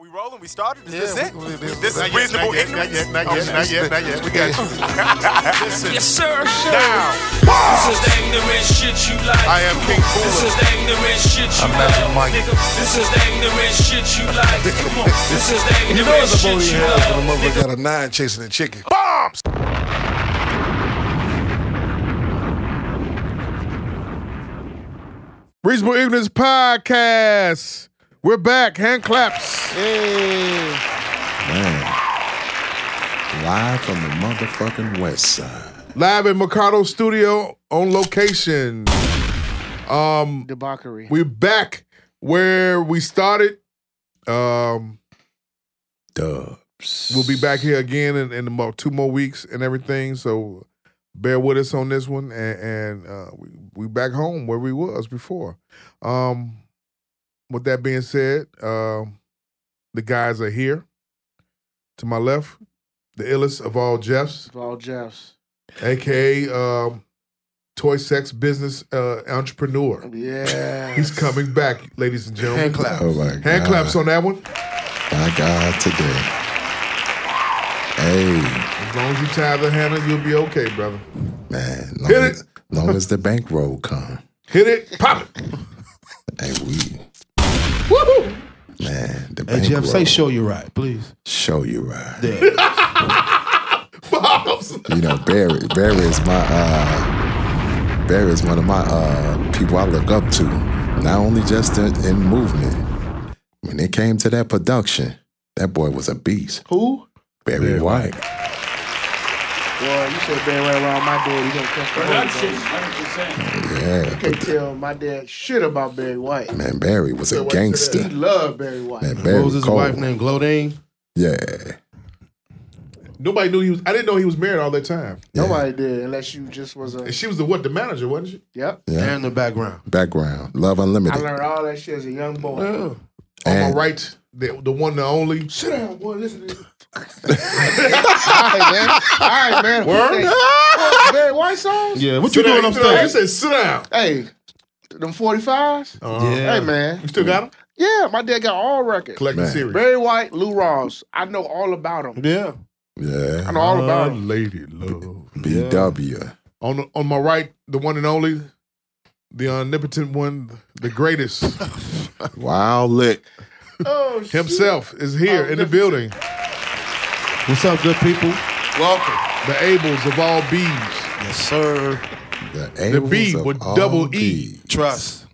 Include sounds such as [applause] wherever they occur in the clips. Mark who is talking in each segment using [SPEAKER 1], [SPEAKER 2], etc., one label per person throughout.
[SPEAKER 1] we rolling? We started? Is
[SPEAKER 2] Yeah,
[SPEAKER 1] this it?
[SPEAKER 2] we- we- we-
[SPEAKER 1] this
[SPEAKER 2] not
[SPEAKER 1] is
[SPEAKER 2] yet,
[SPEAKER 1] reasonable
[SPEAKER 3] not yet, not
[SPEAKER 1] ignorance.
[SPEAKER 3] yet, not yet, not yet, not yet. We got you.
[SPEAKER 1] [laughs]
[SPEAKER 4] Yes, sir.
[SPEAKER 3] Now,
[SPEAKER 4] This is the ignorant shit you like.
[SPEAKER 3] I am King
[SPEAKER 4] This is
[SPEAKER 3] Cooler.
[SPEAKER 4] the ignorant shit you
[SPEAKER 2] I'm
[SPEAKER 4] like.
[SPEAKER 2] Magic Mike.
[SPEAKER 4] nigga. This is the ignorant shit you like.
[SPEAKER 2] [laughs]
[SPEAKER 4] Come on. This is the
[SPEAKER 2] You
[SPEAKER 4] ignorant
[SPEAKER 2] know it's a
[SPEAKER 4] shit
[SPEAKER 2] bony
[SPEAKER 4] you
[SPEAKER 2] head
[SPEAKER 4] like.
[SPEAKER 2] when a motherfucker got a nine chasing a chicken.
[SPEAKER 3] Bombs!
[SPEAKER 5] Reasonable Ignorance Podcast. We're back. Hand claps.
[SPEAKER 6] Live from the motherfucking west side.
[SPEAKER 5] Live in Mercado Studio on location.
[SPEAKER 2] Debauchery.
[SPEAKER 5] We're back where we started. Um,
[SPEAKER 6] Dubs.
[SPEAKER 5] we'll be back here again in, in about two more weeks and everything. So bear with us on this one. And, and uh, we, we back home where we was before. Um, with that being said, um, the guys are here. To my left, the illest of all Jeffs.
[SPEAKER 2] Of all Jeffs.
[SPEAKER 5] aka um, toy sex business uh, entrepreneur.
[SPEAKER 2] Yeah.
[SPEAKER 5] He's coming back, ladies and gentlemen.
[SPEAKER 2] Hand clap.
[SPEAKER 6] Oh my
[SPEAKER 5] Hand
[SPEAKER 6] God.
[SPEAKER 5] claps on that one.
[SPEAKER 6] My God, today. Hey,
[SPEAKER 5] As long as you tie the handle, you'll be okay, brother.
[SPEAKER 6] man. Long,
[SPEAKER 5] Hit it.
[SPEAKER 6] as,
[SPEAKER 5] [laughs]
[SPEAKER 6] long as the bankroll come.
[SPEAKER 5] Hit it, pop it.
[SPEAKER 6] Hey, we. Man, the
[SPEAKER 7] Hey
[SPEAKER 6] bankroll.
[SPEAKER 7] Jeff, say show you right, please.
[SPEAKER 6] Show you right.
[SPEAKER 7] Yeah.
[SPEAKER 5] [laughs] Bobs.
[SPEAKER 6] You know, Barry. Barry is my. uh Barry is one of my uh people I look up to. Not only just in, in movement. When it came to that production, that boy was a beast.
[SPEAKER 7] Who?
[SPEAKER 6] Barry, White.
[SPEAKER 2] Boy, you said Barry White around my dad, you gonna catch the Holy Ghost.
[SPEAKER 6] Yeah.
[SPEAKER 2] You can't tell my dad shit about Barry White.
[SPEAKER 6] Man, Barry was a
[SPEAKER 2] He
[SPEAKER 6] gangster.
[SPEAKER 2] loved Barry White.
[SPEAKER 6] Man, Barry
[SPEAKER 7] What was his
[SPEAKER 6] cold.
[SPEAKER 7] wife named Glodane?
[SPEAKER 6] Yeah.
[SPEAKER 5] Nobody knew he was. I didn't know he was married all that time.
[SPEAKER 2] Nobody did unless you just was a
[SPEAKER 5] And she was the what? The manager, wasn't she?
[SPEAKER 2] yep.
[SPEAKER 6] Yeah.
[SPEAKER 7] And the background.
[SPEAKER 6] Background. Love
[SPEAKER 2] I
[SPEAKER 6] Unlimited.
[SPEAKER 2] learned all that shit as a young boy.
[SPEAKER 7] Yeah.
[SPEAKER 5] On my
[SPEAKER 6] And-
[SPEAKER 5] right, the, the one, the only.
[SPEAKER 2] Sit down, boy. Listen to this. all right, man. All right, man.
[SPEAKER 5] Word?
[SPEAKER 2] Hey, Barry White songs?
[SPEAKER 7] Yeah. What
[SPEAKER 5] Sit
[SPEAKER 7] you
[SPEAKER 5] down,
[SPEAKER 7] doing
[SPEAKER 5] sit down. You
[SPEAKER 7] upstairs?
[SPEAKER 5] said sit down.
[SPEAKER 2] Hey, them 45s?
[SPEAKER 5] Uh-huh.
[SPEAKER 7] Yeah.
[SPEAKER 2] Hey, man.
[SPEAKER 5] You still got him?
[SPEAKER 2] Yeah, my dad got all records.
[SPEAKER 5] Collecting
[SPEAKER 6] Man.
[SPEAKER 5] series.
[SPEAKER 2] Barry White, Lou Ross. I know all about them.
[SPEAKER 7] Yeah.
[SPEAKER 2] I
[SPEAKER 6] Yeah.
[SPEAKER 2] know all about them.
[SPEAKER 5] Uh-huh. lady love.
[SPEAKER 6] BW.
[SPEAKER 5] On the, on my right, the one and only, the omnipotent one, the greatest.
[SPEAKER 6] Wow, lick.
[SPEAKER 2] Oh, shit.
[SPEAKER 5] himself is here in the building.
[SPEAKER 7] What's up, good people?
[SPEAKER 5] Welcome. The Ables of all bees.
[SPEAKER 7] Yes, sir.
[SPEAKER 6] The,
[SPEAKER 5] B
[SPEAKER 6] Ables of
[SPEAKER 5] with
[SPEAKER 6] all
[SPEAKER 5] double E.
[SPEAKER 6] B's.
[SPEAKER 7] Trust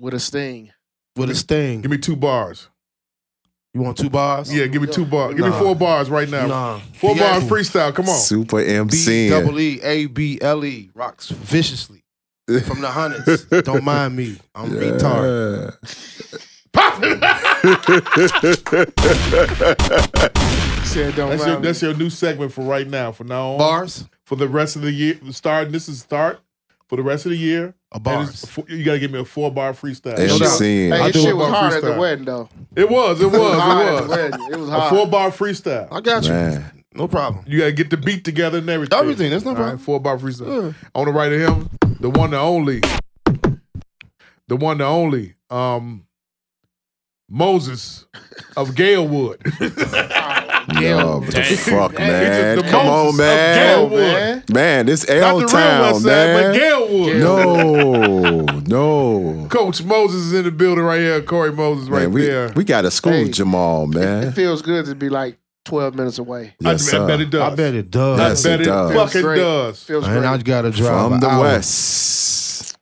[SPEAKER 2] With a sting.
[SPEAKER 7] with a sting.
[SPEAKER 5] Give me two bars.
[SPEAKER 7] You want two bars?
[SPEAKER 5] Yeah, give me two bars. Give me
[SPEAKER 7] Nah.
[SPEAKER 5] four bars right now.
[SPEAKER 7] Nah.
[SPEAKER 5] Four
[SPEAKER 7] Be
[SPEAKER 5] bars
[SPEAKER 7] careful.
[SPEAKER 5] freestyle. Come on.
[SPEAKER 6] Super
[SPEAKER 7] B
[SPEAKER 6] MC.
[SPEAKER 7] double E A B L E rocks viciously from the hundreds. Don't mind me. I'm retarded.
[SPEAKER 2] Said don't
[SPEAKER 5] That's your,
[SPEAKER 2] mind me.
[SPEAKER 5] that's your new segment for right now. For now on,
[SPEAKER 7] Bars.
[SPEAKER 5] for the rest of the year, starting this is start for the rest of the year.
[SPEAKER 7] A
[SPEAKER 5] And it's
[SPEAKER 7] bars.
[SPEAKER 5] four- you gotta give me a four bar freestyle.
[SPEAKER 6] MC.
[SPEAKER 7] doubt.
[SPEAKER 2] Hey,
[SPEAKER 5] I
[SPEAKER 2] this
[SPEAKER 5] do
[SPEAKER 2] shit
[SPEAKER 5] it
[SPEAKER 2] was
[SPEAKER 5] by
[SPEAKER 2] hard at the
[SPEAKER 5] freestyle.
[SPEAKER 2] wedding, though.
[SPEAKER 5] It was, it was, it
[SPEAKER 2] hard at the
[SPEAKER 5] was.
[SPEAKER 2] wedding. It was
[SPEAKER 5] A
[SPEAKER 2] hard.
[SPEAKER 5] four bar freestyle.
[SPEAKER 7] I got you.
[SPEAKER 6] Man.
[SPEAKER 7] No problem.
[SPEAKER 5] You gotta get the beat together and everything.
[SPEAKER 7] Everything, that's no
[SPEAKER 5] All
[SPEAKER 7] problem.
[SPEAKER 5] Right, four by freestyle. On the right of him, the one the only, the one the only, um, Moses of Galewood. [laughs]
[SPEAKER 2] [laughs]
[SPEAKER 6] No, but the fuck,
[SPEAKER 5] It's
[SPEAKER 6] man.
[SPEAKER 5] the
[SPEAKER 6] Come
[SPEAKER 5] Moses
[SPEAKER 6] on,
[SPEAKER 5] of
[SPEAKER 6] man.
[SPEAKER 5] Galewood.
[SPEAKER 2] man.
[SPEAKER 6] Man, this
[SPEAKER 5] Not
[SPEAKER 6] L
[SPEAKER 5] the real West
[SPEAKER 6] Town,
[SPEAKER 5] Side, but
[SPEAKER 6] man.
[SPEAKER 5] Galewood. [laughs]
[SPEAKER 6] No, no.
[SPEAKER 5] Coach Moses is in the building right here. Corey Moses right
[SPEAKER 6] Man, we,
[SPEAKER 5] there.
[SPEAKER 6] we got to school
[SPEAKER 2] Hey.
[SPEAKER 6] Jamal,
[SPEAKER 2] It
[SPEAKER 5] [laughs]
[SPEAKER 6] man.
[SPEAKER 2] feels good to be like 12 minutes away.
[SPEAKER 5] I,
[SPEAKER 6] Yes,
[SPEAKER 5] I bet it
[SPEAKER 6] sir.
[SPEAKER 5] does.
[SPEAKER 7] I bet it does.
[SPEAKER 5] I
[SPEAKER 6] uh, Yes,
[SPEAKER 5] bet
[SPEAKER 6] it
[SPEAKER 5] it,
[SPEAKER 6] does.
[SPEAKER 5] fucking
[SPEAKER 2] Feels great.
[SPEAKER 5] does.
[SPEAKER 2] Feels
[SPEAKER 7] And I
[SPEAKER 2] great.
[SPEAKER 7] gotta drive
[SPEAKER 6] From
[SPEAKER 7] an
[SPEAKER 6] the
[SPEAKER 7] hour.
[SPEAKER 6] West.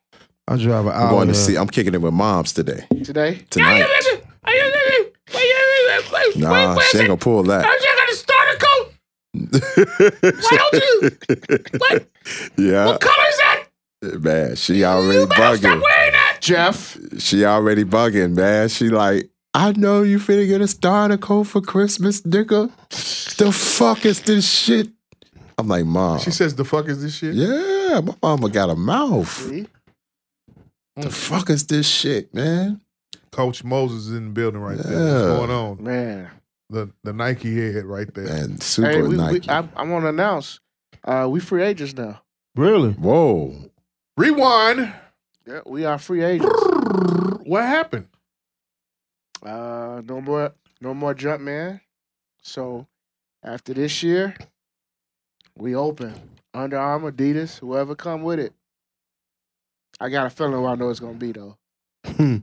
[SPEAKER 7] I drive an hour.
[SPEAKER 6] I'm going to
[SPEAKER 7] there.
[SPEAKER 6] see. I'm kicking it with moms today.
[SPEAKER 2] Today,
[SPEAKER 6] Tonight. Nah, she ain't gonna pull that. [laughs] Yeah. What color is that? Man, she already bugging.
[SPEAKER 2] Jeff.
[SPEAKER 6] She already bugging, man. She like, I know you finna get a starter coat for Christmas, nigga. The fuck is this shit? I'm like, mom.
[SPEAKER 5] She says, "The fuck is this shit?"
[SPEAKER 6] Uh, yeah, my mama got a mouth.
[SPEAKER 2] See?
[SPEAKER 6] The fuck is this shit, man?
[SPEAKER 5] Coach Moses is in the building right there.
[SPEAKER 6] Yeah.
[SPEAKER 5] What's going on?
[SPEAKER 2] Man.
[SPEAKER 5] The the Nike head right there.
[SPEAKER 6] And super
[SPEAKER 2] Hey, we, we,
[SPEAKER 6] Nike.
[SPEAKER 2] I, I want to announce uh, we free agents now.
[SPEAKER 7] Really?
[SPEAKER 6] Whoa.
[SPEAKER 5] Rewind.
[SPEAKER 2] Yeah, we are free agents.
[SPEAKER 5] What happened?
[SPEAKER 2] Uh, don't worry, no more Jumpman. So after this year, we open. Under Armour, Adidas, whoever come with it. I got a feeling where I know it's gonna be though.
[SPEAKER 6] Mm.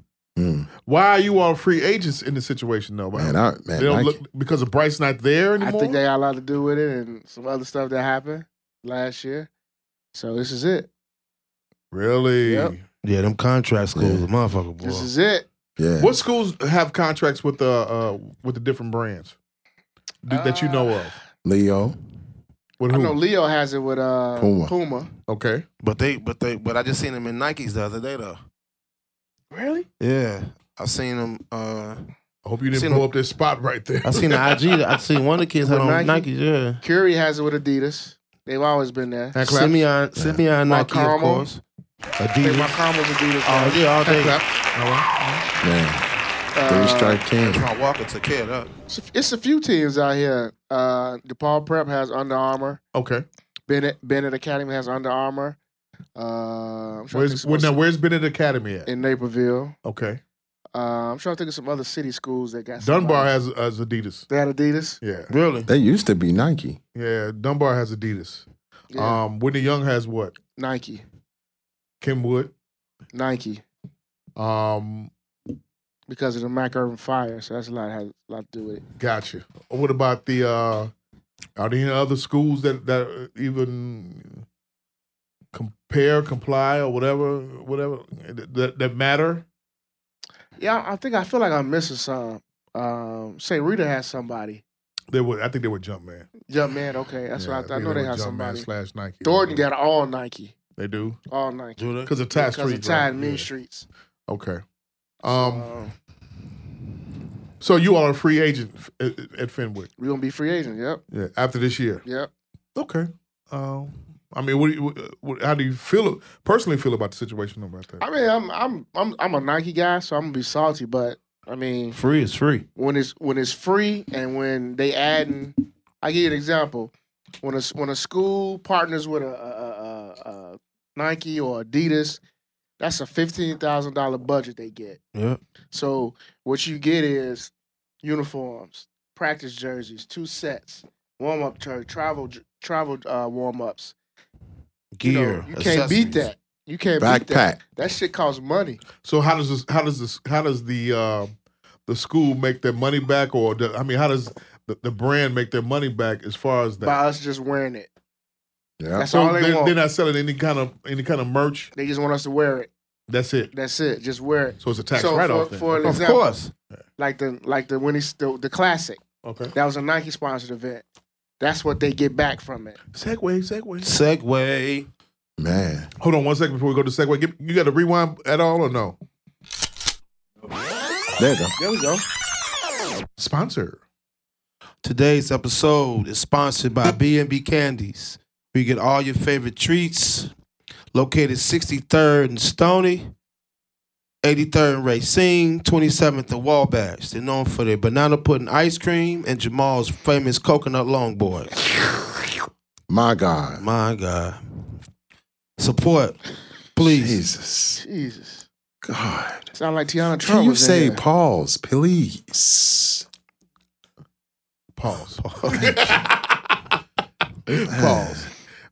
[SPEAKER 5] Why are you all free agents in this situation though?
[SPEAKER 6] Man,
[SPEAKER 5] Man,
[SPEAKER 6] I,
[SPEAKER 5] they
[SPEAKER 6] man,
[SPEAKER 5] don't
[SPEAKER 6] Nike-
[SPEAKER 5] look because of Bryce not there
[SPEAKER 2] I
[SPEAKER 5] anymore.
[SPEAKER 2] think they got a lot to do with it and some other stuff that happened last year. So this is it.
[SPEAKER 5] really.
[SPEAKER 2] Yep.
[SPEAKER 7] Yeah, them contract schools,
[SPEAKER 6] Yeah.
[SPEAKER 7] motherfucker, boy.
[SPEAKER 2] This is it.
[SPEAKER 6] yeah.
[SPEAKER 5] What schools have contracts with the uh, with the different brands th- that you know of?
[SPEAKER 6] Leo.
[SPEAKER 5] With
[SPEAKER 2] Uh, I
[SPEAKER 5] who?
[SPEAKER 2] know Leo has it with uh,
[SPEAKER 6] Puma.
[SPEAKER 2] Puma.
[SPEAKER 5] okay,
[SPEAKER 7] but they, but they, but I just seen them in Nikes the other day though.
[SPEAKER 2] Really?
[SPEAKER 7] Yeah, I seen them. Uh,
[SPEAKER 5] I hope you didn't
[SPEAKER 7] Seen
[SPEAKER 5] pull
[SPEAKER 7] them.
[SPEAKER 5] up this spot right there. [laughs]
[SPEAKER 7] I seen the IG. I seen one of the kids had
[SPEAKER 2] With
[SPEAKER 7] on
[SPEAKER 2] Nike?
[SPEAKER 7] Nikes. Yeah,
[SPEAKER 2] Curie has it with Adidas. They've always been there.
[SPEAKER 5] And clap.
[SPEAKER 7] Simeon, Simeon
[SPEAKER 2] My
[SPEAKER 7] Nike, of
[SPEAKER 2] Carmel.
[SPEAKER 7] course.
[SPEAKER 2] I think my
[SPEAKER 7] Adidas.
[SPEAKER 2] karma's Adidas.
[SPEAKER 7] Oh yeah, all
[SPEAKER 5] And
[SPEAKER 7] day.
[SPEAKER 5] clap. All right.
[SPEAKER 6] Man,
[SPEAKER 2] Uh,
[SPEAKER 6] three strike king.
[SPEAKER 7] My Walker took care of that.
[SPEAKER 2] It's a- It's a few teams out here. Uh, DePaul Prep has Under Armour.
[SPEAKER 5] Okay.
[SPEAKER 2] Bennett Bennett Academy has Under Armour. Uh, I'm trying to
[SPEAKER 5] Where's
[SPEAKER 2] think
[SPEAKER 5] where,
[SPEAKER 2] of
[SPEAKER 5] now?
[SPEAKER 2] some-
[SPEAKER 5] Where's Bennett Academy at?
[SPEAKER 2] in Naperville.
[SPEAKER 5] Okay.
[SPEAKER 2] Uh, I'm trying to think of some other city schools that got some-
[SPEAKER 5] Dunbar has, has Adidas.
[SPEAKER 2] They had Adidas.
[SPEAKER 5] Yeah.
[SPEAKER 7] Really?
[SPEAKER 6] They used to be Nike.
[SPEAKER 5] Yeah. Dunbar has Adidas.
[SPEAKER 2] Yeah.
[SPEAKER 5] Um, Whitney Young has what?
[SPEAKER 2] Nike.
[SPEAKER 5] Kim Wood.
[SPEAKER 2] Nike.
[SPEAKER 5] Um,
[SPEAKER 2] Because of the Mac Urban fire, so that's a lot has a lot to do with it.
[SPEAKER 5] gotcha. What about the? Uh, are there any other schools that that even compare, comply, or whatever, whatever that that matter?
[SPEAKER 2] Yeah, I think I feel like I'm missing some. Um, say Rita has somebody.
[SPEAKER 5] They would. I think they would jump man.
[SPEAKER 2] Jump man, okay, that's
[SPEAKER 5] Yeah,
[SPEAKER 2] what I, I
[SPEAKER 5] think
[SPEAKER 2] know. They
[SPEAKER 5] would
[SPEAKER 2] have
[SPEAKER 5] Jumpman
[SPEAKER 2] somebody.
[SPEAKER 5] slash Nike.
[SPEAKER 2] Thornton got all Nike,
[SPEAKER 5] They do
[SPEAKER 2] all Nike.
[SPEAKER 7] Judah?
[SPEAKER 5] because of Ty
[SPEAKER 2] because
[SPEAKER 5] Street.
[SPEAKER 2] of Ty
[SPEAKER 5] right?
[SPEAKER 2] and Mean
[SPEAKER 5] Yeah.
[SPEAKER 2] Streets.
[SPEAKER 5] Okay. Um.
[SPEAKER 2] Um,
[SPEAKER 5] So you are a free agent f- at, at Fenwick.
[SPEAKER 2] we gonna be free agent. Yep,
[SPEAKER 5] Yeah. After this year.
[SPEAKER 2] yep.
[SPEAKER 5] Okay. Um. I mean, what, do you, what- what? How do you feel personally feel about the situation about that?
[SPEAKER 2] I mean, I'm I'm I'm I'm a Nike guy, so I'm gonna be salty. But I mean,
[SPEAKER 7] Free is free.
[SPEAKER 2] when it's when it's free and when they adding, I give you an example. When a when a school partners with a, a, a, a, a Nike or Adidas, that's a fifteen thousand dollar budget they get.
[SPEAKER 7] Yeah.
[SPEAKER 2] So what you get is uniforms, practice jerseys, two sets, warm up jer- travel j- travel uh, warm ups. You, know,
[SPEAKER 7] Gear.
[SPEAKER 2] you can't beat
[SPEAKER 7] accessories.
[SPEAKER 2] that. You can't beat that.
[SPEAKER 6] Backpack.
[SPEAKER 2] That shit costs money.
[SPEAKER 5] so how does this? How does this? How does the? Uh, the school make their money back, or the, I mean, how does the, the brand make their money back as far as that?
[SPEAKER 2] By us just wearing it,
[SPEAKER 6] Yeah.
[SPEAKER 2] that's
[SPEAKER 5] so
[SPEAKER 2] all they
[SPEAKER 5] they're,
[SPEAKER 2] want.
[SPEAKER 5] they're not selling any kind of any kind of merch.
[SPEAKER 2] they just want us to wear it.
[SPEAKER 5] That's it.
[SPEAKER 2] That's it. Just wear it.
[SPEAKER 5] So it's a tax
[SPEAKER 2] So
[SPEAKER 5] write-off.
[SPEAKER 2] for-
[SPEAKER 5] then.
[SPEAKER 2] for an
[SPEAKER 5] Okay.
[SPEAKER 7] Of
[SPEAKER 2] Example.
[SPEAKER 7] course.
[SPEAKER 2] like the like the Winnie the, the classic.
[SPEAKER 5] Okay.
[SPEAKER 2] That was a Nike sponsored event. That's what they get back from it.
[SPEAKER 5] Segway, segway.
[SPEAKER 7] Segway.
[SPEAKER 6] Man.
[SPEAKER 5] Hold on one second before we go to segway. Give, you got to rewind at all or no?
[SPEAKER 6] There you go.
[SPEAKER 2] There we go.
[SPEAKER 5] Sponsor.
[SPEAKER 7] Today's episode is sponsored by B&B Candies. where you get all your favorite treats. Located 63rd and Stony, 83rd and Racine, 27th and Wabash. They're known for their banana pudding ice cream and Jamal's famous coconut longboard.
[SPEAKER 6] My God.
[SPEAKER 7] My God. Support, please.
[SPEAKER 6] Jesus.
[SPEAKER 2] Jesus.
[SPEAKER 6] God.
[SPEAKER 2] Sound like Tiana Trump.
[SPEAKER 6] Can you
[SPEAKER 2] was in
[SPEAKER 6] say
[SPEAKER 2] here.
[SPEAKER 6] pause, please? [laughs]
[SPEAKER 5] Pause. [laughs] pause.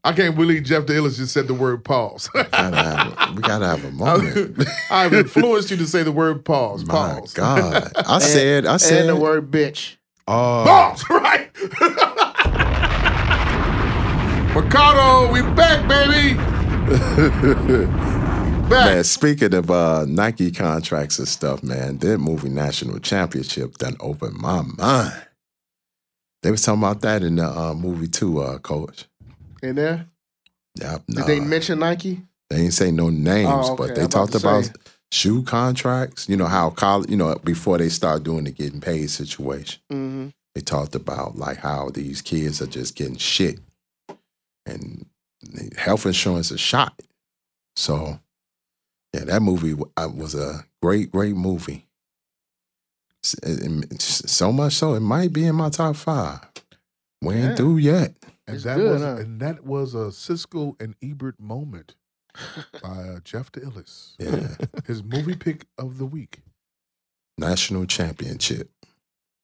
[SPEAKER 5] I can't believe Jeff the Illis just said the word pause. [laughs]
[SPEAKER 6] Gotta have a- we gotta
[SPEAKER 2] [laughs]
[SPEAKER 6] have a moment.
[SPEAKER 5] I've influenced you to say the word pause.
[SPEAKER 6] My
[SPEAKER 5] Pause.
[SPEAKER 6] God. I said, I said
[SPEAKER 2] And the word bitch.
[SPEAKER 7] Oh,
[SPEAKER 5] Pause, right? [laughs] Ricardo, we back, baby.
[SPEAKER 6] Man, speaking of uh, Nike contracts and stuff, man, their movie national championship done opened my mind. They was talking about that in the uh, movie too, uh, Coach.
[SPEAKER 2] In there?
[SPEAKER 6] Yep,
[SPEAKER 2] Did
[SPEAKER 6] nah.
[SPEAKER 2] they mention Nike?
[SPEAKER 6] They ain't say no names,
[SPEAKER 2] Oh,
[SPEAKER 6] but
[SPEAKER 2] okay.
[SPEAKER 6] they
[SPEAKER 2] I'm about
[SPEAKER 6] talked
[SPEAKER 2] to
[SPEAKER 6] about
[SPEAKER 2] say.
[SPEAKER 6] shoe contracts. You know how college, you know, before they start doing the getting paid situation,
[SPEAKER 2] Mm-hmm.
[SPEAKER 6] they talked about like how these kids are just getting shit, and the health insurance is shot. So, yeah, that movie wa- uh, was a great, great movie. S- it- it- it's So much so, it might be in my top five. We ain't
[SPEAKER 2] Yeah.
[SPEAKER 6] through yet.
[SPEAKER 5] And
[SPEAKER 2] It's
[SPEAKER 5] that,
[SPEAKER 2] good,
[SPEAKER 5] was,
[SPEAKER 2] huh?
[SPEAKER 5] and that was a Siskel and Ebert moment by uh, Jeff the Illis.
[SPEAKER 6] Yeah.
[SPEAKER 5] His movie pick of the week.
[SPEAKER 6] National championship.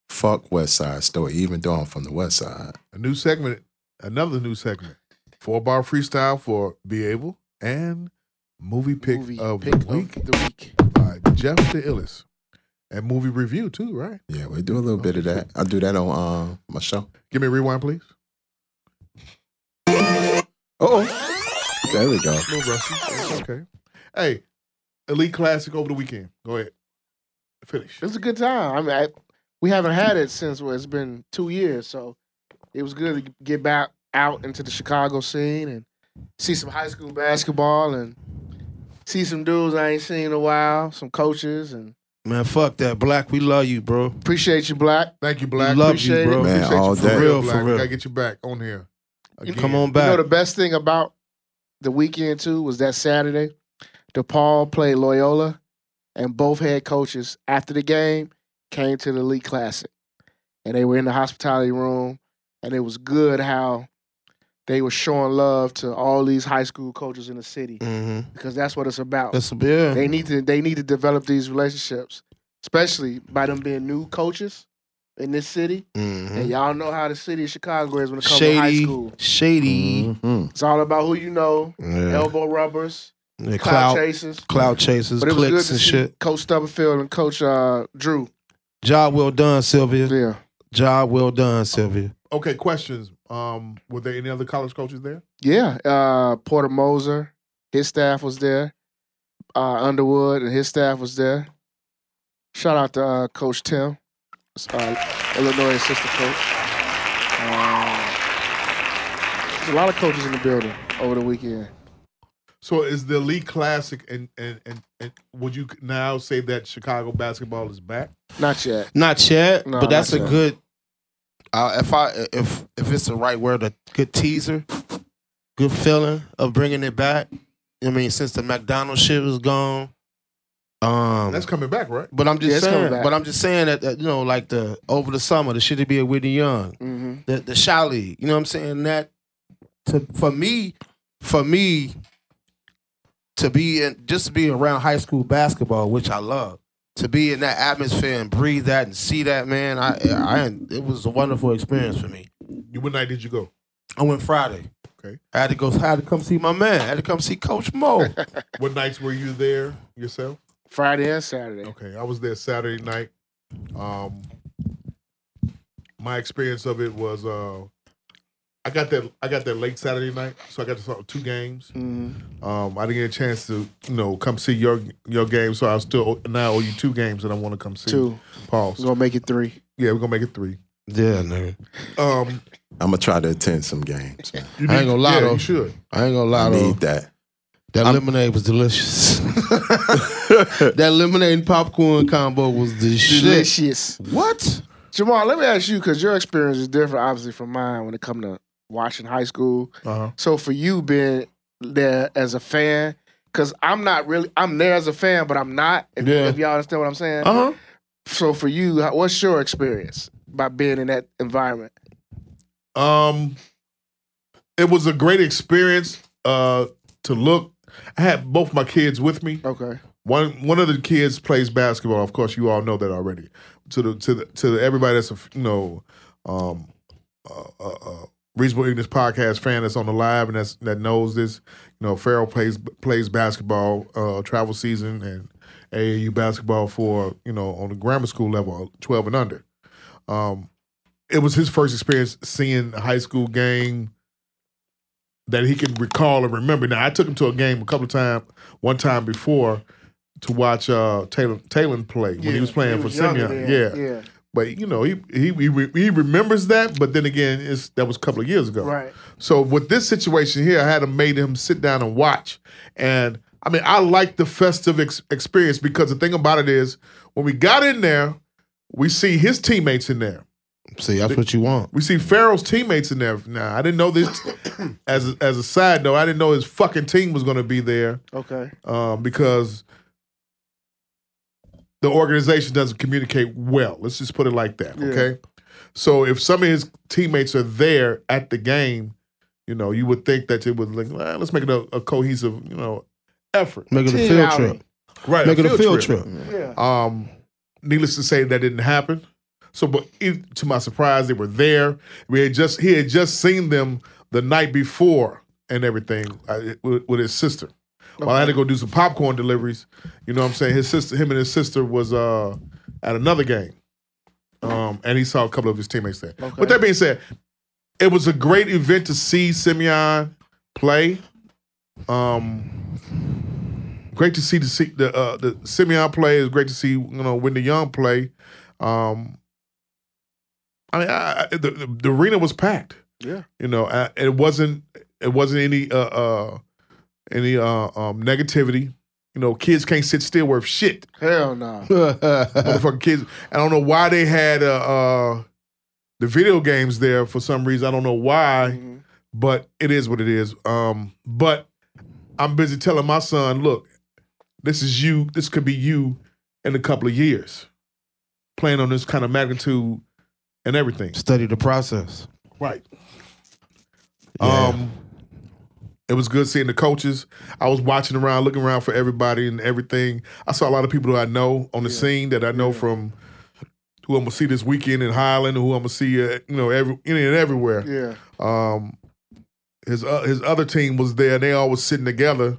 [SPEAKER 6] Fuck West Side Story, even though I'm from the West Side.
[SPEAKER 5] A new segment, another new segment. Four bar freestyle for Be Able and movie pick
[SPEAKER 2] Movie
[SPEAKER 5] of
[SPEAKER 2] pick
[SPEAKER 5] the week
[SPEAKER 2] Of the week.
[SPEAKER 5] by Jeff the Illis. And movie review too, right?
[SPEAKER 6] Yeah, we do a little bit of that. I do that on uh, my show.
[SPEAKER 5] Give me a rewind, please.
[SPEAKER 6] Oh, there we go.
[SPEAKER 5] A little rusty. It's Okay. Hey, Elite Classic over the weekend. Go ahead. Finish.
[SPEAKER 2] It was a good time. I mean, I, we haven't had it since well, it's been two years, so it was good to get back out into the Chicago scene and see some high school basketball and see some dudes I ain't seen in a while, some coaches, and
[SPEAKER 7] Man, fuck that. Black, we love you, bro.
[SPEAKER 2] appreciate you, Black.
[SPEAKER 5] Thank you, Black.
[SPEAKER 7] Love
[SPEAKER 5] Appreciate
[SPEAKER 7] you, bro.
[SPEAKER 5] it.
[SPEAKER 6] Man,
[SPEAKER 5] Appreciate
[SPEAKER 6] all
[SPEAKER 5] you
[SPEAKER 6] day.
[SPEAKER 5] for real,
[SPEAKER 7] For
[SPEAKER 5] Black.
[SPEAKER 7] real.
[SPEAKER 5] Gotta get you back on here. Again.
[SPEAKER 7] Come on
[SPEAKER 2] You
[SPEAKER 7] back.
[SPEAKER 2] know the best thing about the weekend too was that Saturday, DePaul played Loyola, and both head coaches after the game came to the Elite Classic, and they were in the hospitality room, and it was good how they were showing love to all these high school coaches in the city
[SPEAKER 7] mm-hmm.
[SPEAKER 2] because that's what it's about.
[SPEAKER 7] That's a beer.
[SPEAKER 2] They need to they need to develop these relationships, especially by them being new coaches in this city,
[SPEAKER 7] mm-hmm.
[SPEAKER 2] and y'all know how the city of Chicago is when it comes to high
[SPEAKER 7] Shady.
[SPEAKER 2] school.
[SPEAKER 7] Shady.
[SPEAKER 6] Mhm.
[SPEAKER 2] It's all about who you know
[SPEAKER 7] Yeah.
[SPEAKER 2] elbow rubbers,
[SPEAKER 7] Yeah,
[SPEAKER 2] cloud,
[SPEAKER 7] Cloud,
[SPEAKER 2] chasers.
[SPEAKER 7] cloud chasers,
[SPEAKER 2] But it was good
[SPEAKER 7] clicks,
[SPEAKER 2] to
[SPEAKER 7] and
[SPEAKER 2] see
[SPEAKER 7] shit.
[SPEAKER 2] Coach Stubblefield and Coach uh, Drew.
[SPEAKER 7] Job well done, Sylvia.
[SPEAKER 2] Yeah,
[SPEAKER 7] Job well done, Sylvia.
[SPEAKER 5] Okay, questions. Um, were there any other college coaches there?
[SPEAKER 2] yeah. Uh, Porter Moser, his staff was there. Uh, Underwood and his staff was there. Shout out to uh, Coach Tim, uh, Illinois assistant coach. Uh, there's a lot of coaches in the building over the weekend.
[SPEAKER 5] So is the Elite Classic and and and, and would you now say that Chicago basketball is back?
[SPEAKER 2] Not yet.
[SPEAKER 7] Not yet,
[SPEAKER 2] No,
[SPEAKER 7] but that's
[SPEAKER 2] not
[SPEAKER 7] a
[SPEAKER 2] yet.
[SPEAKER 7] good. Uh, if I if if it's the right word, a good teaser, good feeling of bringing it back. I mean, since the McDonald's shit was gone, um,
[SPEAKER 5] That's coming back, right?
[SPEAKER 7] But I'm
[SPEAKER 2] Yeah,
[SPEAKER 7] just
[SPEAKER 2] it's coming
[SPEAKER 7] saying.
[SPEAKER 2] back.
[SPEAKER 7] But I'm just saying that, that you know, like the over the summer, the shit to be a Whitney Young,
[SPEAKER 2] Mm-hmm.
[SPEAKER 7] the the Shally. You know what I'm saying? That to for me, for me to be in just to be around high school basketball, which I love. To be in that atmosphere and breathe that and see that man, I I it was a wonderful experience for me.
[SPEAKER 5] You- What night did you go?
[SPEAKER 7] I went Friday.
[SPEAKER 5] Okay.
[SPEAKER 7] I had to go. I had to come see my man. I had to come see
[SPEAKER 5] [laughs]
[SPEAKER 7] Coach Mo.
[SPEAKER 5] What nights were you there yourself?
[SPEAKER 2] Friday and Saturday.
[SPEAKER 5] Okay, I was there Saturday night. Um, my experience of it was uh, I got that I got that late Saturday night, so I got to saw two games.
[SPEAKER 2] Mhm.
[SPEAKER 5] Um, I didn't get a chance to you know come see your your game, so I still now owe you two games that I want to come see.
[SPEAKER 2] Two. We're
[SPEAKER 5] Pause.
[SPEAKER 2] gonna make it three.
[SPEAKER 5] Yeah, we're gonna make it three.
[SPEAKER 7] yeah, nigga.
[SPEAKER 5] Um,
[SPEAKER 6] I'm gonna try to attend some games. Man.
[SPEAKER 5] you
[SPEAKER 7] I ain't gonna lie,
[SPEAKER 5] yeah,
[SPEAKER 7] though.
[SPEAKER 5] You should.
[SPEAKER 7] I ain't gonna
[SPEAKER 6] I
[SPEAKER 7] lie though.
[SPEAKER 6] need that.
[SPEAKER 7] That lemonade
[SPEAKER 5] [laughs]
[SPEAKER 7] was delicious. [laughs] that lemonade and popcorn combo was the shit.
[SPEAKER 2] Delicious.
[SPEAKER 7] What?
[SPEAKER 2] Jamal, let me ask you because your experience is different, obviously, from mine when it comes to watching high school.
[SPEAKER 5] Uh-huh.
[SPEAKER 2] So for you being there as a fan, because I'm not really, I'm there as a fan, but I'm not. If,
[SPEAKER 7] Yeah.
[SPEAKER 2] if y'all understand what I'm saying.
[SPEAKER 7] Uh huh.
[SPEAKER 2] So for you, how- what's your experience by being in that environment?
[SPEAKER 5] Um, it was a great experience. Uh, to look, I had both my kids with me.
[SPEAKER 2] Okay.
[SPEAKER 5] One one of the kids plays basketball. Of course, you all know that already. To the to the to the, everybody that's a f- you know, um, uh, uh, uh, reasonable ignorance podcast fan that's on the live and that's that knows this. You know, Farrell plays plays basketball, uh, travel season and AAU basketball for you know on the grammar school level, twelve and under. Um, it was his first experience seeing a high school game that he can recall and remember. Now I took him to a game a couple of times, one time before to watch uh Taylor Taylor play when he was playing for
[SPEAKER 2] younger
[SPEAKER 5] Simeon.
[SPEAKER 2] then.
[SPEAKER 5] Yeah. But you know, he he he, re- he remembers that, but then again, it's that was a couple of years ago.
[SPEAKER 2] Yeah. Right.
[SPEAKER 5] So with this situation here, I had him made him sit down and watch. And I mean, I like the festive ex- experience because the thing about it is, when we got in there, we see his teammates in there.
[SPEAKER 7] See, that's what you want.
[SPEAKER 5] We see Farrell's teammates in there. Now I didn't know this. [coughs] as a, as a side note, I didn't know his fucking team was going to be there
[SPEAKER 2] Okay.
[SPEAKER 5] um, because the organization doesn't communicate well. Let's just put it like that.
[SPEAKER 2] Yeah.
[SPEAKER 5] Okay. So if some of his teammates are there at the game, you know, you would think that it would like, "Ah, let's make it a, a cohesive, you know, effort.
[SPEAKER 7] Make it a
[SPEAKER 2] Team
[SPEAKER 7] field
[SPEAKER 2] outing.
[SPEAKER 7] trip.
[SPEAKER 5] Right.
[SPEAKER 7] Make it a field trip.
[SPEAKER 2] Yeah.
[SPEAKER 5] Um, needless to say, that didn't happen. So, but it, to my surprise, they were there. We had just he had just seen them the night before and everything uh, with, with his sister. While I had to go do some popcorn deliveries, you know what I'm saying. His sister, him and his sister was uh, at another game, um, and he saw a couple of his teammates there.
[SPEAKER 2] Okay.
[SPEAKER 5] With that being said, it was a great event to see Simeon play. Um, great to see the see the uh, the Simeon play. It's great to see you know Wendy Young play. Um, I mean, I, I, the, the the arena was packed.
[SPEAKER 2] Yeah.
[SPEAKER 5] you know, I, it wasn't it wasn't any uh, uh any uh um, negativity. You know, kids can't sit still worth shit.
[SPEAKER 2] Hell no.
[SPEAKER 5] Motherfucking kids. I don't know why they had uh, uh the video games there for some reason. I don't know why
[SPEAKER 2] Mhm.
[SPEAKER 5] but it is what it is. Um, but I'm busy telling my son, look, this is you. This could be you in a couple of years, playing on this kind of magnitude and everything.
[SPEAKER 7] Study the process.
[SPEAKER 5] Right.
[SPEAKER 7] Yeah.
[SPEAKER 5] Um, it was good seeing the coaches. I was watching around, looking around for everybody and everything. I saw a lot of people that I know on the scene that I know from who I'm gonna see this weekend in Highland, who I'm gonna see, uh, you know, every in and everywhere.
[SPEAKER 2] Yeah.
[SPEAKER 5] Um, his uh, his other team was there. They all was sitting together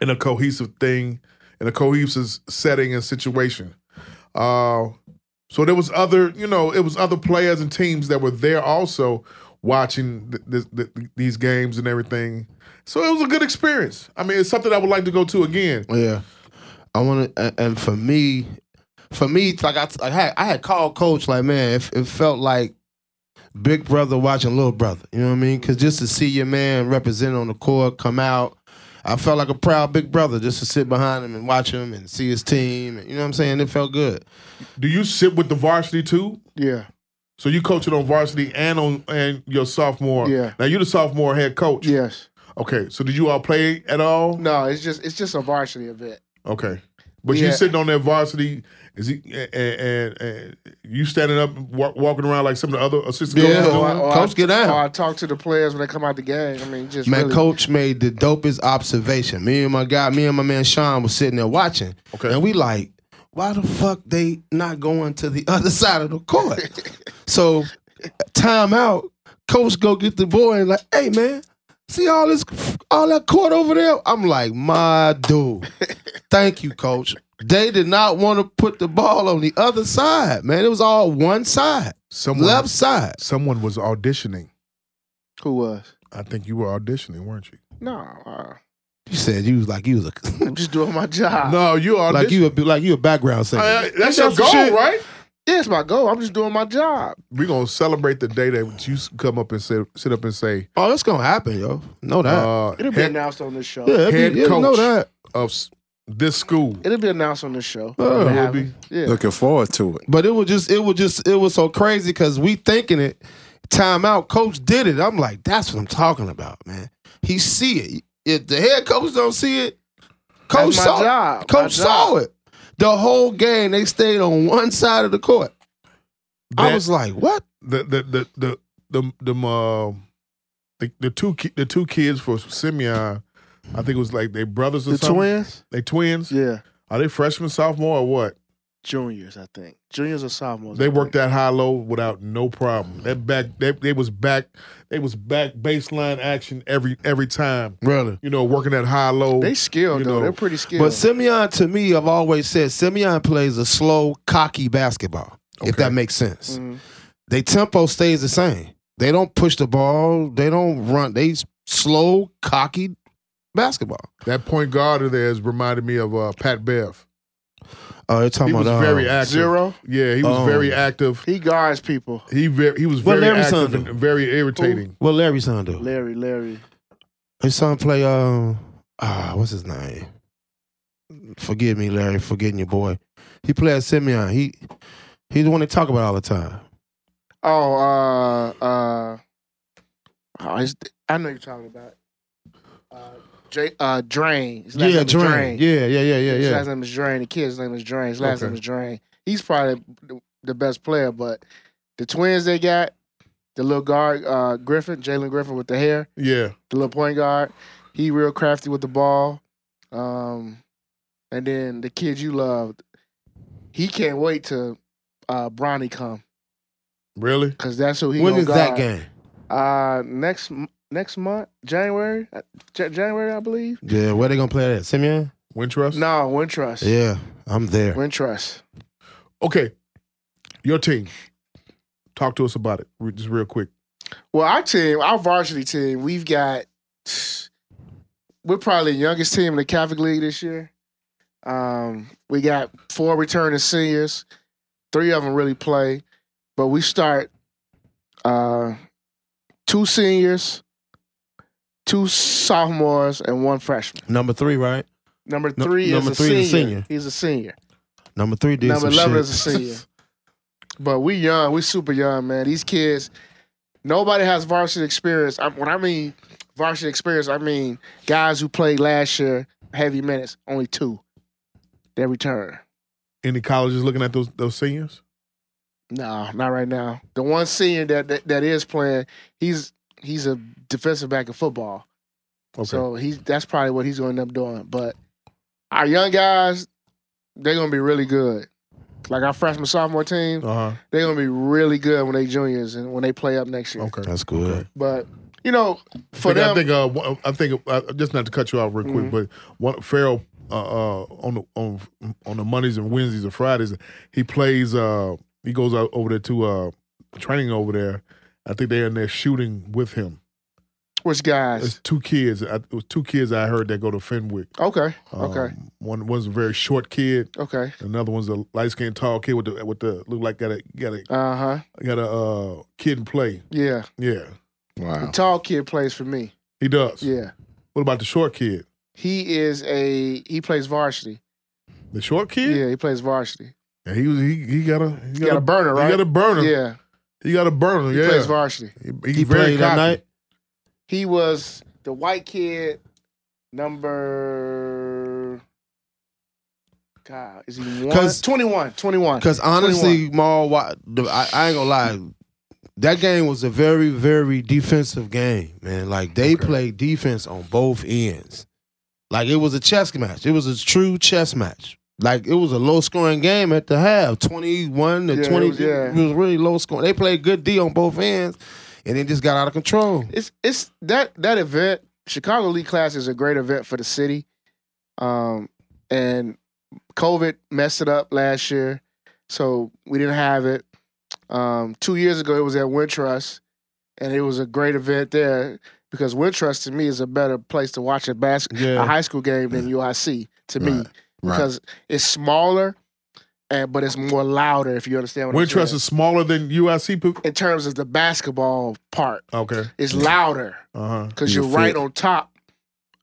[SPEAKER 5] in a cohesive thing, in a cohesive setting and situation. Uh, so there was other, you know, it was other players and teams that were there also watching th- th- th- these games and everything. So it was a good experience. I mean, it's something I would like to go to again.
[SPEAKER 7] Yeah, I want to, and for me, for me, like I, I had, I had called coach, like man, it, it felt like big brother watching little brother. You know what I mean? Because just to see your man represented on the court, come out, I felt like a proud big brother just to sit behind him and watch him and see his team. And, you know what I'm saying? It felt good.
[SPEAKER 5] Do you sit with the varsity too?
[SPEAKER 2] Yeah.
[SPEAKER 5] So you coaching on varsity and on and your sophomore.
[SPEAKER 2] Yeah.
[SPEAKER 5] Now you're the sophomore head coach.
[SPEAKER 2] Yes.
[SPEAKER 5] Okay. So did you all play at all?
[SPEAKER 2] No, it's just it's just a varsity event.
[SPEAKER 5] Okay. But
[SPEAKER 2] Yeah.
[SPEAKER 5] you sitting on that varsity, is he and, and, and you standing up, wa- walking around like some of the other assistant
[SPEAKER 7] Yeah.
[SPEAKER 5] coaches
[SPEAKER 2] Or I-
[SPEAKER 5] doing?
[SPEAKER 2] or I-
[SPEAKER 7] Coach, get down.
[SPEAKER 2] Or I talk to the players when they come out the game. I mean, just
[SPEAKER 7] Man,
[SPEAKER 2] really,
[SPEAKER 7] coach made the dopest observation. Me and my guy, me and my man Sean was sitting there watching.
[SPEAKER 5] Okay.
[SPEAKER 7] And we like, why the fuck they not going to the [laughs] other side of the court? so time out, coach go get the boy and like, hey man, see all this all that court over there? I'm like, my
[SPEAKER 5] [laughs]
[SPEAKER 7] dude. Thank you, coach. They did not want to put the ball on the other side, man. It was all one side,
[SPEAKER 5] Someone,
[SPEAKER 7] left side.
[SPEAKER 5] someone was auditioning.
[SPEAKER 2] who was?
[SPEAKER 5] I think you were auditioning, weren't you?
[SPEAKER 2] No, uh,
[SPEAKER 7] You said you was like you was a
[SPEAKER 2] [laughs]
[SPEAKER 7] [laughs]
[SPEAKER 2] I'm just doing my job.
[SPEAKER 5] No, you auditioned.
[SPEAKER 7] like you a like you a background singer.
[SPEAKER 5] I- I- that's
[SPEAKER 2] You
[SPEAKER 5] your
[SPEAKER 2] know some
[SPEAKER 5] goal,
[SPEAKER 2] shit.
[SPEAKER 5] right?
[SPEAKER 2] Yeah, it's my goal. I'm just doing my job.
[SPEAKER 5] We're gonna celebrate the day that you s- come up and sit, sit up and say,
[SPEAKER 7] Oh, that's gonna happen, yo. Know that.
[SPEAKER 5] uh,
[SPEAKER 2] It'll be
[SPEAKER 5] head,
[SPEAKER 2] announced on this show.
[SPEAKER 7] yeah, it'd be-
[SPEAKER 5] head
[SPEAKER 7] yeah, know
[SPEAKER 5] coach.
[SPEAKER 7] that.
[SPEAKER 5] of s- this school.
[SPEAKER 2] It'll be announced on this show.
[SPEAKER 7] Oh,
[SPEAKER 2] It'll
[SPEAKER 7] it'll
[SPEAKER 2] happen. Yeah.
[SPEAKER 6] Looking forward to it.
[SPEAKER 7] But it was just, it was just, it was so crazy because we thinking it. Time out, coach did it. I'm like, that's what I'm talking about, man. He see it. If the head coach don't see it, coach
[SPEAKER 2] That's my
[SPEAKER 7] saw it.
[SPEAKER 2] job. My
[SPEAKER 7] Coach saw
[SPEAKER 2] job.
[SPEAKER 7] it. The whole game they stayed on one side of the court. I
[SPEAKER 5] That-
[SPEAKER 7] was like, what?
[SPEAKER 5] the the the the the the, uh, the, the two ki- the two kids for Simeon, I think it was like they brothers or
[SPEAKER 2] The
[SPEAKER 5] something.
[SPEAKER 2] twins?
[SPEAKER 5] They twins.
[SPEAKER 2] Yeah.
[SPEAKER 5] Are they freshman, sophomore, or what?
[SPEAKER 2] Juniors, I think. Juniors or sophomores.
[SPEAKER 5] They
[SPEAKER 2] I
[SPEAKER 5] worked
[SPEAKER 2] think.
[SPEAKER 5] that high low without no problem. That back they, they was back they was back baseline action every every time.
[SPEAKER 7] Really?
[SPEAKER 5] You know, working that high low.
[SPEAKER 2] They skilled
[SPEAKER 5] you
[SPEAKER 2] though.
[SPEAKER 5] know.
[SPEAKER 2] They're pretty skilled.
[SPEAKER 7] But Simeon, to me, I've always said Simeon plays a slow, cocky basketball. If
[SPEAKER 5] Okay.
[SPEAKER 7] that makes sense.
[SPEAKER 2] Mhm.
[SPEAKER 7] They tempo stays the same. They don't push the ball. They don't run. They s- slow, cocky basketball.
[SPEAKER 5] that point guard of theirs reminded me of uh, Pat Bev.
[SPEAKER 7] Oh, you're talking
[SPEAKER 5] He was
[SPEAKER 7] about um,
[SPEAKER 5] very active.
[SPEAKER 2] Zero.
[SPEAKER 5] Yeah, he was
[SPEAKER 7] Oh.
[SPEAKER 5] very active.
[SPEAKER 2] He guards people.
[SPEAKER 5] He very, he was
[SPEAKER 7] What
[SPEAKER 5] very
[SPEAKER 7] Larry son
[SPEAKER 5] active
[SPEAKER 7] do?
[SPEAKER 5] and very irritating.
[SPEAKER 7] What Larry's son do?
[SPEAKER 2] Larry, Larry.
[SPEAKER 7] His son play um ah what's his name? Forgive me, Larry, forgetting your boy. He plays Simeon. He he's the one they talk about all the time.
[SPEAKER 2] Oh, uh uh oh, it's- I know you're talking about. Uh J uh Drain. His last
[SPEAKER 7] yeah,
[SPEAKER 2] name is
[SPEAKER 7] Drain. Yeah, yeah, yeah, yeah,
[SPEAKER 2] His
[SPEAKER 7] yeah.
[SPEAKER 2] last name is Drain. The kid's name is Drain. His last
[SPEAKER 5] Okay.
[SPEAKER 2] name is Drain. He's probably the- the best player, but the twins they got, the little guard, uh, Griffin, Jalen Griffin with the hair,
[SPEAKER 5] Yeah.
[SPEAKER 2] the little point guard, he real crafty with the ball. Um, and then the kid you loved, he can't wait to uh, Bronny come
[SPEAKER 5] Really?
[SPEAKER 2] because that's who he.
[SPEAKER 7] when
[SPEAKER 2] gonna
[SPEAKER 7] is that
[SPEAKER 2] guard.
[SPEAKER 7] game?
[SPEAKER 2] Uh, next m- next month, January, Uh, Ja- January, I believe.
[SPEAKER 7] Yeah, where they gonna play that? Simeon?
[SPEAKER 5] Wintrust?
[SPEAKER 2] No, Wintrust.
[SPEAKER 7] Yeah, I'm there.
[SPEAKER 2] Wintrust.
[SPEAKER 5] Okay. Your team. Talk to us about it, re- just real quick.
[SPEAKER 2] Well, our team, our varsity team, we've got. We're probably the youngest team in the Catholic League this year. Um, we got four returning seniors. Three of them really play, but we start uh, two seniors, two sophomores, and one freshman.
[SPEAKER 7] Number three, right?
[SPEAKER 2] Number
[SPEAKER 7] Nu-
[SPEAKER 2] three is
[SPEAKER 7] number
[SPEAKER 2] a
[SPEAKER 7] three
[SPEAKER 2] senior.
[SPEAKER 7] is a senior.
[SPEAKER 2] He's a senior.
[SPEAKER 7] Number three did
[SPEAKER 2] Number
[SPEAKER 7] some
[SPEAKER 2] 11
[SPEAKER 7] shit.
[SPEAKER 2] is a senior. But we young, we super young, man. These kids, nobody has varsity experience. I, when I mean varsity experience, I mean guys who played last year heavy minutes. Only two that return.
[SPEAKER 5] Any colleges looking at those those seniors?
[SPEAKER 2] No, not right now. The one senior that that, that is playing, he's he's a defensive back in football.
[SPEAKER 5] Okay.
[SPEAKER 2] So he's that's probably what he's going to end up doing. But our young guys, they're going to be really good. Like our freshman sophomore team,
[SPEAKER 5] uh-huh.
[SPEAKER 2] they're gonna be really good when they juniors and when they play up next year.
[SPEAKER 5] Okay.
[SPEAKER 7] That's good.
[SPEAKER 2] But you know, for
[SPEAKER 5] I think,
[SPEAKER 2] them, Mm-hmm.
[SPEAKER 5] I think, uh, one- I think uh, just not to cut you out real quick, but one Farrell uh, uh, on the on on the Mondays and Wednesdays and Fridays, he plays. Uh, he goes out over there to uh, training over there. I think they're in there shooting with him.
[SPEAKER 2] which
[SPEAKER 5] It's
[SPEAKER 2] guys?
[SPEAKER 5] two kids. I, it was two kids I heard that go to Fenwick.
[SPEAKER 2] Okay,
[SPEAKER 5] Um,
[SPEAKER 2] okay,
[SPEAKER 5] One one's a very short kid.
[SPEAKER 2] okay.
[SPEAKER 5] Another one's a light skinned tall kid with the with the look like got a got a
[SPEAKER 2] Uh huh.
[SPEAKER 5] got a uh, kid and play.
[SPEAKER 2] Yeah,
[SPEAKER 5] Yeah,
[SPEAKER 2] the
[SPEAKER 6] Wow.
[SPEAKER 2] tall kid plays for me.
[SPEAKER 5] he does.
[SPEAKER 2] Yeah,
[SPEAKER 5] What about the short kid?
[SPEAKER 2] he is a he plays varsity.
[SPEAKER 5] The short kid.
[SPEAKER 2] Yeah, he plays varsity.
[SPEAKER 5] Yeah, he was he he got a he
[SPEAKER 2] He got a burner,
[SPEAKER 5] He
[SPEAKER 2] right?
[SPEAKER 5] got a burner.
[SPEAKER 2] Yeah,
[SPEAKER 5] He got a burner.
[SPEAKER 2] he
[SPEAKER 5] yeah.
[SPEAKER 2] plays varsity.
[SPEAKER 5] he,
[SPEAKER 7] He played that night.
[SPEAKER 2] He was the white kid number. God, is he one?
[SPEAKER 7] 'Cause-
[SPEAKER 2] 21, 21.
[SPEAKER 7] Because honestly, Maul, why- the- I, I ain't gonna lie, that game was a very, very defensive game, man. Like they played defense on both ends. Like it was a chess match. It was a true chess match. Like it was a low scoring game at the half, twenty one to
[SPEAKER 2] Yeah, it
[SPEAKER 7] twenty.
[SPEAKER 2] was- yeah.
[SPEAKER 7] It was really low scoring. They played good D on both ends, and it just got out of control.
[SPEAKER 2] it's it's that that event chicago league class is a great event for the city um and covid messed it up last year so we didn't have it um two years ago it was at wintrust and it was a great event there because wintrust to me is a better place to watch a bas-
[SPEAKER 7] Yeah.
[SPEAKER 2] a high school game than uic to me
[SPEAKER 6] Right, right.
[SPEAKER 2] because it's smaller and but it's more louder if you understand what i'm
[SPEAKER 5] Wintrust
[SPEAKER 2] saying
[SPEAKER 5] is smaller than UIC. po-
[SPEAKER 2] in terms of the basketball part
[SPEAKER 5] Okay.
[SPEAKER 2] it's louder
[SPEAKER 5] Uh huh.
[SPEAKER 2] because
[SPEAKER 6] You
[SPEAKER 2] you're right
[SPEAKER 6] feel-
[SPEAKER 2] on top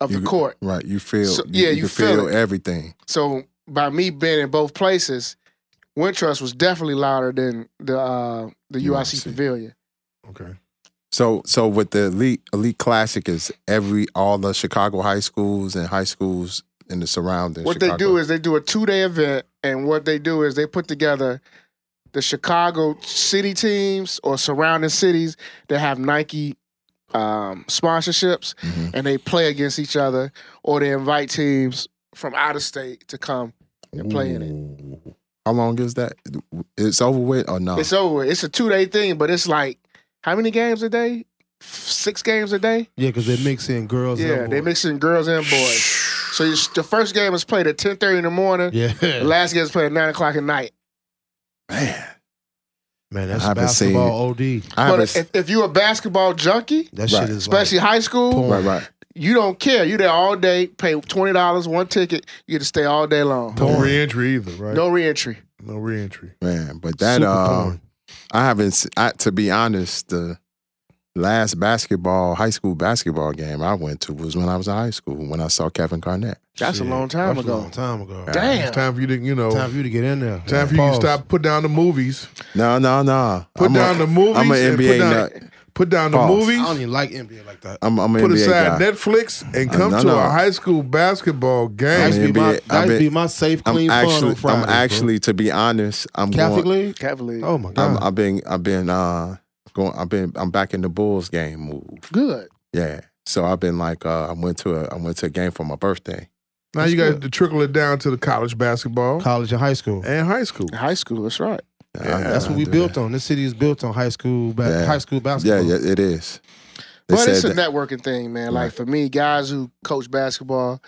[SPEAKER 2] of
[SPEAKER 6] You-
[SPEAKER 2] the court.
[SPEAKER 6] Right. You feel.
[SPEAKER 2] So-
[SPEAKER 6] yeah. You, can feel,
[SPEAKER 2] it.
[SPEAKER 6] everything.
[SPEAKER 2] So by me being in both places, Wintrust was definitely louder than the uh, the UIC
[SPEAKER 6] UIC.
[SPEAKER 2] Pavilion.
[SPEAKER 5] Okay.
[SPEAKER 6] So so with the elite elite classic is every all the Chicago high schools and high schools in the surrounding.
[SPEAKER 2] What they do is they do a two day event, and what they do is they put together the Chicago city teams or surrounding cities that have Nike um, sponsorships,
[SPEAKER 6] Mhm.
[SPEAKER 2] and they play against each other, or they invite teams from out of state to come and play in it.
[SPEAKER 6] it. How long is that? It's over with or
[SPEAKER 7] Oh.
[SPEAKER 6] no?
[SPEAKER 2] It's over. It's a two day thing, but it's like how many games a day? F- Six games a day.
[SPEAKER 7] Yeah, because they mix in girls.
[SPEAKER 2] Yeah,
[SPEAKER 7] and
[SPEAKER 2] they
[SPEAKER 7] boys.
[SPEAKER 2] mixing girls and
[SPEAKER 7] [sighs]
[SPEAKER 2] boys. So you, the first game is played at ten thirty in the morning. The
[SPEAKER 7] Yeah,
[SPEAKER 2] last game is played at nine o'clock at night.
[SPEAKER 6] Man,
[SPEAKER 7] man, that's
[SPEAKER 6] I haven't seen
[SPEAKER 7] basketball. Od.
[SPEAKER 6] I
[SPEAKER 2] but
[SPEAKER 6] haven't s-
[SPEAKER 2] if, if you're a basketball junkie,
[SPEAKER 7] That
[SPEAKER 6] Right.
[SPEAKER 7] shit is
[SPEAKER 2] especially high school,
[SPEAKER 7] Porn.
[SPEAKER 6] right, right.
[SPEAKER 2] you don't care. You there all day. Pay twenty dollars one ticket. You get to stay all day long.
[SPEAKER 5] No reentry either, right?
[SPEAKER 2] No reentry.
[SPEAKER 5] No reentry.
[SPEAKER 6] Man, but
[SPEAKER 7] like,
[SPEAKER 6] that
[SPEAKER 7] super
[SPEAKER 6] uh,
[SPEAKER 7] porn.
[SPEAKER 6] I haven't. s- I, to be honest, the last basketball, high school basketball game I went to was when I was in high school when I saw Kevin Garnett.
[SPEAKER 2] That's a
[SPEAKER 7] Shit,
[SPEAKER 2] long time
[SPEAKER 7] that's
[SPEAKER 2] ago.
[SPEAKER 7] A long time ago.
[SPEAKER 5] It's
[SPEAKER 2] Damn.
[SPEAKER 5] time for you to you know.
[SPEAKER 7] Time
[SPEAKER 5] Time,
[SPEAKER 7] for you to get in there.
[SPEAKER 5] for you to stop. Put down the movies.
[SPEAKER 6] No, no, no.
[SPEAKER 5] Put
[SPEAKER 6] I'm
[SPEAKER 5] down
[SPEAKER 6] a,
[SPEAKER 5] the movies.
[SPEAKER 6] I'm an
[SPEAKER 5] and put
[SPEAKER 6] NBA
[SPEAKER 5] down,
[SPEAKER 6] nut.
[SPEAKER 5] Put down the
[SPEAKER 6] Pause.
[SPEAKER 7] I don't
[SPEAKER 5] movies.
[SPEAKER 7] even like NBA like that.
[SPEAKER 6] I'm, I'm an
[SPEAKER 5] Put
[SPEAKER 6] NBA
[SPEAKER 5] aside
[SPEAKER 6] guy. Uh,
[SPEAKER 5] Netflix and come
[SPEAKER 6] no,
[SPEAKER 5] to
[SPEAKER 6] no.
[SPEAKER 5] a high school basketball
[SPEAKER 7] That
[SPEAKER 5] game.
[SPEAKER 6] I'm
[SPEAKER 7] used to be
[SPEAKER 6] NBA
[SPEAKER 7] my, that
[SPEAKER 6] I've
[SPEAKER 7] used to be
[SPEAKER 6] been-
[SPEAKER 7] my safe,
[SPEAKER 6] I'm
[SPEAKER 7] clean fun
[SPEAKER 6] actually,
[SPEAKER 7] on Friday.
[SPEAKER 6] I'm actually, to be honest, I'm
[SPEAKER 7] Catholic
[SPEAKER 6] going.
[SPEAKER 7] League.
[SPEAKER 2] Cavalier.
[SPEAKER 7] Oh my
[SPEAKER 6] I'm,
[SPEAKER 7] god!
[SPEAKER 6] I've been, I've been, uh, going. I've been, I'm back in the Bulls game move.
[SPEAKER 2] good.
[SPEAKER 6] Yeah. So I've been like, uh, I went to a, I went to a game for my birthday.
[SPEAKER 5] Now you got to trickle it down to the college basketball
[SPEAKER 7] College and high school.
[SPEAKER 5] and high school.
[SPEAKER 2] High school. That's right.
[SPEAKER 6] I-
[SPEAKER 7] That's
[SPEAKER 6] I
[SPEAKER 7] what we
[SPEAKER 6] do
[SPEAKER 7] built
[SPEAKER 6] that.
[SPEAKER 7] on. This city is built on high school ba-
[SPEAKER 6] Yeah.
[SPEAKER 7] high school
[SPEAKER 6] Yeah,
[SPEAKER 7] basketball.
[SPEAKER 6] yeah, it is. They
[SPEAKER 2] But it's a
[SPEAKER 6] said that-
[SPEAKER 2] networking thing, man. Like
[SPEAKER 6] Right.
[SPEAKER 2] for me, guys who coach basketball,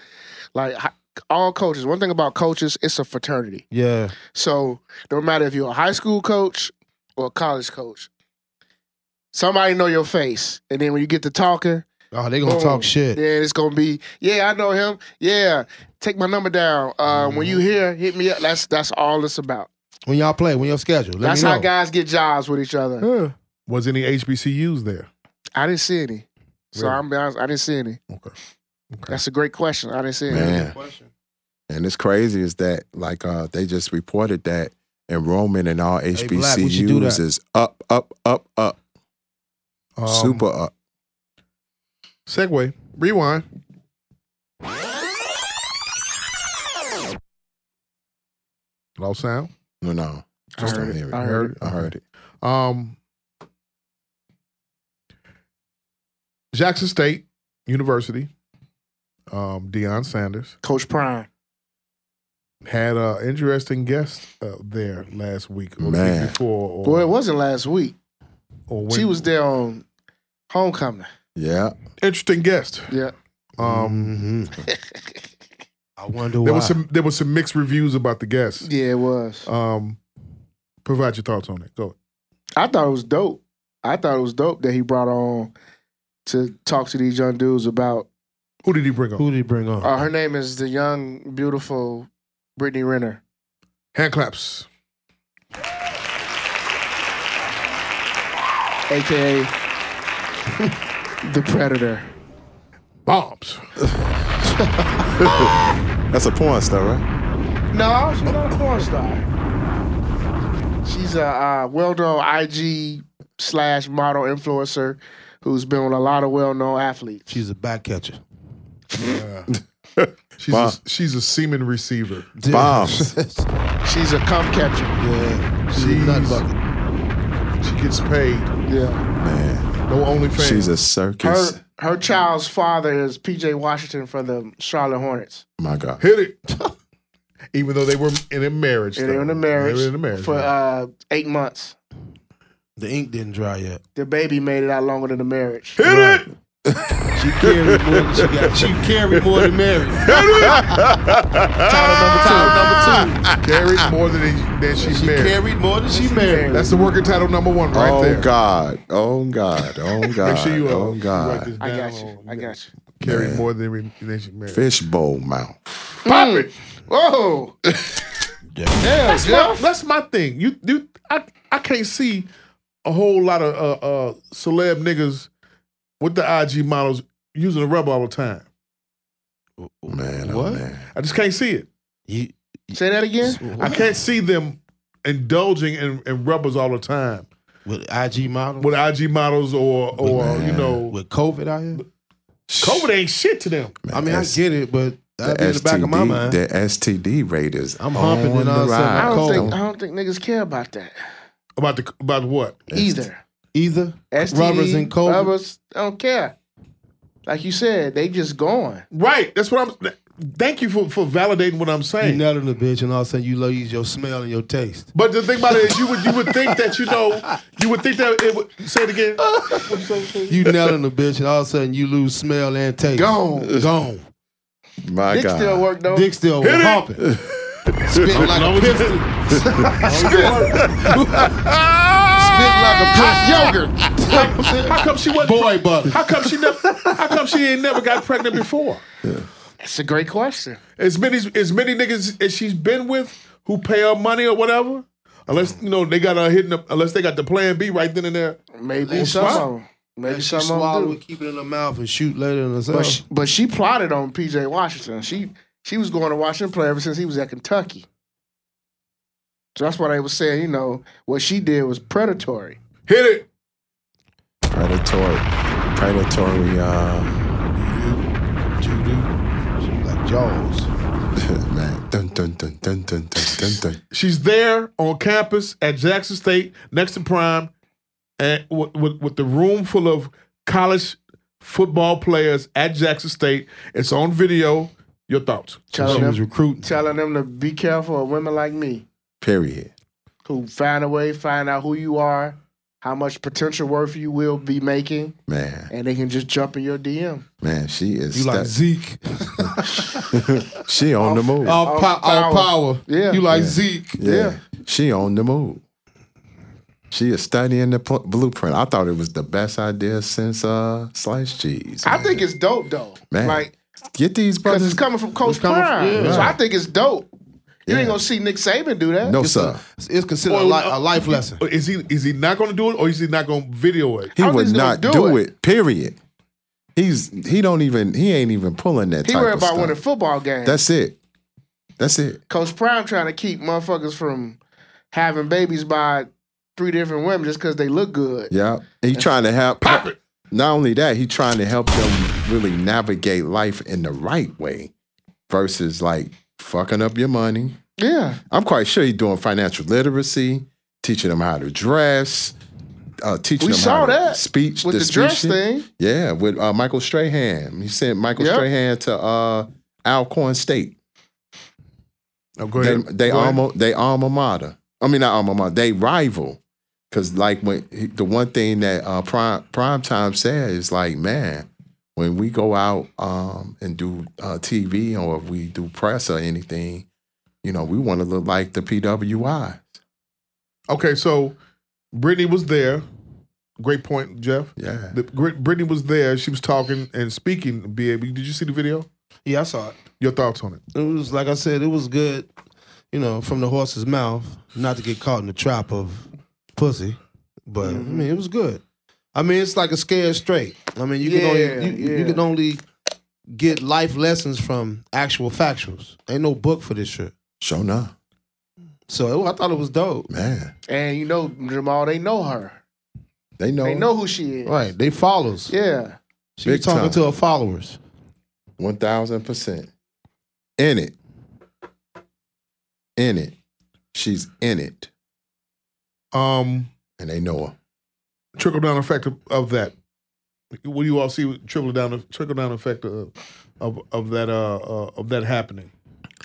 [SPEAKER 2] like hi- all coaches. One thing about coaches, it's a fraternity.
[SPEAKER 7] yeah.
[SPEAKER 2] So no matter if you're a high school coach or a college coach, somebody know your face, and then when you get to talking,
[SPEAKER 7] Oh, they gonna
[SPEAKER 2] Boom.
[SPEAKER 7] talk shit.
[SPEAKER 2] yeah, it's gonna be yeah, I know him. Yeah, take my number down. Uh, When
[SPEAKER 7] Mm-hmm.
[SPEAKER 2] you here, hit me up. That's that's all it's about.
[SPEAKER 7] When y'all play, when y'all schedule. Let
[SPEAKER 2] that's
[SPEAKER 7] me know.
[SPEAKER 2] how guys get jobs with each other.
[SPEAKER 5] Yeah. Was any HBCUs there?
[SPEAKER 2] I didn't see any. So
[SPEAKER 5] Really?
[SPEAKER 2] I'm be honest, I didn't see any.
[SPEAKER 5] Okay. Okay.
[SPEAKER 2] That's a great question. I didn't see any.
[SPEAKER 6] Man. And it's crazy is that like uh they just reported that enrollment in all
[SPEAKER 7] Black, we should do
[SPEAKER 6] HBCUs
[SPEAKER 7] that.
[SPEAKER 6] is up, up, up, up,
[SPEAKER 5] Um,
[SPEAKER 6] super up.
[SPEAKER 5] Segue. Rewind. Low sound.
[SPEAKER 6] No, no,
[SPEAKER 2] I
[SPEAKER 6] just don't
[SPEAKER 2] heard it.
[SPEAKER 6] hear it.
[SPEAKER 2] I heard
[SPEAKER 5] heard
[SPEAKER 6] I heard it.
[SPEAKER 5] Um, Jackson State University, um, Deion Sanders
[SPEAKER 2] Coach Prime.
[SPEAKER 5] had an interesting guest uh, there last week or the
[SPEAKER 6] Man.
[SPEAKER 5] week before. Or,
[SPEAKER 2] Well, it wasn't last week.
[SPEAKER 5] or when-
[SPEAKER 2] She was there on homecoming.
[SPEAKER 6] Yeah,
[SPEAKER 5] interesting guest.
[SPEAKER 2] Yeah.
[SPEAKER 5] Um,
[SPEAKER 7] Mhm. I wonder
[SPEAKER 2] Mm,
[SPEAKER 7] why.
[SPEAKER 5] there was some there was some mixed reviews about the guest.
[SPEAKER 2] Yeah, it was.
[SPEAKER 5] Um, provide your thoughts on it. Go.
[SPEAKER 2] I thought it was dope. I thought it was dope that he brought on to talk to these young dudes about.
[SPEAKER 5] Who did he bring on?
[SPEAKER 7] Who did he bring on?
[SPEAKER 2] Uh, her name is the young, beautiful Brittany Renner.
[SPEAKER 5] Hand claps.
[SPEAKER 2] aka the Predator.
[SPEAKER 5] Bombs.
[SPEAKER 6] that's a porn star, right?
[SPEAKER 2] No, she's not a porn star. She's a uh, well-known IG slash model influencer who's been with a lot of well-known athletes.
[SPEAKER 7] She's a back catcher.
[SPEAKER 5] She's
[SPEAKER 6] Bomb.
[SPEAKER 5] a, she's a semen receiver.
[SPEAKER 7] [laughs]
[SPEAKER 6] Bombs.
[SPEAKER 2] She's a cum catcher.
[SPEAKER 7] yeah. She's a
[SPEAKER 5] She's-
[SPEAKER 7] nut bucket.
[SPEAKER 5] She gets paid.
[SPEAKER 2] Yeah,
[SPEAKER 6] Man,
[SPEAKER 5] No OnlyFans.
[SPEAKER 6] she's a
[SPEAKER 2] her
[SPEAKER 6] circus.
[SPEAKER 2] her child's father is PJ Washington for the Charlotte Hornets.
[SPEAKER 6] My God,
[SPEAKER 5] Hit it. [laughs] Even though they were in a marriage.
[SPEAKER 2] And they're in
[SPEAKER 5] though.
[SPEAKER 2] a marriage,
[SPEAKER 5] They were in a marriage.
[SPEAKER 2] for uh, eight months.
[SPEAKER 7] The ink didn't dry yet.
[SPEAKER 2] The baby made it out longer than the marriage.
[SPEAKER 5] Hit it.
[SPEAKER 7] She carried more than she got. She carried more than married. title
[SPEAKER 5] [laughs]
[SPEAKER 7] number two. Title number
[SPEAKER 5] Carried more than, he, than she,
[SPEAKER 7] two. She
[SPEAKER 5] married.
[SPEAKER 7] carried more than she married.
[SPEAKER 5] That's the working title number one right
[SPEAKER 6] oh
[SPEAKER 5] there.
[SPEAKER 6] God, oh God, oh God,
[SPEAKER 5] Make sure you uh, you
[SPEAKER 6] oh
[SPEAKER 5] write
[SPEAKER 6] God.
[SPEAKER 5] this
[SPEAKER 2] I got
[SPEAKER 5] down.
[SPEAKER 2] you. I got you.
[SPEAKER 5] Carried
[SPEAKER 6] Man.
[SPEAKER 5] more than, re- than she married.
[SPEAKER 6] Fishbowl mouth.
[SPEAKER 2] Pop it.
[SPEAKER 7] [laughs]
[SPEAKER 2] Whoa.
[SPEAKER 5] Yeah, Mm. that's, my, that's my thing. You, you, I, I can't see a whole lot of uh, uh, celeb niggas with the IG models using the rub all the time.
[SPEAKER 6] Man,
[SPEAKER 7] What?
[SPEAKER 6] oh man.
[SPEAKER 5] I just can't see it.
[SPEAKER 7] You,
[SPEAKER 2] Say that again.
[SPEAKER 5] I
[SPEAKER 7] with
[SPEAKER 5] can't see them indulging in, in rubbers all the time
[SPEAKER 7] IG model?
[SPEAKER 5] with IG models or or you
[SPEAKER 6] Man.
[SPEAKER 5] know
[SPEAKER 7] with COVID out here?
[SPEAKER 5] COVID ain't shit to them.
[SPEAKER 6] Man,
[SPEAKER 7] I mean, I
[SPEAKER 6] that's-
[SPEAKER 7] get it, but that'd be in the back of my mind.
[SPEAKER 6] The STD rate is
[SPEAKER 7] I'm humping
[SPEAKER 6] on
[SPEAKER 7] and
[SPEAKER 6] the
[SPEAKER 7] all of a sudden
[SPEAKER 6] rise.
[SPEAKER 2] I don't
[SPEAKER 7] Cold.
[SPEAKER 2] think I don't think niggas care about that
[SPEAKER 5] About the about what?
[SPEAKER 2] either.
[SPEAKER 7] Either
[SPEAKER 2] STD,
[SPEAKER 7] rubbers and COVID.
[SPEAKER 2] Rubbers, I don't care. Like you said, they just going.
[SPEAKER 5] Right. That's what I'm. Thank you for for validating what I'm
[SPEAKER 7] You
[SPEAKER 5] saying.
[SPEAKER 7] nut in the bitch, and all of a sudden you lose your smell and your taste.
[SPEAKER 5] But the thing about it is, you would you would think that you know you would think that it would say it again.
[SPEAKER 7] You nut in the bitch, and all of a sudden you lose smell and taste.
[SPEAKER 2] Gone.
[SPEAKER 7] gone.
[SPEAKER 6] My
[SPEAKER 2] Dick
[SPEAKER 6] God.
[SPEAKER 2] still work though.
[SPEAKER 7] Dick still
[SPEAKER 5] it. [laughs]
[SPEAKER 7] humping. Spitting like a pistol. Spitting like a
[SPEAKER 2] Hot yogurt.
[SPEAKER 5] How come she wasn't?
[SPEAKER 7] boy butter.
[SPEAKER 5] How come she never? How come she ain't never got pregnant before?
[SPEAKER 2] That's a great question.
[SPEAKER 5] As many as many niggas as she's been with who pay her money or whatever. Unless you know they got her hitting up, unless they got the plan B right then and there.
[SPEAKER 2] Maybe
[SPEAKER 5] On
[SPEAKER 2] some
[SPEAKER 5] swat?
[SPEAKER 2] of them. Maybe
[SPEAKER 7] She
[SPEAKER 2] some of them
[SPEAKER 7] swallow
[SPEAKER 2] do.
[SPEAKER 7] it, keep it in her mouth, and shoot later in herself.
[SPEAKER 2] But she, but she plotted on PJ Washington. She she was going to watch him play ever since he was at Kentucky. So that's why they were saying, you know, what she did was predatory.
[SPEAKER 5] Hit it.
[SPEAKER 6] Predatory. Predatory, uh,
[SPEAKER 7] like Jaws.
[SPEAKER 6] man. Dun, dun, dun, dun, dun, dun, dun, dun.
[SPEAKER 5] She's there on campus at Jackson State next to Prime, and with, with, with the room full of college football players at Jackson State. It's on video. Your thoughts?
[SPEAKER 2] Telling
[SPEAKER 7] She was
[SPEAKER 2] them,
[SPEAKER 7] recruiting.
[SPEAKER 2] telling them to be careful of women like me.
[SPEAKER 6] Period.
[SPEAKER 2] who find a way, find out who you are, how much potential worth you will be making,
[SPEAKER 6] Man,
[SPEAKER 2] and they can just jump in your DM.
[SPEAKER 6] man, she is
[SPEAKER 7] You
[SPEAKER 6] stuck.
[SPEAKER 7] like Zeke.
[SPEAKER 6] she on the move.
[SPEAKER 7] All, po- all power.
[SPEAKER 2] Yeah.
[SPEAKER 7] You like Zeke.
[SPEAKER 6] yeah. she on the move. She is studying the pl- blueprint. I thought it was the best idea since uh, sliced cheese.
[SPEAKER 2] I think it's dope though.
[SPEAKER 6] Man.
[SPEAKER 2] Like,
[SPEAKER 6] Get these
[SPEAKER 2] because
[SPEAKER 6] brothers.
[SPEAKER 2] it's coming from Coach
[SPEAKER 7] coming from-
[SPEAKER 2] Prime.
[SPEAKER 7] yeah.
[SPEAKER 2] So I think it's dope. You
[SPEAKER 6] Yeah.
[SPEAKER 2] ain't gonna see Nick Saban do that.
[SPEAKER 6] no
[SPEAKER 7] It's,
[SPEAKER 6] sir,
[SPEAKER 7] a, it's considered a,
[SPEAKER 5] Well,
[SPEAKER 7] li-
[SPEAKER 5] uh,
[SPEAKER 7] a life lesson.
[SPEAKER 5] Is he is he not going to do it, or is he not going to video it?
[SPEAKER 6] he
[SPEAKER 2] I don't
[SPEAKER 6] would
[SPEAKER 2] think he's
[SPEAKER 6] not
[SPEAKER 2] gonna
[SPEAKER 6] do,
[SPEAKER 2] do
[SPEAKER 6] it. Period. He's he don't even he ain't even pulling that.
[SPEAKER 2] He
[SPEAKER 6] type
[SPEAKER 2] worried
[SPEAKER 6] of
[SPEAKER 2] about
[SPEAKER 6] stuff.
[SPEAKER 2] winning football games.
[SPEAKER 6] That's it. That's it.
[SPEAKER 2] Coach Prime trying to keep motherfuckers from having babies by three different women just because they look good.
[SPEAKER 6] Yeah. He trying to help. Not only that, he trying to help them really navigate life in the right way, versus like fucking up your money.
[SPEAKER 2] Yeah.
[SPEAKER 6] I'm quite sure he's doing financial literacy, teaching them how to dress, uh, teaching
[SPEAKER 2] We
[SPEAKER 6] them
[SPEAKER 2] saw
[SPEAKER 6] how to
[SPEAKER 2] that
[SPEAKER 6] speech
[SPEAKER 2] with the
[SPEAKER 6] speech
[SPEAKER 2] dress
[SPEAKER 6] shit.
[SPEAKER 2] thing.
[SPEAKER 6] Yeah, with uh, Michael Strahan. He sent Michael
[SPEAKER 2] Yep.
[SPEAKER 6] Strahan to uh, Alcorn State.
[SPEAKER 5] Oh, go
[SPEAKER 6] They
[SPEAKER 5] ahead.
[SPEAKER 6] they
[SPEAKER 5] Go ahead.
[SPEAKER 6] alma they alma mater. I mean not alma mater. They rival. Cause like when he- the one thing that uh, prime prime time said is like man, when we go out um, and do uh, TV or if we do press or anything, you know we want to look like the PWI.
[SPEAKER 5] Okay, so Brittany was there. Great point, Jeff.
[SPEAKER 6] Yeah,
[SPEAKER 5] The, Gr- Brittany was there. She was talking and speaking. Ba, did you see the video?
[SPEAKER 7] Yeah, I saw it.
[SPEAKER 5] Your thoughts on it?
[SPEAKER 7] It was like I said, it was good, you know, from the horse's mouth, not to get caught in the trap of pussy. But I mean, it was good. I mean, it's like a scared straight. I mean, you
[SPEAKER 2] Yeah,
[SPEAKER 7] can only you, you
[SPEAKER 2] yeah.
[SPEAKER 7] can only get life lessons from actual factuals. Ain't no book for this shit.
[SPEAKER 6] sure enough,
[SPEAKER 7] So it, I thought it was dope.
[SPEAKER 6] man.
[SPEAKER 2] And you know, Jamal, they know her.
[SPEAKER 6] They know,
[SPEAKER 2] They know who she is.
[SPEAKER 7] Right, they follows.
[SPEAKER 2] Yeah.
[SPEAKER 7] she was
[SPEAKER 6] big
[SPEAKER 7] talking
[SPEAKER 6] time.
[SPEAKER 7] to her followers.
[SPEAKER 6] one thousand percent in it. In it, she's in it,
[SPEAKER 5] Um,
[SPEAKER 6] and they know her.
[SPEAKER 5] trickle down effect of, of that. What do you all see? Trickle down, trickle down effect of of, of that uh, uh of that happening.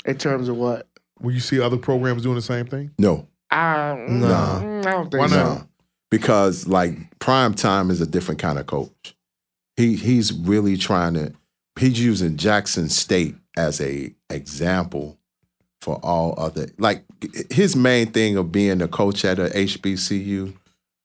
[SPEAKER 2] In terms of what?
[SPEAKER 5] Will you see other programs doing the same thing?
[SPEAKER 6] No,
[SPEAKER 2] I,
[SPEAKER 6] Nah.
[SPEAKER 2] mm, I don't think
[SPEAKER 5] Why
[SPEAKER 2] so.
[SPEAKER 5] not?
[SPEAKER 6] No, because like prime time is a different kind of coach. He he's really trying to he's using Jackson State as a example for all other like his main thing of being a coach at a HBCU,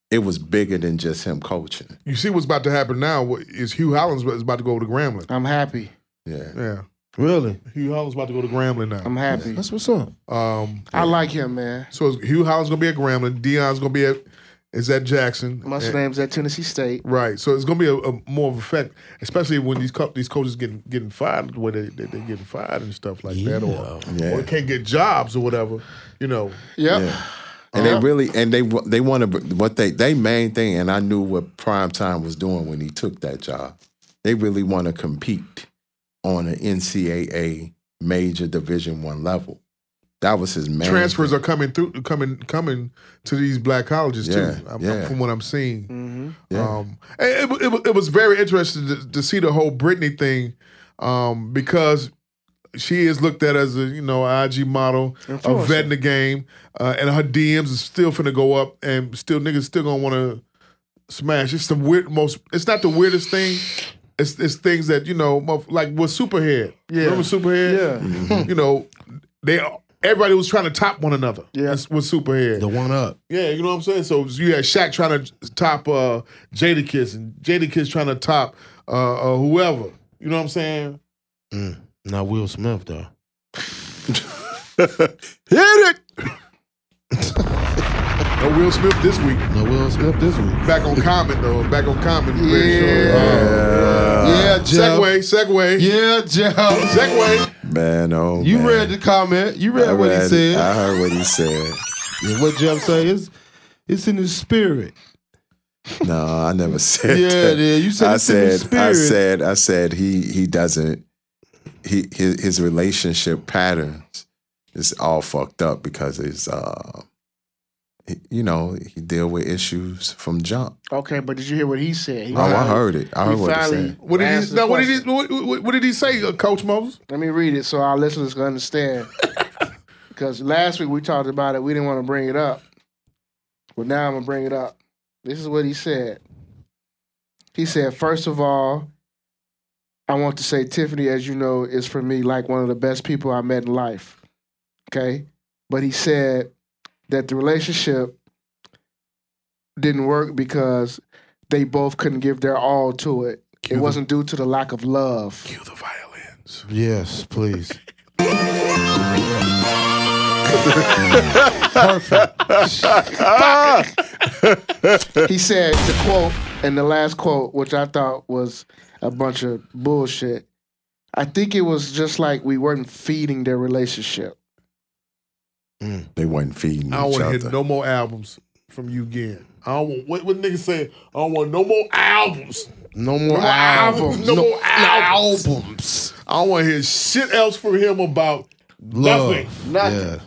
[SPEAKER 6] it was bigger than just him coaching.
[SPEAKER 5] You see what's about to happen now wh- is Hugh Hollins is about to go to Grambling.
[SPEAKER 2] I'm happy.
[SPEAKER 6] Yeah.
[SPEAKER 5] Yeah,
[SPEAKER 7] Really,
[SPEAKER 5] Hugh Hollins about to go to Grambling
[SPEAKER 2] I'm happy.
[SPEAKER 7] that's what's up.
[SPEAKER 5] now. Um,
[SPEAKER 2] I like him, man.
[SPEAKER 5] so is Hugh Hollins gonna be at Grambling. Dion's gonna be at is at Jackson.
[SPEAKER 2] My
[SPEAKER 5] And-
[SPEAKER 2] name's at Tennessee State.
[SPEAKER 5] Right, so it's gonna be a, a more of effect, especially when these co- these coaches getting getting fired, where they they, they getting fired and stuff like that, or
[SPEAKER 6] Yeah.
[SPEAKER 5] or can't get jobs or whatever. You know,
[SPEAKER 2] Yep.
[SPEAKER 6] Yeah. And
[SPEAKER 7] Uh-huh.
[SPEAKER 6] they really and they wa- they want to what they they main thing and I knew what prime time was doing when he took that job. They really want to compete on an NCAA major Division One level. That was his main
[SPEAKER 5] transfers
[SPEAKER 6] thing.
[SPEAKER 5] are coming through, coming coming to these black colleges
[SPEAKER 6] Yeah,
[SPEAKER 5] too. I'm-
[SPEAKER 6] yeah.
[SPEAKER 5] From what I'm seeing,
[SPEAKER 2] hmm
[SPEAKER 6] Yeah.
[SPEAKER 5] Um, and it, wa- it, wa- it was very interesting to, to see the whole Britney thing um, because she is looked at as a you know IG model, a
[SPEAKER 2] Influencer.
[SPEAKER 5] vet in the game, uh, and her DMs is still finna go up, and still niggas still gonna want to smash. It's the weird most. It's not the weirdest thing. It's it's things that you know motherf- like with Superhead.
[SPEAKER 2] Yeah.
[SPEAKER 5] Remember Superhead? Yeah. you know they. Everybody was trying to top one another.
[SPEAKER 2] Yeah.
[SPEAKER 5] With with Superhead.
[SPEAKER 7] The one up.
[SPEAKER 5] Yeah, you know what I'm saying. So you had Shaq trying to top uh, Jada Kiss and Jada Kiss trying to top uh, uh, whoever. You know what I'm saying?
[SPEAKER 7] Not Will Smith though.
[SPEAKER 6] Hit it.
[SPEAKER 5] No Will Smith this week.
[SPEAKER 7] No Will Smith this week.
[SPEAKER 5] Back on comment though. Back on comment. Yeah.
[SPEAKER 6] Uh,
[SPEAKER 7] yeah, Jeff.
[SPEAKER 5] Segway. Segway.
[SPEAKER 7] Yeah, Jeff.
[SPEAKER 5] Segway.
[SPEAKER 6] Man, oh
[SPEAKER 7] You
[SPEAKER 6] man.
[SPEAKER 7] read the comment. You read
[SPEAKER 6] I
[SPEAKER 7] what
[SPEAKER 6] read
[SPEAKER 7] he
[SPEAKER 6] it.
[SPEAKER 7] said.
[SPEAKER 6] I heard what he said.
[SPEAKER 7] Yeah, what Jeff say is, it's in his [laughs] spirit.
[SPEAKER 6] No, I never [laughs] said
[SPEAKER 7] Yeah,
[SPEAKER 6] that.
[SPEAKER 7] yeah, you said
[SPEAKER 6] I
[SPEAKER 7] it's in the
[SPEAKER 6] said I
[SPEAKER 7] spirit.
[SPEAKER 6] said I said he he doesn't he his, his relationship patterns is all fucked up because he's uh he, you know, he deal with issues from jump.
[SPEAKER 2] Okay, but did you hear what he said? He
[SPEAKER 6] Oh, I
[SPEAKER 2] finally-
[SPEAKER 6] heard it. I
[SPEAKER 2] he
[SPEAKER 6] heard what he
[SPEAKER 2] finally
[SPEAKER 6] said.
[SPEAKER 5] What did
[SPEAKER 2] answered
[SPEAKER 5] he?
[SPEAKER 2] the
[SPEAKER 5] Now, what did he?
[SPEAKER 2] question.
[SPEAKER 5] What, what, what did he say, uh, Coach Moses?
[SPEAKER 2] Let me read it so our listeners can understand. Because last week we talked about it, we didn't want to bring it up. But now I'm gonna bring it up. This is what he said. He said, first of all, I want to say Tiffany, as you know, is for me like one of the best people I met in life. Okay? But he said that the relationship didn't work because they both couldn't give their all to it. It wasn't due to the lack of love.
[SPEAKER 5] Cue the violins.
[SPEAKER 7] Yes, please.
[SPEAKER 2] he said the quote and the last quote, which I thought was a bunch of bullshit. I think it was just like we weren't feeding their relationship.
[SPEAKER 6] They wasn't feeding
[SPEAKER 5] I don't
[SPEAKER 6] each
[SPEAKER 5] want to
[SPEAKER 6] other.
[SPEAKER 5] hear no more albums from you again. I don't want what what niggas say. I don't want no more albums.
[SPEAKER 7] No more
[SPEAKER 5] No albums.
[SPEAKER 7] albums.
[SPEAKER 5] No more albums.
[SPEAKER 7] albums.
[SPEAKER 5] I don't want to hear shit else from him about
[SPEAKER 7] Love.
[SPEAKER 5] nothing.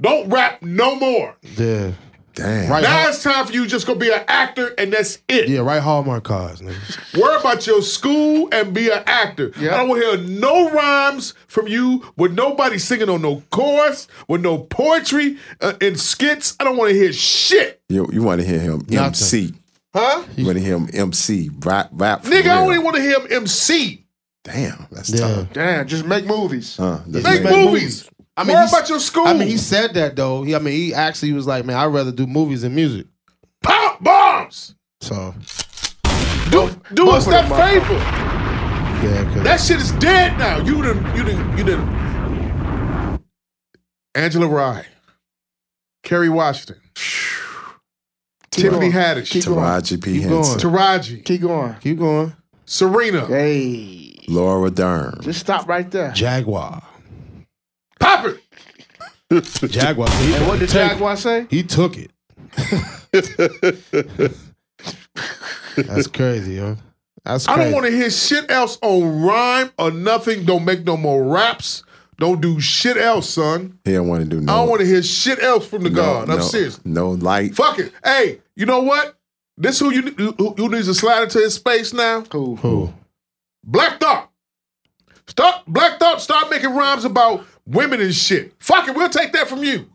[SPEAKER 5] Don't rap no more.
[SPEAKER 7] Yeah. Yeah.
[SPEAKER 6] Damn.
[SPEAKER 7] Right.
[SPEAKER 5] Now it's time for you just go be an actor and that's it.
[SPEAKER 7] Yeah, right Hallmark cards, nigga.
[SPEAKER 5] Worry about your school and be an actor. I don't want to hear no rhymes from you with nobody singing on no chorus, with no poetry uh, in skits. I don't want to hear shit.
[SPEAKER 6] You, you want to hear him MC.
[SPEAKER 5] Huh?
[SPEAKER 6] You want to hear him MC rap, rap for
[SPEAKER 5] Nigga, I don't
[SPEAKER 6] real.
[SPEAKER 5] even want to hear him MC.
[SPEAKER 6] Damn, that's
[SPEAKER 7] Yeah.
[SPEAKER 6] tough. Uh,
[SPEAKER 2] Damn, just make movies.
[SPEAKER 6] Huh, that's
[SPEAKER 5] Make
[SPEAKER 6] amazing.
[SPEAKER 5] movies. I mean, Worry
[SPEAKER 7] he's-
[SPEAKER 5] about your school.
[SPEAKER 7] I mean, he said that though. He, I mean, he actually was like, "Man, I'd rather do movies than music."
[SPEAKER 5] pop bombs.
[SPEAKER 7] So
[SPEAKER 5] Do, do us
[SPEAKER 2] of
[SPEAKER 5] that
[SPEAKER 2] them are-
[SPEAKER 5] favor.
[SPEAKER 7] yeah, 'cause-
[SPEAKER 5] That shit is dead now. You done, you done, you done. Angela Rye, Kerry Washington, Tiffany
[SPEAKER 2] going.
[SPEAKER 5] Haddish,
[SPEAKER 6] Taraji P.
[SPEAKER 7] Keep going.
[SPEAKER 6] Henson,
[SPEAKER 5] Taraji,
[SPEAKER 2] Keep going.
[SPEAKER 7] keep going.
[SPEAKER 5] Serena,
[SPEAKER 2] Hey,
[SPEAKER 6] Laura Dern.
[SPEAKER 2] just stop right there.
[SPEAKER 7] [laughs] Jaguar,
[SPEAKER 5] pop it.
[SPEAKER 7] Jaguar. So he,
[SPEAKER 2] And what did
[SPEAKER 7] took-
[SPEAKER 2] Jaguar say?
[SPEAKER 7] He took
[SPEAKER 5] [laughs]
[SPEAKER 7] it. That's crazy, yo. That's
[SPEAKER 5] I
[SPEAKER 7] crazy.
[SPEAKER 5] don't want to hear shit else on rhyme or nothing. Don't make no more raps. Don't do shit else, son.
[SPEAKER 6] He don't want to do no.
[SPEAKER 5] I don't want to hear shit else from the
[SPEAKER 6] no,
[SPEAKER 5] God. I'm
[SPEAKER 6] no,
[SPEAKER 5] serious.
[SPEAKER 6] No light.
[SPEAKER 5] Fuck it. Hey, you know what? This who you who, who needs to slide into his space now?
[SPEAKER 2] Cool.
[SPEAKER 7] Who?
[SPEAKER 5] Black Thought. Stop. Black Thought. Start making rhymes about women and shit. Fuck it. We'll take that from you.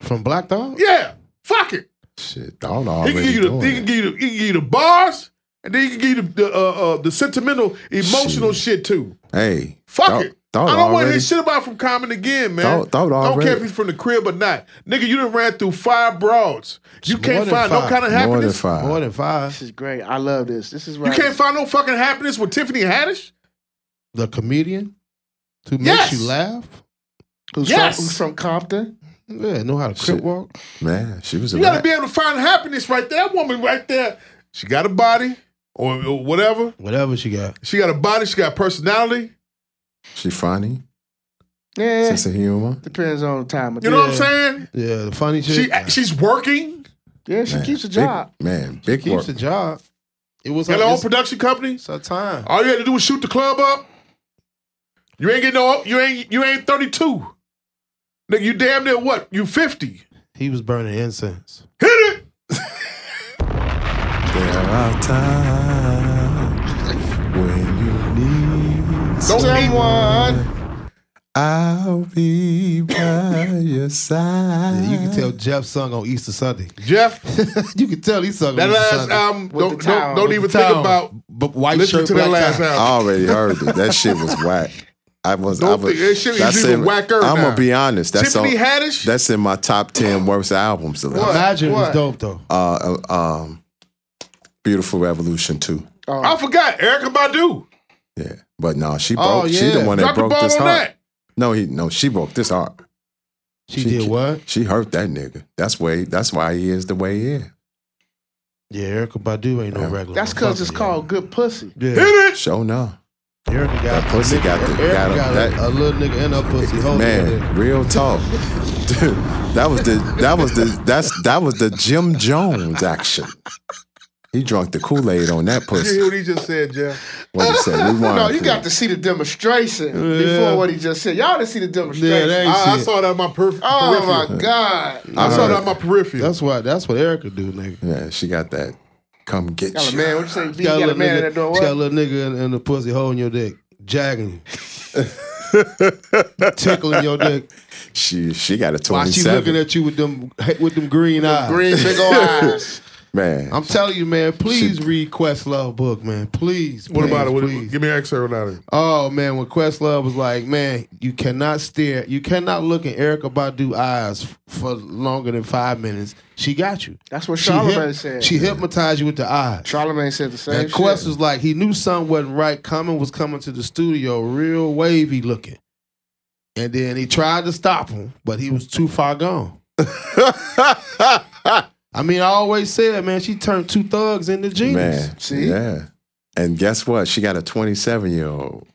[SPEAKER 7] from Black Dog?
[SPEAKER 5] Yeah. Fuck it.
[SPEAKER 6] Shit, don't
[SPEAKER 5] He
[SPEAKER 6] already
[SPEAKER 5] can give you the
[SPEAKER 6] doing
[SPEAKER 5] he can
[SPEAKER 6] it.
[SPEAKER 5] give you the, he can give you the bars, and then he can give you the the, uh, uh, the sentimental, emotional shit too.
[SPEAKER 6] Hey,
[SPEAKER 5] Fuck
[SPEAKER 6] Thought-
[SPEAKER 5] it.
[SPEAKER 6] Thought
[SPEAKER 5] I don't want to
[SPEAKER 6] already-
[SPEAKER 5] hear shit about from Common again, man.
[SPEAKER 6] Thought- Thought
[SPEAKER 5] I don't care
[SPEAKER 6] already.
[SPEAKER 5] if he's from the crib or not. Nigga, you done ran through five broads. You can't
[SPEAKER 7] than
[SPEAKER 5] find no
[SPEAKER 7] five.
[SPEAKER 5] kind of
[SPEAKER 6] more than
[SPEAKER 5] happiness.
[SPEAKER 6] five.
[SPEAKER 7] More than
[SPEAKER 2] This
[SPEAKER 7] five.
[SPEAKER 2] is great. I love this. This is
[SPEAKER 5] You
[SPEAKER 2] right.
[SPEAKER 5] can't find no fucking happiness with Tiffany Haddish?
[SPEAKER 7] The comedian who
[SPEAKER 5] Yes.
[SPEAKER 7] makes you laugh.
[SPEAKER 2] who's,
[SPEAKER 5] Yes!
[SPEAKER 2] from, who's from Compton?
[SPEAKER 7] Yeah, know how to crip
[SPEAKER 6] Shit.
[SPEAKER 7] walk.
[SPEAKER 6] Man, she was a
[SPEAKER 5] You got to
[SPEAKER 6] rap.
[SPEAKER 5] be able to find happiness right there. That woman right there, she got a body or, or whatever.
[SPEAKER 7] Whatever she got.
[SPEAKER 5] She got a body. She got personality.
[SPEAKER 6] She funny,
[SPEAKER 2] Yeah,
[SPEAKER 6] sense of humor.
[SPEAKER 2] depends on the time. Of
[SPEAKER 5] You
[SPEAKER 2] day.
[SPEAKER 5] know what I'm saying?
[SPEAKER 7] Yeah, the funny shit.
[SPEAKER 5] She she's working.
[SPEAKER 2] Yeah, she
[SPEAKER 6] Man,
[SPEAKER 2] keeps a
[SPEAKER 6] big-
[SPEAKER 2] job.
[SPEAKER 6] man, big
[SPEAKER 7] keeps
[SPEAKER 6] work.
[SPEAKER 7] the job. It was
[SPEAKER 5] Got
[SPEAKER 7] her,
[SPEAKER 5] her own
[SPEAKER 7] it's,
[SPEAKER 5] production company.
[SPEAKER 7] it's her time.
[SPEAKER 5] All you had to do was shoot the club up. You ain't getting no. You ain't. You ain't 32. Nigga, you damn near what? You 50. Hit
[SPEAKER 7] He was burning incense.
[SPEAKER 5] it.
[SPEAKER 6] There are times when you need
[SPEAKER 5] Don't
[SPEAKER 6] someone. I'll be by your
[SPEAKER 7] Yeah,
[SPEAKER 6] side.
[SPEAKER 7] you can
[SPEAKER 5] Uh.
[SPEAKER 7] tell Jeff sung on Easter Sunday. [laughs]
[SPEAKER 5] Jeff.
[SPEAKER 7] you can tell he sung
[SPEAKER 5] That
[SPEAKER 7] on Easter
[SPEAKER 5] last
[SPEAKER 7] Sunday.
[SPEAKER 5] album.
[SPEAKER 2] With
[SPEAKER 5] Don't,
[SPEAKER 2] the
[SPEAKER 5] don't,
[SPEAKER 2] towel,
[SPEAKER 5] don't
[SPEAKER 2] with
[SPEAKER 5] even
[SPEAKER 7] the
[SPEAKER 5] think
[SPEAKER 7] towel.
[SPEAKER 5] about
[SPEAKER 7] but white
[SPEAKER 5] listening
[SPEAKER 7] shirt,
[SPEAKER 5] to that
[SPEAKER 7] black
[SPEAKER 5] last
[SPEAKER 7] tie.
[SPEAKER 6] I
[SPEAKER 5] album.
[SPEAKER 6] already heard it. That shit was whack. I was. I
[SPEAKER 5] Don't
[SPEAKER 6] was.
[SPEAKER 5] think- that shit is
[SPEAKER 6] that's
[SPEAKER 5] even
[SPEAKER 6] in-
[SPEAKER 5] whacker
[SPEAKER 6] I'm
[SPEAKER 5] now.
[SPEAKER 6] gonna be honest. That's
[SPEAKER 5] Tiffany
[SPEAKER 6] on-
[SPEAKER 5] Haddish?
[SPEAKER 6] That's in my top ten worst albums. Of uh,
[SPEAKER 7] Imagine it was
[SPEAKER 2] What?
[SPEAKER 7] dope though.
[SPEAKER 6] uh, um, Beautiful Revolution too.
[SPEAKER 2] Oh,
[SPEAKER 5] I forgot Erica Badu.
[SPEAKER 6] Yeah, but no, she broke.
[SPEAKER 7] Oh,
[SPEAKER 6] She the
[SPEAKER 7] yeah.
[SPEAKER 6] one that
[SPEAKER 5] Drop the
[SPEAKER 6] broke
[SPEAKER 5] ball on
[SPEAKER 6] this heart.
[SPEAKER 5] that.
[SPEAKER 6] No, he no. She broke this heart.
[SPEAKER 7] She,
[SPEAKER 6] She
[SPEAKER 7] did
[SPEAKER 6] ki-
[SPEAKER 7] what?
[SPEAKER 6] She hurt that nigga. That's way. That's why he is the way he is.
[SPEAKER 7] Yeah, Erica Badu ain't no regular.
[SPEAKER 2] That's because
[SPEAKER 7] motherfucker,
[SPEAKER 2] it's
[SPEAKER 7] yo.
[SPEAKER 2] called good pussy.
[SPEAKER 7] Yeah.
[SPEAKER 5] Hit it.
[SPEAKER 6] Sure no.
[SPEAKER 7] Erica got
[SPEAKER 6] That pussy
[SPEAKER 7] nigga-
[SPEAKER 6] got the-
[SPEAKER 7] Erica
[SPEAKER 6] got him-
[SPEAKER 7] got
[SPEAKER 6] that-
[SPEAKER 7] a, a little nigga and a pussy holding
[SPEAKER 6] Man,
[SPEAKER 7] Man.
[SPEAKER 6] real
[SPEAKER 2] [laughs]
[SPEAKER 6] talk. Dude, that was the that was the that's that was the Jim Jones action. He drunk the Kool-Aid on that
[SPEAKER 5] You hear
[SPEAKER 6] pussy.
[SPEAKER 5] what he just said, Jeff?
[SPEAKER 6] What you say? We
[SPEAKER 2] [laughs] No, you
[SPEAKER 6] won.
[SPEAKER 2] got to see the demonstration before what he just said. Y'all didn't see the
[SPEAKER 7] Yeah,
[SPEAKER 2] demonstration.
[SPEAKER 7] they ain't
[SPEAKER 5] I, I
[SPEAKER 7] shit.
[SPEAKER 5] saw that on my peripheral.
[SPEAKER 2] oh my god!
[SPEAKER 5] I saw that on my peripheral.
[SPEAKER 7] That's what that's what Erica do, nigga.
[SPEAKER 6] Yeah, she got that. Come get
[SPEAKER 2] Got a
[SPEAKER 6] you.
[SPEAKER 2] man. What you say? B, You got a
[SPEAKER 7] little
[SPEAKER 2] man
[SPEAKER 7] nigga,
[SPEAKER 2] in that door.
[SPEAKER 7] she got a
[SPEAKER 2] What?
[SPEAKER 6] [laughs]
[SPEAKER 7] little nigga and, and a pussy holding your dick, jagging you. tickling your dick
[SPEAKER 6] She she got a
[SPEAKER 7] while she looking
[SPEAKER 6] 27.
[SPEAKER 7] at you with them with them green eyes.
[SPEAKER 2] Green
[SPEAKER 7] [laughs]
[SPEAKER 2] big old eyes.
[SPEAKER 6] Man,
[SPEAKER 7] I'm telling you, man. Please read Questlove book, man. Please.
[SPEAKER 5] What about it? What,
[SPEAKER 7] Please.
[SPEAKER 5] give me an excerpt out of it.
[SPEAKER 7] Oh man, when Questlove was like, man, you cannot stare, you cannot look in Erica Badu eyes f- for longer than five minutes. She got you.
[SPEAKER 2] That's what
[SPEAKER 7] She hyp-
[SPEAKER 2] Charlemagne said.
[SPEAKER 7] She hypnotized you with the eyes.
[SPEAKER 2] Charlemagne said the same.
[SPEAKER 7] and Quest
[SPEAKER 2] shit.
[SPEAKER 7] was like, he knew something wasn't right. Common was coming to the studio, real wavy looking. And then he tried to stop him, but he was too far gone. I mean, I always said, man, she turned two thugs into
[SPEAKER 6] [laughs]
[SPEAKER 7] genius.
[SPEAKER 6] man.
[SPEAKER 2] See?
[SPEAKER 6] Yeah. And guess what? She got a 27 year old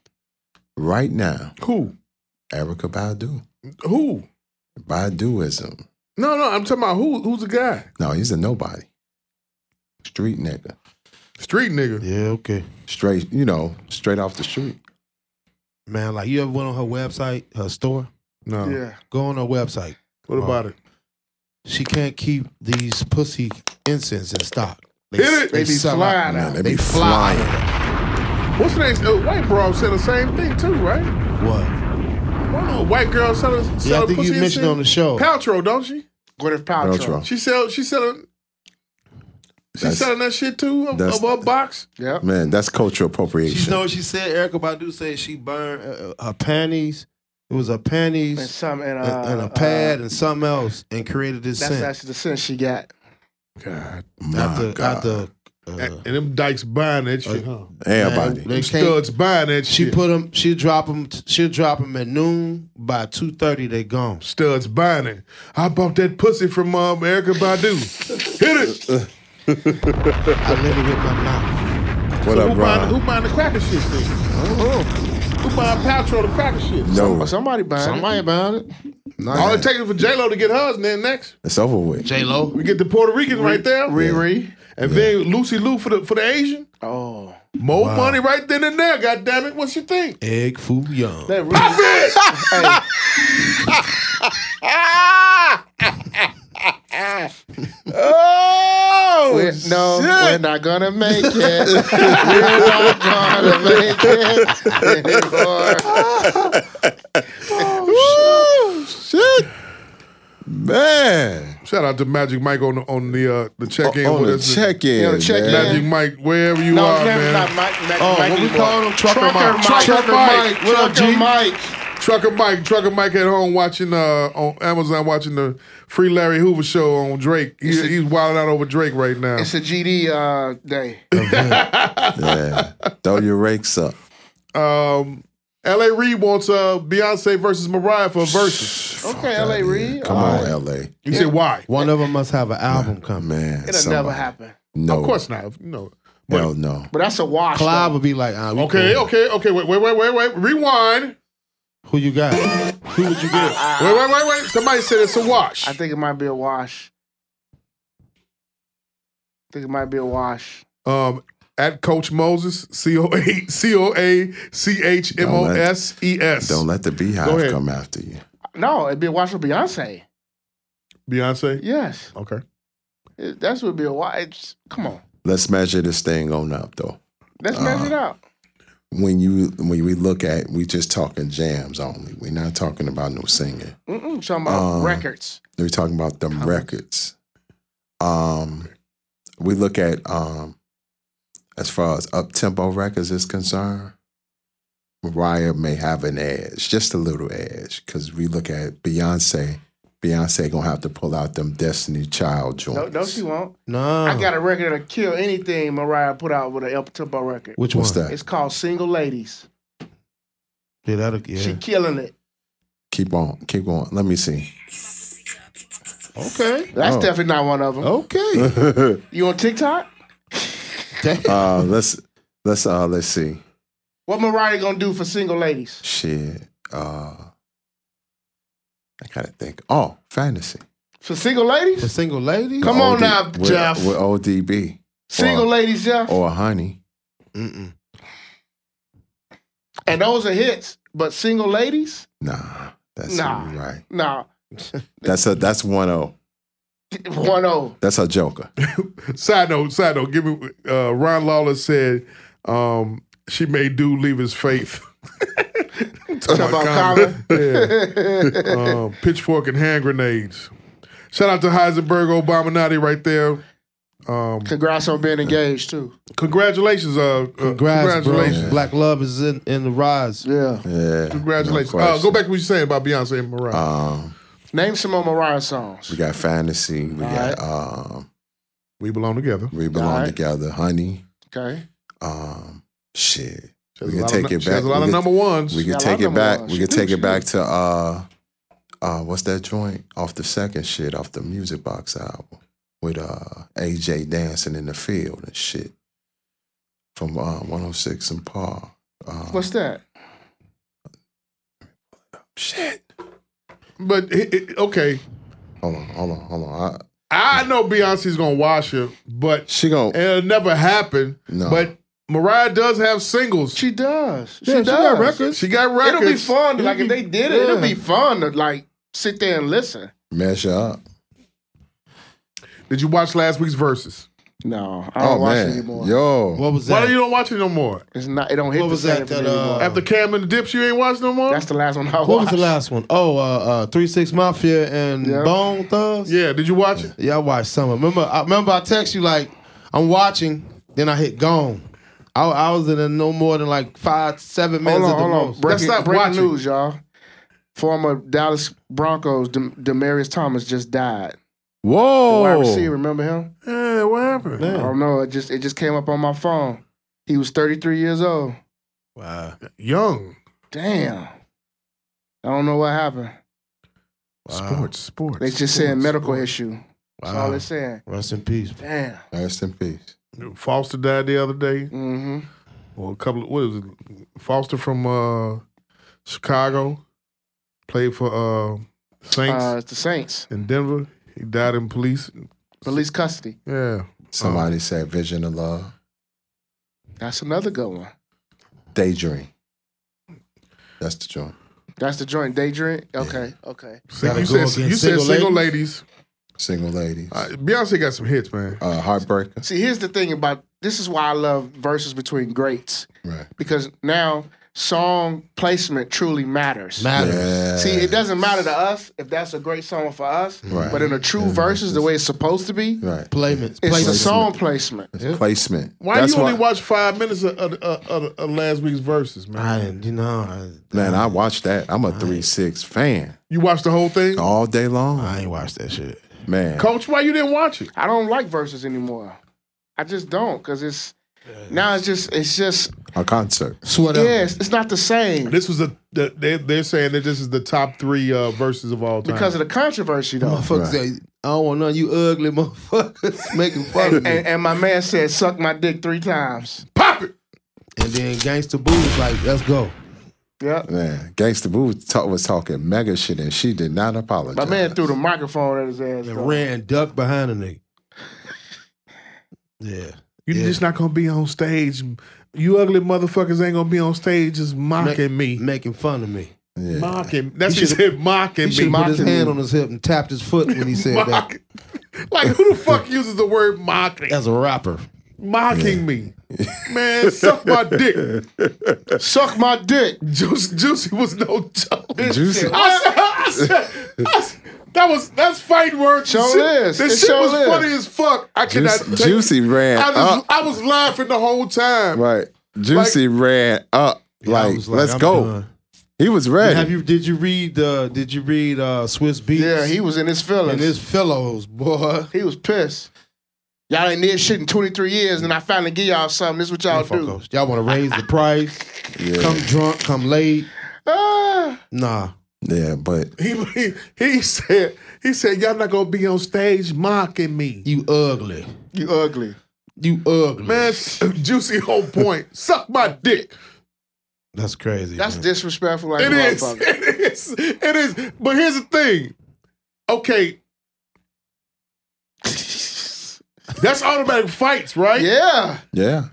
[SPEAKER 6] right now,
[SPEAKER 5] Who?
[SPEAKER 6] Erica Badu.
[SPEAKER 5] Who?
[SPEAKER 6] Baduism.
[SPEAKER 5] No, no, I'm talking about who? Who's the guy?
[SPEAKER 6] No, he's a nobody. Street nigga.
[SPEAKER 5] Street nigga.
[SPEAKER 7] Yeah, okay.
[SPEAKER 6] Straight, you know, straight off the street.
[SPEAKER 7] Man, like you ever went on her website, her store?
[SPEAKER 5] No.
[SPEAKER 2] yeah.
[SPEAKER 7] Go on her website.
[SPEAKER 5] What about it?
[SPEAKER 7] She can't keep these pussy incense in stock. They,
[SPEAKER 5] Hit it.
[SPEAKER 2] They be
[SPEAKER 7] sell out.
[SPEAKER 2] flying
[SPEAKER 6] Man,
[SPEAKER 2] out.
[SPEAKER 6] they, be
[SPEAKER 7] They fly.
[SPEAKER 6] flying.
[SPEAKER 5] What's the name? Uh, white bro said the same thing too, right?
[SPEAKER 7] What?
[SPEAKER 5] One of the white girl selling.
[SPEAKER 7] Yeah, I
[SPEAKER 5] selling
[SPEAKER 7] think you
[SPEAKER 5] pussy and
[SPEAKER 7] mentioned
[SPEAKER 5] shit.
[SPEAKER 7] on the show.
[SPEAKER 5] Paltrow, don't she?
[SPEAKER 2] Gwyneth Paltrow.
[SPEAKER 6] Paltrow.
[SPEAKER 5] She sell. She selling. She
[SPEAKER 6] That's-
[SPEAKER 5] selling that shit too of,
[SPEAKER 6] that's-
[SPEAKER 5] of her box.
[SPEAKER 2] Yep.
[SPEAKER 6] Man, that's cultural
[SPEAKER 7] She
[SPEAKER 6] appropriation.
[SPEAKER 7] know what she said. Erica Badu said she burned uh, uh, her panties. It was her panties
[SPEAKER 2] And
[SPEAKER 7] and,
[SPEAKER 2] some and, uh,
[SPEAKER 7] and a pad and something else, and created this
[SPEAKER 2] that's
[SPEAKER 7] scent
[SPEAKER 2] actually the sense she got.
[SPEAKER 5] God.
[SPEAKER 6] My
[SPEAKER 7] after
[SPEAKER 6] God.
[SPEAKER 7] after. Uh,
[SPEAKER 5] And them dykes buying that shit, huh?
[SPEAKER 6] Everybody.
[SPEAKER 7] they
[SPEAKER 5] Them
[SPEAKER 7] Uh, can't,
[SPEAKER 5] studs buying that
[SPEAKER 7] she
[SPEAKER 5] shit.
[SPEAKER 7] put them. She drop them. She drop them at noon. By two thirty, they gone.
[SPEAKER 5] studs buying it. I bought that pussy from um, Erica Badu. Hit it.
[SPEAKER 7] I lit it with my mouth.
[SPEAKER 6] what
[SPEAKER 5] So
[SPEAKER 6] up,
[SPEAKER 5] who, buying,
[SPEAKER 6] Ron?
[SPEAKER 5] who buying the cracker shit thing? Uh-huh. Who buying Paltrow the cracker shit?
[SPEAKER 6] No,
[SPEAKER 2] Somebody buying
[SPEAKER 7] Somebody
[SPEAKER 2] it.
[SPEAKER 7] about it.
[SPEAKER 5] All it takes is for J Lo to get hers, and then next
[SPEAKER 6] it's over with.
[SPEAKER 7] J Lo.
[SPEAKER 5] we get the Puerto Rican right there,
[SPEAKER 2] Riri.
[SPEAKER 5] and then Lucy Lou for the for the Asian.
[SPEAKER 2] Oh.
[SPEAKER 5] More money right then and there. God damn it! What you think?
[SPEAKER 7] Egg Foo Young.
[SPEAKER 2] That
[SPEAKER 7] [laughs]
[SPEAKER 2] Riri.
[SPEAKER 5] Oh
[SPEAKER 2] We're, no, we're not gonna make it. we're not
[SPEAKER 7] [laughs]
[SPEAKER 2] gonna make it [laughs] anymore.
[SPEAKER 6] Shit, man.
[SPEAKER 5] Shout out to Magic Mike on the on the uh, the check in
[SPEAKER 6] on
[SPEAKER 5] with
[SPEAKER 6] the
[SPEAKER 5] us.
[SPEAKER 6] check
[SPEAKER 2] on
[SPEAKER 6] in,
[SPEAKER 2] the check-in.
[SPEAKER 5] Magic Mike, wherever you
[SPEAKER 2] No,
[SPEAKER 5] are,
[SPEAKER 2] man.
[SPEAKER 5] man.
[SPEAKER 2] not Mike. Mike
[SPEAKER 7] Oh, what we call him? Trucker Mike.
[SPEAKER 2] Trucker
[SPEAKER 5] Trucker
[SPEAKER 2] Mike.
[SPEAKER 5] Mike.
[SPEAKER 2] What up,
[SPEAKER 5] Trucker
[SPEAKER 2] G? Mike.
[SPEAKER 5] Trucker Mike, Trucker Mike at home watching uh on Amazon watching the Free Larry Hoover show on Drake. He's, he's wilding out over Drake right now.
[SPEAKER 2] It's a GD uh, day.
[SPEAKER 6] yeah. Throw your rakes up.
[SPEAKER 5] Um, L.A. Reid wants uh Beyonce versus Mariah for a versus.
[SPEAKER 2] Okay, LA Reed.
[SPEAKER 6] Come
[SPEAKER 2] Uh,
[SPEAKER 5] Oh.
[SPEAKER 6] on, L.A.
[SPEAKER 5] You said why?
[SPEAKER 7] One of them must have an album coming.
[SPEAKER 6] Man,
[SPEAKER 2] It'll
[SPEAKER 6] somebody-
[SPEAKER 2] never happen.
[SPEAKER 6] No,
[SPEAKER 5] Of course not. No. But,
[SPEAKER 6] hell no.
[SPEAKER 2] But that's a wash.
[SPEAKER 7] Clive
[SPEAKER 2] though.
[SPEAKER 7] would be like, ah, we
[SPEAKER 5] Okay,
[SPEAKER 7] cool.
[SPEAKER 5] okay, okay. Wait, wait, wait, wait, wait. Rewind.
[SPEAKER 7] Who you got? Who would you get?
[SPEAKER 5] Wait, wait, wait, wait. Somebody said it's a wash.
[SPEAKER 2] Ah, I think it might be a wash. I think it might be a wash.
[SPEAKER 5] um, at Coach Moses, C O A C O A C H M O S E S.
[SPEAKER 6] Don't let the
[SPEAKER 5] Go
[SPEAKER 6] beehive
[SPEAKER 5] ahead.
[SPEAKER 6] come after you.
[SPEAKER 2] No, it'd be a wash with Beyonce.
[SPEAKER 5] Beyonce.
[SPEAKER 2] Yes,
[SPEAKER 5] Okay.
[SPEAKER 2] It- that's would be a wash. It's- Come on,
[SPEAKER 6] Let's measure this thing on up though.
[SPEAKER 2] let's measure it out.
[SPEAKER 6] When you when we look at, we just talking jams only. We're not talking about no singing.
[SPEAKER 2] Mm-mm, talking about
[SPEAKER 6] Um,
[SPEAKER 2] records.
[SPEAKER 6] We're talking about them records. Um, we look at um, as far as up tempo records is concerned. Mariah may have an edge, just a little edge, because we look at Beyonce. Beyonce gonna have to pull out them Destiny Child joints.
[SPEAKER 2] No, no, she won't.
[SPEAKER 7] No.
[SPEAKER 2] I got a record that'll kill anything Mariah put out with an El Tempo record.
[SPEAKER 7] Which
[SPEAKER 6] What's
[SPEAKER 7] one?
[SPEAKER 6] that?
[SPEAKER 2] It's called Single Ladies.
[SPEAKER 7] Yeah, that'll, yeah.
[SPEAKER 2] She killing it.
[SPEAKER 6] Keep on, keep going. Let me see.
[SPEAKER 7] okay.
[SPEAKER 2] That's
[SPEAKER 6] Oh.
[SPEAKER 2] definitely not one of them. Uh,
[SPEAKER 7] Okay.
[SPEAKER 2] You on TikTok?
[SPEAKER 6] [laughs] uh, let's let's uh let's see.
[SPEAKER 2] What Mariah gonna do for Single Ladies?
[SPEAKER 6] Shit. Uh, I gotta think. Oh, fantasy.
[SPEAKER 2] For Single
[SPEAKER 7] the
[SPEAKER 2] Ladies?
[SPEAKER 7] single lady?
[SPEAKER 2] Come on now,
[SPEAKER 6] with,
[SPEAKER 2] Jeff.
[SPEAKER 6] With ODB
[SPEAKER 2] Single Ladies, Jeff.
[SPEAKER 6] or Honey.
[SPEAKER 7] Mm-mm.
[SPEAKER 2] And those are hits, but Single Ladies?
[SPEAKER 6] Nah, that's
[SPEAKER 2] Nah.
[SPEAKER 6] right.
[SPEAKER 2] Nah. [laughs]
[SPEAKER 6] That's a that's one oh.
[SPEAKER 2] 1 0.
[SPEAKER 6] That's a
[SPEAKER 2] [laughs]
[SPEAKER 6] joker.
[SPEAKER 5] Side note, side note. Give me. Uh, [laughs] Ron Lawler said um, she made dude leave his faith. Talking
[SPEAKER 2] Talking about
[SPEAKER 5] about Colin.
[SPEAKER 2] Colin.
[SPEAKER 5] [laughs]
[SPEAKER 2] [laughs]
[SPEAKER 5] Yeah. Um, pitchfork and hand grenades. Shout out to Heisenberg Obaminati right there. Um,
[SPEAKER 2] Congrats on being engaged too.
[SPEAKER 5] congratulations, uh, uh,
[SPEAKER 7] Congrats, bro.
[SPEAKER 5] congratulations,
[SPEAKER 7] Black love is in, in the rise.
[SPEAKER 2] Yeah.
[SPEAKER 6] Yeah.
[SPEAKER 5] congratulations.
[SPEAKER 6] no
[SPEAKER 5] uh, go
[SPEAKER 6] question.
[SPEAKER 5] back to what you saying about Beyonce and Mariah.
[SPEAKER 6] Um,
[SPEAKER 2] Name some more Mariah
[SPEAKER 6] we
[SPEAKER 2] songs.
[SPEAKER 6] got fantasy. We got um,
[SPEAKER 5] we belong together.
[SPEAKER 6] we belong
[SPEAKER 2] Alright.
[SPEAKER 6] together. Honey.
[SPEAKER 2] Okay.
[SPEAKER 6] Um, shit.
[SPEAKER 5] She has a
[SPEAKER 6] We can
[SPEAKER 5] lot of
[SPEAKER 6] take
[SPEAKER 5] nu-
[SPEAKER 6] it
[SPEAKER 5] She has
[SPEAKER 6] back.
[SPEAKER 5] a lot
[SPEAKER 6] We
[SPEAKER 5] of
[SPEAKER 6] can-
[SPEAKER 5] number ones.
[SPEAKER 6] We
[SPEAKER 2] Yeah,
[SPEAKER 6] could
[SPEAKER 2] I
[SPEAKER 6] take
[SPEAKER 2] like
[SPEAKER 6] it
[SPEAKER 2] number
[SPEAKER 6] back.
[SPEAKER 2] one.
[SPEAKER 6] We
[SPEAKER 2] She
[SPEAKER 6] could
[SPEAKER 2] do,
[SPEAKER 6] take
[SPEAKER 2] she
[SPEAKER 6] it back
[SPEAKER 2] do.
[SPEAKER 6] to uh, uh, what's that joint off the second shit off the Music Box album with uh AJ dancing in the field and shit from uh 106 and Paul. Um,
[SPEAKER 2] What's that?
[SPEAKER 6] shit?
[SPEAKER 5] but it, it- okay,
[SPEAKER 6] Hold on, hold on, hold on. I,
[SPEAKER 5] I know Beyonce's gonna wash her, but
[SPEAKER 6] she
[SPEAKER 2] Eh,
[SPEAKER 6] gonna
[SPEAKER 5] it'll never happen.
[SPEAKER 6] no.
[SPEAKER 5] But Mariah does have singles.
[SPEAKER 2] She does. She
[SPEAKER 5] Yeah,
[SPEAKER 2] does.
[SPEAKER 5] got records. She got records. Mm-hmm.
[SPEAKER 2] It'll be fun.
[SPEAKER 5] It'll
[SPEAKER 2] Like
[SPEAKER 5] be-
[SPEAKER 2] if they did it,
[SPEAKER 5] yeah.
[SPEAKER 2] it'll be fun to like sit there and listen.
[SPEAKER 6] measure up.
[SPEAKER 5] Did you watch last week's verses?
[SPEAKER 2] No, I
[SPEAKER 6] Oh
[SPEAKER 2] don't watch
[SPEAKER 6] man,
[SPEAKER 2] it anymore.
[SPEAKER 6] yo,
[SPEAKER 7] What was
[SPEAKER 5] Why
[SPEAKER 7] that?
[SPEAKER 5] you don't watch it no more?
[SPEAKER 2] It's not. It don't hit
[SPEAKER 7] What
[SPEAKER 2] the
[SPEAKER 7] was
[SPEAKER 2] same
[SPEAKER 7] that,
[SPEAKER 2] for
[SPEAKER 7] that,
[SPEAKER 2] me
[SPEAKER 7] uh,
[SPEAKER 2] anymore.
[SPEAKER 5] After Cam and the Dips, you ain't watch no more.
[SPEAKER 2] That's the last one I watched.
[SPEAKER 7] what was the last one? Oh, uh, uh, Three Six Mafia and
[SPEAKER 2] Yeah.
[SPEAKER 7] Bone Thugs.
[SPEAKER 5] yeah. Did you watch it?
[SPEAKER 7] Yeah, I watched some. of 'em. Remember, I remember I text you like I'm watching, then I hit gone. I, I was in there no more than like five, seven minutes
[SPEAKER 2] Hold on,
[SPEAKER 7] at the
[SPEAKER 2] hold on.
[SPEAKER 7] most.
[SPEAKER 5] That's
[SPEAKER 2] Breaking,
[SPEAKER 5] not
[SPEAKER 2] breaking
[SPEAKER 5] watching.
[SPEAKER 2] news, y'all. Former Dallas Broncos Dem- Demarius Thomas just died. The wide receiver,
[SPEAKER 7] Oh.
[SPEAKER 6] whoa,
[SPEAKER 2] remember him?
[SPEAKER 5] Yeah. What happened?
[SPEAKER 2] I don't know. It just it just came up on my phone. He was 33 years old.
[SPEAKER 7] Wow.
[SPEAKER 5] Young
[SPEAKER 2] Damn. I don't know what happened.
[SPEAKER 5] sports. Sports.
[SPEAKER 2] They just saying medical issue. That's all
[SPEAKER 7] Ah.
[SPEAKER 2] they're saying.
[SPEAKER 7] Rest in peace.
[SPEAKER 2] Damn.
[SPEAKER 6] rest in peace.
[SPEAKER 2] Oh.
[SPEAKER 5] Foster died the other day,
[SPEAKER 2] Mm-hmm.
[SPEAKER 5] or a couple of what is it? Foster from uh, Chicago, played for uh, Saints
[SPEAKER 2] Uh, it's the Saints.
[SPEAKER 5] in Denver. He died in police.
[SPEAKER 2] Police custody.
[SPEAKER 5] Yeah.
[SPEAKER 6] Somebody said vision of love,
[SPEAKER 2] That's another good one.
[SPEAKER 6] daydream. That's the joint.
[SPEAKER 2] That's the joint daydream. Okay. Okay.
[SPEAKER 5] So
[SPEAKER 7] Gotta
[SPEAKER 5] you
[SPEAKER 7] go
[SPEAKER 5] said
[SPEAKER 7] against
[SPEAKER 5] you said
[SPEAKER 7] single
[SPEAKER 5] single ladies.
[SPEAKER 7] ladies?
[SPEAKER 6] Single ladies,
[SPEAKER 5] Uh, Beyonce got some hits, man.
[SPEAKER 6] uh, heartbreaker.
[SPEAKER 2] See, here's the thing about this is why I love verses between greats
[SPEAKER 6] Right.
[SPEAKER 2] because now song placement truly matters.
[SPEAKER 7] Matters.
[SPEAKER 6] Yeah.
[SPEAKER 2] See, it doesn't matter to us if that's a great song for us,
[SPEAKER 6] Right.
[SPEAKER 2] but in a true verses, the way it's supposed to be,
[SPEAKER 6] Right.
[SPEAKER 7] Playmates.
[SPEAKER 2] it's a
[SPEAKER 7] Playmates.
[SPEAKER 2] song placement.
[SPEAKER 6] Placement.
[SPEAKER 5] Why
[SPEAKER 6] That's
[SPEAKER 5] you only watch five minutes of, of, of, of- of last week's verses, man?
[SPEAKER 7] I didn't, you know, I,
[SPEAKER 6] Man, I watched that. I'm a three six fan
[SPEAKER 5] You watched the whole
[SPEAKER 7] Oh.
[SPEAKER 5] thing,
[SPEAKER 6] all day long.
[SPEAKER 7] I ain't watched that shit.
[SPEAKER 6] Man,
[SPEAKER 5] Coach. Why you didn't watch it?
[SPEAKER 2] I don't like verses anymore. I just don't because it's now it's just it's just
[SPEAKER 6] a concert.
[SPEAKER 7] Sweat up.
[SPEAKER 2] yeah, it's, it's not the same
[SPEAKER 5] This was a the, they they're saying that this is the top three uh, verses of all time
[SPEAKER 2] because of the controversy though.
[SPEAKER 7] Motherfuckers say, I don't want none of you ugly [laughs] motherfuckers making fun of
[SPEAKER 2] And,
[SPEAKER 7] me.
[SPEAKER 2] and,
[SPEAKER 7] And,
[SPEAKER 2] and my man said, "Suck my dick three times."
[SPEAKER 5] pop it.
[SPEAKER 7] then Gangsta Boo is like, let's go.
[SPEAKER 2] Yep.
[SPEAKER 6] Man, Gangsta Boo ta- was talking mega shit and she did not apologize.
[SPEAKER 2] My man threw the microphone at his ass.
[SPEAKER 7] And
[SPEAKER 2] though.
[SPEAKER 7] ran duck behind a nigga. Yeah.
[SPEAKER 5] You're
[SPEAKER 7] Yeah.
[SPEAKER 5] just not gonna be on stage. You ugly motherfuckers ain't gonna be on stage just mocking me,
[SPEAKER 7] Making fun of me.
[SPEAKER 6] Yeah.
[SPEAKER 5] mocking. That's what he said, mocking
[SPEAKER 7] He should
[SPEAKER 5] me.
[SPEAKER 7] put his
[SPEAKER 5] Mocking
[SPEAKER 7] hand on his hip and tapped his foot when he said [laughs] that.
[SPEAKER 5] Mocking. [laughs] Like who the fuck uses the word mocking?
[SPEAKER 7] As a rapper.
[SPEAKER 5] mocking me, man. Suck my dick.
[SPEAKER 2] Suck my dick.
[SPEAKER 5] Juicy, Juicy was no joke.
[SPEAKER 6] Juicy.
[SPEAKER 5] I said, I said, I said- that was that's fighting words.
[SPEAKER 2] Sure
[SPEAKER 5] This
[SPEAKER 2] is.
[SPEAKER 5] shit-
[SPEAKER 2] It
[SPEAKER 5] This shit
[SPEAKER 2] sure
[SPEAKER 5] was
[SPEAKER 2] is.
[SPEAKER 5] funny as fuck. I cannot.
[SPEAKER 6] Juicy,
[SPEAKER 5] take-
[SPEAKER 6] Juicy ran
[SPEAKER 5] I,
[SPEAKER 6] up.
[SPEAKER 5] just, I was laughing the whole time.
[SPEAKER 6] right. Juicy ran up.
[SPEAKER 7] I
[SPEAKER 6] Like,
[SPEAKER 7] was
[SPEAKER 6] let's
[SPEAKER 7] I'm
[SPEAKER 6] go.
[SPEAKER 7] done.
[SPEAKER 6] He was ready.
[SPEAKER 7] Have you did you read uh did you read uh Swiss Beats?
[SPEAKER 2] Yeah, he was in his feelings.
[SPEAKER 7] and his fellows, boy.
[SPEAKER 2] He was pissed. Y'all ain't did shit in 23 years, and I finally give y'all something. This is what y'all
[SPEAKER 7] Fuck
[SPEAKER 2] do.
[SPEAKER 7] those. Y'all want to
[SPEAKER 2] [laughs]
[SPEAKER 7] raise the price?
[SPEAKER 6] Yeah.
[SPEAKER 7] Come drunk, come late?
[SPEAKER 2] Ah,
[SPEAKER 7] Nah.
[SPEAKER 6] yeah, but
[SPEAKER 5] He, he he said he said y'all not gonna be on stage mocking me.
[SPEAKER 7] You ugly.
[SPEAKER 2] you ugly.
[SPEAKER 7] You ugly.
[SPEAKER 5] Man, s- Juicy whole
[SPEAKER 2] [laughs]
[SPEAKER 5] point. Suck my dick.
[SPEAKER 7] That's crazy.
[SPEAKER 2] That's
[SPEAKER 7] man.
[SPEAKER 2] disrespectful. Like
[SPEAKER 5] It
[SPEAKER 2] a
[SPEAKER 5] is. [laughs]
[SPEAKER 2] motherfucker.
[SPEAKER 5] It is. It is. But here's the thing. Okay. That's automatic fights, right?
[SPEAKER 2] Yeah.
[SPEAKER 6] yeah.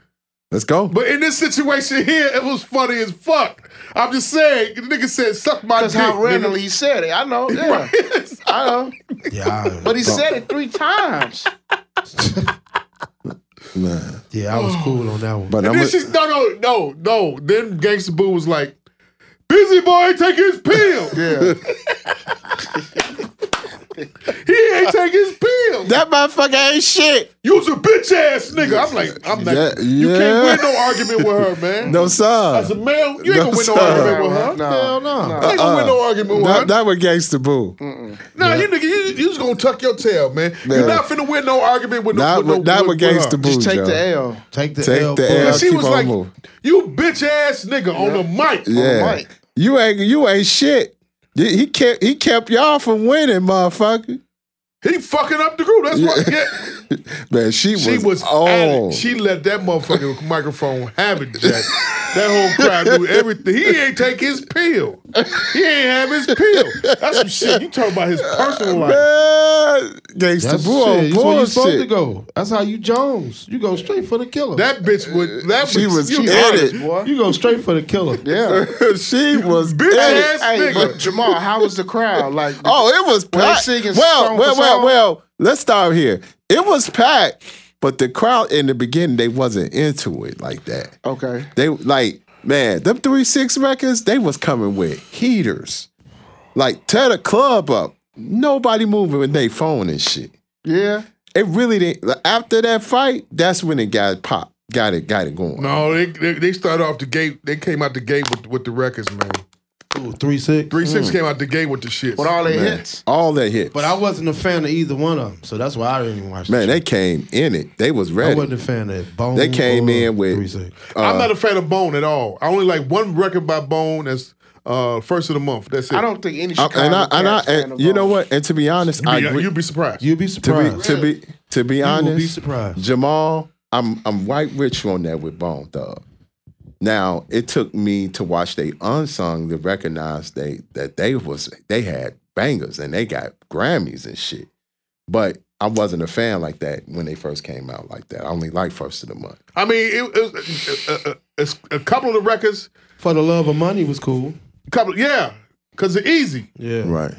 [SPEAKER 6] Let's go.
[SPEAKER 5] But in this situation here, it was funny as fuck. I'm just saying, the nigga said, suck my dick.
[SPEAKER 2] That's how
[SPEAKER 5] nigga."
[SPEAKER 2] randomly he said it.
[SPEAKER 6] [laughs]
[SPEAKER 2] I know. Yeah.
[SPEAKER 5] [laughs] Right?
[SPEAKER 2] I know.
[SPEAKER 7] Yeah, I,
[SPEAKER 2] But he said it
[SPEAKER 6] [laughs]
[SPEAKER 2] three times.
[SPEAKER 6] Man.
[SPEAKER 2] [laughs]
[SPEAKER 7] yeah, I was cool on that one.
[SPEAKER 6] But I'm
[SPEAKER 5] This is no, no, no, no. Then Gangsta Boo was like, Busy boy, take his
[SPEAKER 6] [laughs]
[SPEAKER 5] pill.
[SPEAKER 2] Yeah.
[SPEAKER 5] He ain't take his pill.
[SPEAKER 2] that motherfucker ain't shit.
[SPEAKER 5] You's a bitch ass nigga. I'm like, I'm like,
[SPEAKER 6] Yeah,
[SPEAKER 5] you
[SPEAKER 6] yeah.
[SPEAKER 5] can't win no argument with her, man.
[SPEAKER 6] [laughs] No, sir.
[SPEAKER 5] As a male, you ain't
[SPEAKER 6] No,
[SPEAKER 5] gonna win
[SPEAKER 6] sir. Uh-uh.
[SPEAKER 5] no argument with her.
[SPEAKER 2] No.
[SPEAKER 5] Hell no.
[SPEAKER 2] No.
[SPEAKER 5] You ain't gonna win no argument with her.
[SPEAKER 6] Not, not with Gangsta
[SPEAKER 5] Mm,
[SPEAKER 6] Boo.
[SPEAKER 5] Nah, you nigga, you, you just gonna tuck your tail, man. You're
[SPEAKER 6] Man.
[SPEAKER 5] not finna win no argument with
[SPEAKER 6] Not
[SPEAKER 5] no, with,
[SPEAKER 6] with,
[SPEAKER 5] no,
[SPEAKER 6] not with
[SPEAKER 5] with,
[SPEAKER 6] Gangsta Boo.
[SPEAKER 2] Just take
[SPEAKER 6] Joe.
[SPEAKER 2] the L.
[SPEAKER 7] Take the
[SPEAKER 6] Take
[SPEAKER 7] L.
[SPEAKER 6] the
[SPEAKER 7] boy.
[SPEAKER 6] L.
[SPEAKER 5] And she
[SPEAKER 6] Keep
[SPEAKER 5] was
[SPEAKER 6] on
[SPEAKER 5] like,
[SPEAKER 6] moving.
[SPEAKER 5] "You bitch ass nigga on the mic."
[SPEAKER 6] Yeah.
[SPEAKER 2] mic.
[SPEAKER 6] You ain't you ain't shit. Y- He kept he kept y'all from winning, motherfucker.
[SPEAKER 5] He fucking up the group. That's what.
[SPEAKER 6] Yeah. [laughs]
[SPEAKER 5] Yeah.
[SPEAKER 6] Man, she was,
[SPEAKER 5] She was at
[SPEAKER 6] on.
[SPEAKER 5] it. She let that motherfucking
[SPEAKER 6] [laughs]
[SPEAKER 5] microphone have it, Jack. That whole crowd do everything. He ain't take his pill. He ain't have his pill. That's some shit. You talking about his personal life.
[SPEAKER 6] Man, Gangsta
[SPEAKER 7] That's
[SPEAKER 6] Boo on
[SPEAKER 7] shit. That's where you supposed to
[SPEAKER 6] bullshit.
[SPEAKER 7] go. That's how you Jones. You go straight for the
[SPEAKER 6] [laughs]
[SPEAKER 7] killer.
[SPEAKER 5] That bitch would. That
[SPEAKER 6] She was
[SPEAKER 5] you
[SPEAKER 6] in
[SPEAKER 5] honest,
[SPEAKER 6] it.
[SPEAKER 5] boy.
[SPEAKER 7] you go straight for
[SPEAKER 6] [laughs]
[SPEAKER 7] the killer.
[SPEAKER 2] Yeah.
[SPEAKER 6] she was
[SPEAKER 5] Bitch
[SPEAKER 6] at
[SPEAKER 5] ass
[SPEAKER 6] it.
[SPEAKER 2] hey, but
[SPEAKER 5] nigga.
[SPEAKER 2] Jamal, how was the
[SPEAKER 6] [laughs]
[SPEAKER 2] crowd? Like,
[SPEAKER 6] Oh, it was
[SPEAKER 2] When they
[SPEAKER 6] packed.
[SPEAKER 2] singing
[SPEAKER 6] Well,
[SPEAKER 2] song
[SPEAKER 6] well,
[SPEAKER 2] for
[SPEAKER 6] well,
[SPEAKER 2] song?
[SPEAKER 6] well. Let's start here. It was packed, but the crowd in the beginning they wasn't into it like that.
[SPEAKER 2] okay.
[SPEAKER 6] They like man, them three six records they was coming with heaters, like tear the club up. Nobody moving with their phone and shit.
[SPEAKER 2] Yeah.
[SPEAKER 6] It really didn't. like, After that fight, that's when it got popped. Got it. Got it going.
[SPEAKER 5] [laughs] No, they, they they started off the gate. They came out the gate with with the records, man.
[SPEAKER 7] Ooh, three six.
[SPEAKER 5] Three six came out the gate with the shit.
[SPEAKER 2] With all their hits.
[SPEAKER 6] Mm. All that hit.
[SPEAKER 7] But I wasn't a fan of either one of them, so that's why I didn't even watch.
[SPEAKER 6] man,
[SPEAKER 7] the
[SPEAKER 6] they came in it. They was
[SPEAKER 7] show. I
[SPEAKER 6] ready.
[SPEAKER 7] wasn't a fan of Bone.
[SPEAKER 6] They came
[SPEAKER 7] or
[SPEAKER 6] in with-
[SPEAKER 7] three six.
[SPEAKER 5] I'm
[SPEAKER 6] uh,
[SPEAKER 5] not a fan of Bone at all. I only like one record by Bone. That's uh, first of the month. That's it.
[SPEAKER 2] I don't think any
[SPEAKER 6] I-
[SPEAKER 2] Chicago
[SPEAKER 6] and I, and I,
[SPEAKER 2] Cats fan
[SPEAKER 6] and
[SPEAKER 2] of
[SPEAKER 6] you know
[SPEAKER 2] ours.
[SPEAKER 6] what? And to be honest, I
[SPEAKER 5] You'd be,
[SPEAKER 6] agree.
[SPEAKER 5] you'd be surprised.
[SPEAKER 7] You'd be
[SPEAKER 6] to be
[SPEAKER 7] surprised.
[SPEAKER 6] to be to be
[SPEAKER 7] you will be
[SPEAKER 6] honest,
[SPEAKER 7] surprised.
[SPEAKER 6] Jamal, I'm I'm right with you on that with Bone Thug. Now it took me to watch they unsung to recognize they that they was they had bangers and they got Grammys and shit. But I wasn't a fan like that when they first came out like that. I only like first of the month.
[SPEAKER 5] I mean, it, it was uh, a, a, a, a couple of the records.
[SPEAKER 7] For the love of money was cool.
[SPEAKER 5] Couple, yeah, because they're easy.
[SPEAKER 7] Yeah.
[SPEAKER 6] Right.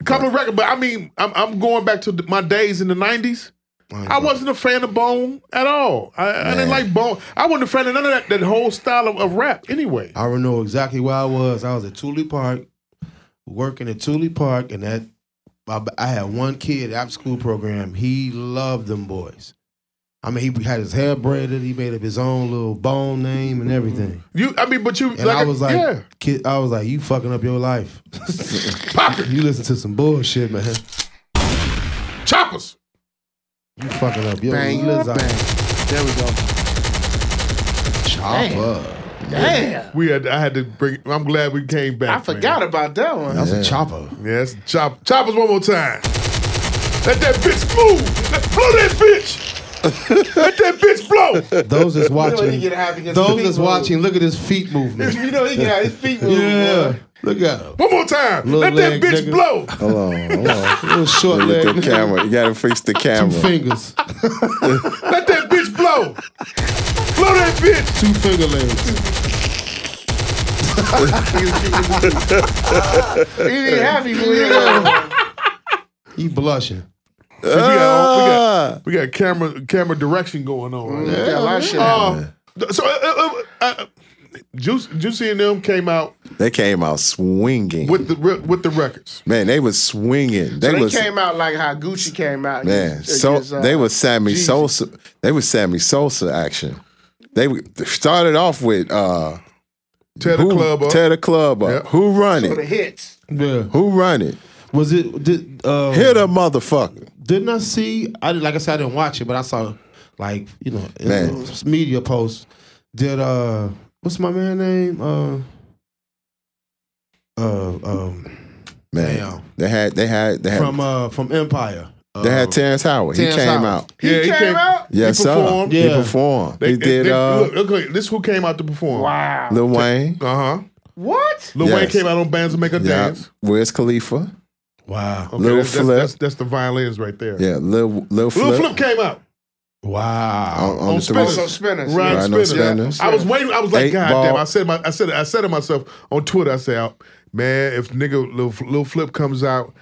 [SPEAKER 5] A couple of records, but I mean, I'm, I'm going back to the, my days in the '90s. I
[SPEAKER 7] Mm-hmm.
[SPEAKER 5] wasn't a fan of Bone at all. I, I didn't like Bone. I wasn't a fan of none of that, that whole style of, of rap anyway.
[SPEAKER 7] I don't know exactly where I was. I was at Thule Park, working at Thule Park, and that I, I had one kid after school program. He loved them boys. I mean, he had his hair braided. He made up his own little bone name and everything.
[SPEAKER 5] You, I mean, but you.
[SPEAKER 2] Mm-hmm.
[SPEAKER 7] And I was like,
[SPEAKER 5] yeah.
[SPEAKER 7] kid, I was like, you fucking up your
[SPEAKER 2] [laughs]
[SPEAKER 7] life. you listen to some bullshit, man.
[SPEAKER 5] choppers.
[SPEAKER 7] You fucking up your
[SPEAKER 2] Bang,
[SPEAKER 7] life.
[SPEAKER 2] There we go.
[SPEAKER 7] Chop
[SPEAKER 2] Damn.
[SPEAKER 7] up.
[SPEAKER 2] Damn.
[SPEAKER 5] We had. I had to bring. I'm glad we came back.
[SPEAKER 2] I forgot about that one.
[SPEAKER 7] That's a chopper.
[SPEAKER 5] Yes, chop, choppers one more time. Let that bitch move. Let, blow that
[SPEAKER 7] [laughs]
[SPEAKER 5] bitch. Let that bitch blow.
[SPEAKER 7] Those that's
[SPEAKER 2] know he
[SPEAKER 7] watching,
[SPEAKER 2] get happy 'cause his
[SPEAKER 7] those
[SPEAKER 2] feet
[SPEAKER 7] that's
[SPEAKER 2] move.
[SPEAKER 7] watching, look at his feet movement.
[SPEAKER 2] [laughs] You know he got his feet moving.
[SPEAKER 7] Yeah,
[SPEAKER 2] boy.
[SPEAKER 7] look at him.
[SPEAKER 5] One more time.
[SPEAKER 7] Little
[SPEAKER 5] Let that
[SPEAKER 7] leg
[SPEAKER 5] bitch
[SPEAKER 7] nigga.
[SPEAKER 5] blow.
[SPEAKER 6] Hold on, hold on.
[SPEAKER 7] Little short
[SPEAKER 6] Oh. Look at
[SPEAKER 7] leg,
[SPEAKER 6] the camera. You gotta fix the
[SPEAKER 7] two
[SPEAKER 6] camera.
[SPEAKER 7] fingers,
[SPEAKER 5] Let that bitch blow. Blow that bitch.
[SPEAKER 7] two finger legs.
[SPEAKER 2] He ain't happy when he [laughs] got
[SPEAKER 7] He blushing.
[SPEAKER 5] [laughs] we, got,
[SPEAKER 6] Ah, Mm-hmm.
[SPEAKER 5] we got camera camera direction going on. Right now.
[SPEAKER 2] a lot of shit. happening.
[SPEAKER 5] Uh, th- so, uh, uh, uh, uh, Juice, Juicy and them came out
[SPEAKER 6] they came out swinging.
[SPEAKER 5] with the re- with the records.
[SPEAKER 6] Man, they was swinging. They,
[SPEAKER 2] They
[SPEAKER 6] was
[SPEAKER 2] came out like how Gucci came out.
[SPEAKER 6] man.
[SPEAKER 2] against-
[SPEAKER 6] so
[SPEAKER 2] against, uh,
[SPEAKER 6] they was Sammy
[SPEAKER 2] Jeezy.
[SPEAKER 6] Sosa. They was Sammy Sosa action. They w- started off with uh,
[SPEAKER 5] Tear the
[SPEAKER 6] who-
[SPEAKER 5] club up.
[SPEAKER 6] Tear the club up.
[SPEAKER 5] Yep.
[SPEAKER 6] Who run
[SPEAKER 2] for the
[SPEAKER 6] it?
[SPEAKER 2] hits.
[SPEAKER 7] Yeah.
[SPEAKER 6] Who run it?
[SPEAKER 7] Was it? Did um,
[SPEAKER 6] Hit a motherfucker.
[SPEAKER 7] Didn't I see? I did, like I said, I didn't watch it, but I saw like you know in
[SPEAKER 6] Man.
[SPEAKER 7] the media posts. Did uh, what's my man name? Uh, uh, um,
[SPEAKER 6] Man,
[SPEAKER 7] Damn.
[SPEAKER 6] they had they had they had
[SPEAKER 7] from uh, from Empire. Uh,
[SPEAKER 6] they had Terrence Howard.
[SPEAKER 7] Terrence
[SPEAKER 6] he came
[SPEAKER 7] Howard.
[SPEAKER 6] out.
[SPEAKER 2] He
[SPEAKER 5] Yeah, he
[SPEAKER 2] came
[SPEAKER 5] came-
[SPEAKER 2] out.
[SPEAKER 6] Yes, sir.
[SPEAKER 5] performed.
[SPEAKER 6] He
[SPEAKER 7] Yeah.
[SPEAKER 6] performed.
[SPEAKER 5] They-
[SPEAKER 6] he did.
[SPEAKER 5] they-
[SPEAKER 6] uh,
[SPEAKER 5] look, look, look, this who came out to perform.
[SPEAKER 2] Wow.
[SPEAKER 6] Lil Wayne.
[SPEAKER 5] Uh huh.
[SPEAKER 2] What?
[SPEAKER 5] Lil Wayne
[SPEAKER 6] Yes.
[SPEAKER 5] came out on bands to make a
[SPEAKER 6] Yeah.
[SPEAKER 5] dance.
[SPEAKER 6] Wiz Khalifa.
[SPEAKER 7] wow,
[SPEAKER 5] Okay,
[SPEAKER 6] Lil
[SPEAKER 5] that's, that's-
[SPEAKER 6] Flip.
[SPEAKER 5] That's, that's the violins right there.
[SPEAKER 6] Yeah, Lil Lil Flip.
[SPEAKER 5] Lil Flip came out.
[SPEAKER 7] wow.
[SPEAKER 6] on, on
[SPEAKER 5] on
[SPEAKER 6] the three-
[SPEAKER 5] Spinners.
[SPEAKER 2] Also spinners.
[SPEAKER 5] Ryan
[SPEAKER 2] yeah.
[SPEAKER 6] Ryan on
[SPEAKER 5] Spinners.
[SPEAKER 6] Spinners.
[SPEAKER 5] I was waiting. I was like,
[SPEAKER 6] Eight
[SPEAKER 5] God
[SPEAKER 6] ball.
[SPEAKER 5] damn! I said, my, I said, I said to myself on Twitter, I said, man, if nigga Lil, Lil Flip comes out,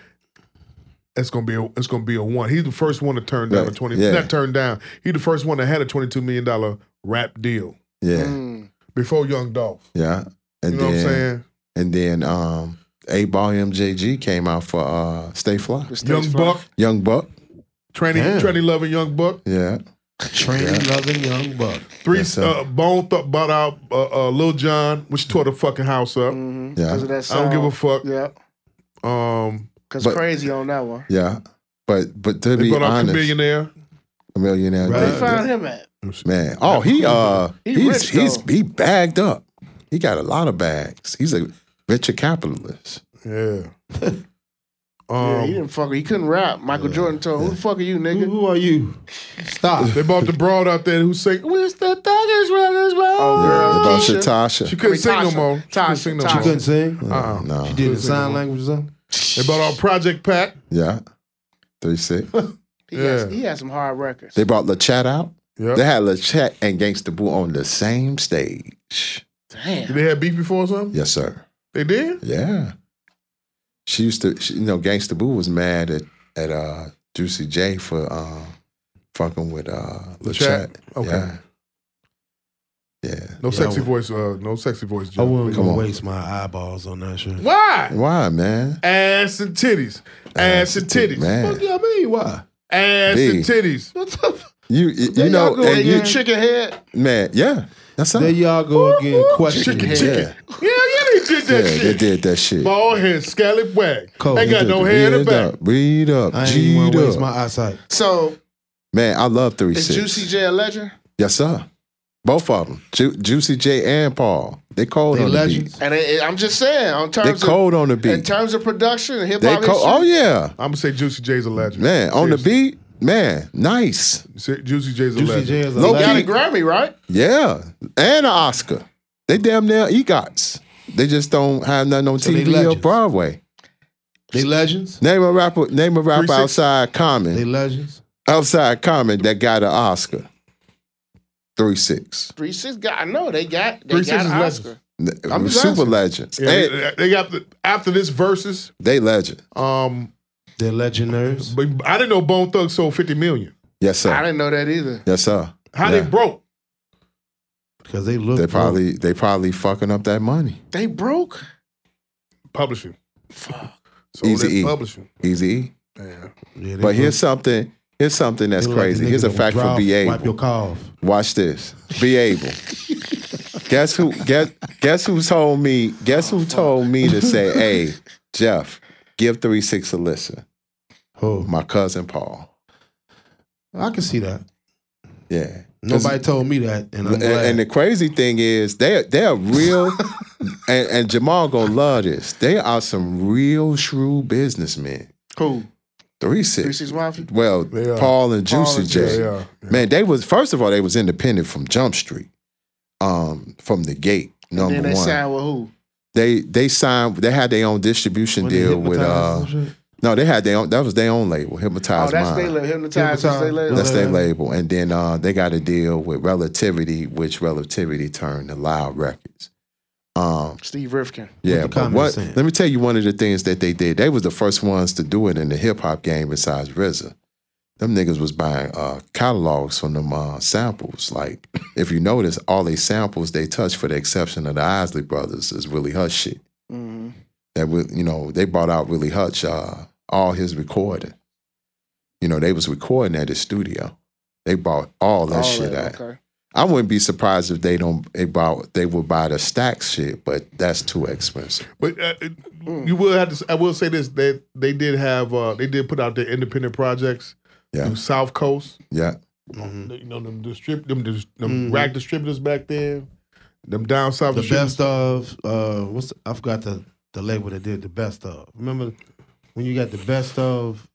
[SPEAKER 5] it's gonna be a, it's gonna be a one. He's the first one to turn down
[SPEAKER 6] Right,
[SPEAKER 5] a twenty,
[SPEAKER 6] yeah.
[SPEAKER 5] not turn down. He the first one that had a twenty two million dollar rap deal
[SPEAKER 6] Yeah,
[SPEAKER 2] Mm.
[SPEAKER 5] before Young Dolph.
[SPEAKER 6] yeah. And
[SPEAKER 5] You know what I'm
[SPEAKER 6] then
[SPEAKER 5] saying?
[SPEAKER 6] And then um, A Ball MJG came out for uh, Stay Fly.
[SPEAKER 2] The
[SPEAKER 5] Young
[SPEAKER 2] States Fly.
[SPEAKER 5] Buck,
[SPEAKER 6] Young Buck.
[SPEAKER 5] tranny,
[SPEAKER 7] Damn.
[SPEAKER 5] tranny loving Young Buck.
[SPEAKER 6] Yeah.
[SPEAKER 7] Training loving young buck.
[SPEAKER 5] Three
[SPEAKER 6] Yes, sir.
[SPEAKER 5] uh, bone th- butt out, uh, uh, Lil John, which tore the fucking house up.
[SPEAKER 2] Mhm,
[SPEAKER 6] Yeah.
[SPEAKER 2] 'cause of that
[SPEAKER 5] I don't
[SPEAKER 2] sound.
[SPEAKER 5] give a fuck.
[SPEAKER 2] Yeah,
[SPEAKER 5] Um,
[SPEAKER 2] because
[SPEAKER 6] But-
[SPEAKER 2] crazy on that one.
[SPEAKER 6] Yeah. But but to
[SPEAKER 5] they
[SPEAKER 6] be
[SPEAKER 5] brought out
[SPEAKER 6] honest,
[SPEAKER 5] Chameleonaire.
[SPEAKER 6] Chameleon
[SPEAKER 7] Right.
[SPEAKER 2] Where
[SPEAKER 6] right.
[SPEAKER 2] you found him at?
[SPEAKER 6] man. Oh, he uh
[SPEAKER 2] He
[SPEAKER 6] he's
[SPEAKER 2] rich, though.
[SPEAKER 6] he's he bagged up. He got a lot of bags. He's a venture capitalist.
[SPEAKER 5] Yeah.
[SPEAKER 2] yeah, he
[SPEAKER 5] Um,
[SPEAKER 2] didn't fuck. He couldn't rap. Michael Jordan told him, "Who the fuck are you,
[SPEAKER 7] Who,
[SPEAKER 2] nigga?"
[SPEAKER 7] who are you?
[SPEAKER 6] [laughs]
[SPEAKER 7] Stop.
[SPEAKER 5] they brought the broad out there who sang. Wish the thuggers run as well.
[SPEAKER 2] Oh,
[SPEAKER 6] Yeah,
[SPEAKER 2] girl,
[SPEAKER 6] about
[SPEAKER 2] Keisha.
[SPEAKER 6] Shatasha. Uh,
[SPEAKER 5] She couldn't
[SPEAKER 2] I mean,
[SPEAKER 5] sing no
[SPEAKER 2] Tasha.
[SPEAKER 5] more. She couldn't
[SPEAKER 2] Tasha,
[SPEAKER 5] sing no
[SPEAKER 2] Tasha.
[SPEAKER 5] more.
[SPEAKER 7] You couldn't sing?
[SPEAKER 5] Uh-uh.
[SPEAKER 6] No.
[SPEAKER 7] You did sign language or something?
[SPEAKER 5] They brought out Project Pat.
[SPEAKER 6] Yeah. Three six.
[SPEAKER 2] He, has,
[SPEAKER 5] Yeah.
[SPEAKER 2] he had some hard records.
[SPEAKER 6] They brought La Chat out.
[SPEAKER 5] Yep.
[SPEAKER 6] They had La Chat and Gangsta Boo on the same stage.
[SPEAKER 2] Damn.
[SPEAKER 5] Did they have beef before or something?
[SPEAKER 6] Yes, sir.
[SPEAKER 5] They did?
[SPEAKER 6] Yeah. She used to, she, you know, Gangsta Boo was mad at at uh, Juicy J for uh, fucking with uh, La
[SPEAKER 5] Chat?
[SPEAKER 6] Chat.
[SPEAKER 5] Okay.
[SPEAKER 6] Yeah. Yeah.
[SPEAKER 5] No
[SPEAKER 7] Yeah,
[SPEAKER 5] sexy
[SPEAKER 7] I would-
[SPEAKER 5] voice. Uh, no sexy voice.
[SPEAKER 7] I
[SPEAKER 5] Jim.
[SPEAKER 7] wouldn't
[SPEAKER 6] Come on.
[SPEAKER 7] waste my eyeballs on that shit.
[SPEAKER 5] Why?
[SPEAKER 6] Why, man?
[SPEAKER 5] Ass and titties. Ass and titties.
[SPEAKER 6] Man.
[SPEAKER 5] Fuck y'all mean? Why? Ass
[SPEAKER 6] Big.
[SPEAKER 5] and titties.
[SPEAKER 6] You you, you
[SPEAKER 2] There y'all
[SPEAKER 6] know,
[SPEAKER 2] go
[SPEAKER 6] and
[SPEAKER 2] again,
[SPEAKER 6] you,
[SPEAKER 2] chicken head.
[SPEAKER 6] man, yeah. That's
[SPEAKER 7] There
[SPEAKER 6] something.
[SPEAKER 7] y'all go again. Question.
[SPEAKER 5] Chicken,
[SPEAKER 6] Yeah.
[SPEAKER 5] chicken. Yeah, yeah, they did
[SPEAKER 6] Yeah,
[SPEAKER 5] that shit.
[SPEAKER 6] they did that shit.
[SPEAKER 5] Bald head, scallop wag.
[SPEAKER 7] Cold.
[SPEAKER 5] Ain't got
[SPEAKER 6] They
[SPEAKER 5] no
[SPEAKER 6] did-
[SPEAKER 5] hair in the
[SPEAKER 6] Breed
[SPEAKER 5] back.
[SPEAKER 6] up, breed up,
[SPEAKER 7] I ain't
[SPEAKER 6] G'd
[SPEAKER 7] want to waste
[SPEAKER 6] up.
[SPEAKER 7] my eyesight.
[SPEAKER 2] So
[SPEAKER 6] Man, I love three
[SPEAKER 2] is
[SPEAKER 6] six.
[SPEAKER 2] Juicy J a legend?
[SPEAKER 6] Yes, sir. Both of them, Ju- Juicy J and Paul. They cold
[SPEAKER 7] They
[SPEAKER 6] on
[SPEAKER 7] legends.
[SPEAKER 2] And it, it- I'm just saying, on
[SPEAKER 6] the beat.
[SPEAKER 2] terms
[SPEAKER 6] They cold on the
[SPEAKER 2] of in
[SPEAKER 6] beat.
[SPEAKER 2] terms of production and hip
[SPEAKER 6] They
[SPEAKER 2] hop,
[SPEAKER 6] cold. Oh yeah,
[SPEAKER 5] I'm gonna say Juicy J's a legend.
[SPEAKER 6] man. On the beat, man. Nice.
[SPEAKER 5] beat, Juicy J's a
[SPEAKER 7] Juicy
[SPEAKER 5] legend.
[SPEAKER 7] J is a
[SPEAKER 6] Low
[SPEAKER 2] he got a
[SPEAKER 7] legend.
[SPEAKER 6] key.
[SPEAKER 2] Grammy, right?
[SPEAKER 6] Yeah, and an Oscar. They damn near egots. They just don't have nothing on
[SPEAKER 7] So they
[SPEAKER 6] TV or
[SPEAKER 7] legends.
[SPEAKER 6] Broadway.
[SPEAKER 7] They legends.
[SPEAKER 6] Name a rapper. Name a rapper
[SPEAKER 5] Three Six-
[SPEAKER 6] outside Common.
[SPEAKER 7] They legends.
[SPEAKER 6] outside Common that got an Oscar. Three six.
[SPEAKER 2] Three Six got. I know they got. They
[SPEAKER 5] Three
[SPEAKER 2] got
[SPEAKER 5] Six is
[SPEAKER 2] Oscar.
[SPEAKER 5] legends.
[SPEAKER 6] Super
[SPEAKER 2] just asking.
[SPEAKER 6] legends.
[SPEAKER 5] Yeah,
[SPEAKER 6] And
[SPEAKER 5] they, they got the, after this versus.
[SPEAKER 6] they legend.
[SPEAKER 5] Um,
[SPEAKER 7] They legendaries.
[SPEAKER 5] but I didn't know Bone Thug sold fifty million.
[SPEAKER 6] Yes
[SPEAKER 2] I
[SPEAKER 6] sir.
[SPEAKER 2] didn't know that either.
[SPEAKER 6] Yes sir.
[SPEAKER 5] How
[SPEAKER 6] Yeah.
[SPEAKER 5] they broke?
[SPEAKER 7] Because they look.
[SPEAKER 6] They probably they probably fucking up that money.
[SPEAKER 2] They broke.
[SPEAKER 5] Publishing. So
[SPEAKER 6] Eazy-E.
[SPEAKER 5] publishing.
[SPEAKER 6] Easy.
[SPEAKER 5] Yeah.
[SPEAKER 7] Yeah, they
[SPEAKER 6] But
[SPEAKER 7] look-
[SPEAKER 6] here's something. Here's something
[SPEAKER 7] they
[SPEAKER 6] that's
[SPEAKER 7] look like
[SPEAKER 6] crazy.
[SPEAKER 7] the
[SPEAKER 6] Here's a
[SPEAKER 7] nigga that
[SPEAKER 6] fact
[SPEAKER 7] will
[SPEAKER 6] for
[SPEAKER 7] drive-
[SPEAKER 6] Be
[SPEAKER 7] Wipe your
[SPEAKER 6] Able.
[SPEAKER 7] car off.
[SPEAKER 6] Watch this. Be Able. guess who? Guess guess who told me? Guess who told me to say, "Hey, Jeff, give three six a listen."
[SPEAKER 7] Oh,
[SPEAKER 6] My cousin Paul.
[SPEAKER 7] I can see that.
[SPEAKER 6] Yeah. 'Cause-
[SPEAKER 7] Nobody told me that, and I'm
[SPEAKER 6] and,
[SPEAKER 7] glad.
[SPEAKER 6] and the crazy thing is they they're real and, and Jamal gonna love this. They are some real shrewd businessmen.
[SPEAKER 2] Who?
[SPEAKER 6] Three
[SPEAKER 2] Three
[SPEAKER 6] six.
[SPEAKER 2] Six Mafia.
[SPEAKER 6] Well,
[SPEAKER 5] They are.
[SPEAKER 6] Paul and
[SPEAKER 2] Paul
[SPEAKER 6] Juicy
[SPEAKER 2] and
[SPEAKER 6] J.
[SPEAKER 5] They are.
[SPEAKER 6] Man, they was first of all, they was independent from Jump Street. Um, from the gate, number
[SPEAKER 2] Then they
[SPEAKER 6] one.
[SPEAKER 2] signed with who?
[SPEAKER 6] they they signed they had their own distribution
[SPEAKER 7] When they
[SPEAKER 6] deal with
[SPEAKER 7] hypnotized
[SPEAKER 6] uh
[SPEAKER 7] and shit.
[SPEAKER 6] no, they had their own that was their own label,
[SPEAKER 2] Oh,
[SPEAKER 6] Hypnotize
[SPEAKER 2] that's
[SPEAKER 6] Mind.
[SPEAKER 2] they label. Hypnotized. That's they
[SPEAKER 7] Hypnotized.
[SPEAKER 2] label.
[SPEAKER 6] That's their
[SPEAKER 7] Yeah.
[SPEAKER 6] label. And then uh, they got a deal with Relativity, which Relativity turned to Loud Records. Um,
[SPEAKER 2] Steve Rifkin.
[SPEAKER 6] yeah,
[SPEAKER 7] the
[SPEAKER 6] but
[SPEAKER 7] comments
[SPEAKER 6] what,
[SPEAKER 7] saying.
[SPEAKER 6] let me tell you one of the things that they did. They was the first ones to do it in the hip hop game besides RZA. Them niggas was buying uh, catalogs from them uh, samples. Like, if you notice, all they samples they touched, for the exception of the Isley Brothers, is Willie Hutch shit.
[SPEAKER 2] Mhm.
[SPEAKER 6] That Wi- you know they brought out Willie Hutch uh, all his recording. You know they was recording at his studio. They bought all that
[SPEAKER 2] All
[SPEAKER 6] shit out.
[SPEAKER 2] Okay.
[SPEAKER 6] I wouldn't be surprised if they don't they bought they would buy the stacks shit, but that's too expensive.
[SPEAKER 5] But uh, it- you will have to. I will say this: that they, did have. Uh, they did put out their independent projects.
[SPEAKER 6] Yeah.
[SPEAKER 5] through South Coast.
[SPEAKER 6] Yeah, Mm-hmm.
[SPEAKER 7] Hmm.
[SPEAKER 5] You know them distrib- them, dis- them rack distributors back then. Them down south
[SPEAKER 7] The
[SPEAKER 5] distributors.
[SPEAKER 7] best of uh, what's I forgot the the label that did the best of. Remember when you got the best of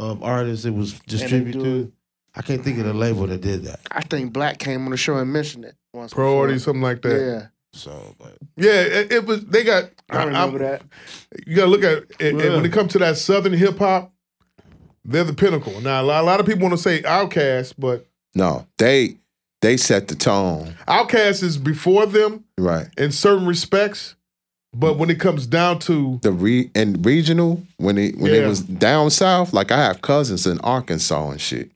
[SPEAKER 7] of artists? It was distributed.
[SPEAKER 2] do
[SPEAKER 7] through? I can't think of the label that did that.
[SPEAKER 2] I think Black came on the show and mentioned it. Once
[SPEAKER 5] priority,
[SPEAKER 2] before.
[SPEAKER 5] something like that.
[SPEAKER 2] Yeah,
[SPEAKER 7] So, but
[SPEAKER 5] Yeah, it, it was. They got.
[SPEAKER 2] I remember that.
[SPEAKER 5] You gotta look at it, and
[SPEAKER 7] Yeah.
[SPEAKER 5] when it comes to that southern hip hop, they're the pinnacle. Now a lot, a lot of people want to say Outkast, but
[SPEAKER 6] no, they they set the tone
[SPEAKER 5] Outkast is before them
[SPEAKER 6] right.
[SPEAKER 5] in certain respects. But when it comes down to
[SPEAKER 6] The re and regional when it when
[SPEAKER 5] Yeah.
[SPEAKER 6] it was down south, like I have cousins in Arkansas and shit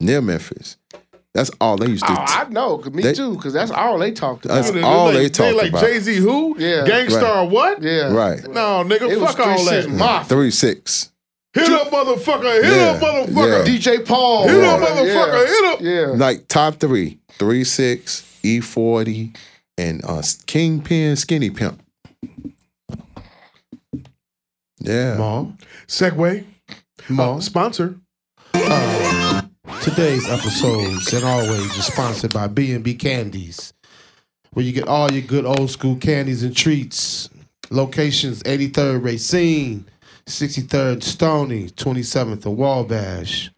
[SPEAKER 6] near Memphis. That's all they used to.
[SPEAKER 2] Oh, I know, 'cause me
[SPEAKER 6] They-
[SPEAKER 2] too, because that's all they talked about.
[SPEAKER 6] That's all they talked
[SPEAKER 5] like
[SPEAKER 6] about.
[SPEAKER 5] Jay Z, who?
[SPEAKER 2] Yeah.
[SPEAKER 5] Gangstar, what?
[SPEAKER 2] yeah,
[SPEAKER 6] right.
[SPEAKER 5] [laughs] No, nigga,
[SPEAKER 2] It was
[SPEAKER 5] fuck all
[SPEAKER 2] three
[SPEAKER 5] that.
[SPEAKER 2] six mafia.
[SPEAKER 6] Three six.
[SPEAKER 5] Hit up, motherfucker. Hit
[SPEAKER 6] Yeah,
[SPEAKER 5] up, motherfucker.
[SPEAKER 6] yeah.
[SPEAKER 2] DJ Paul.
[SPEAKER 5] Hit
[SPEAKER 2] Yeah.
[SPEAKER 5] up, motherfucker. Hit up.
[SPEAKER 2] Yeah. yeah.
[SPEAKER 6] Like top three. Three six, E forty, and uh Kingpin Skinny Pimp. Yeah.
[SPEAKER 7] Mom,
[SPEAKER 5] Segway.
[SPEAKER 7] mom.
[SPEAKER 5] Sponsor.
[SPEAKER 7] Today's episodes and always is sponsored by B&B Candies, where you get all your good old school candies and treats. Locations 83rd Racine, 63rd Stony, 27th and Wabash.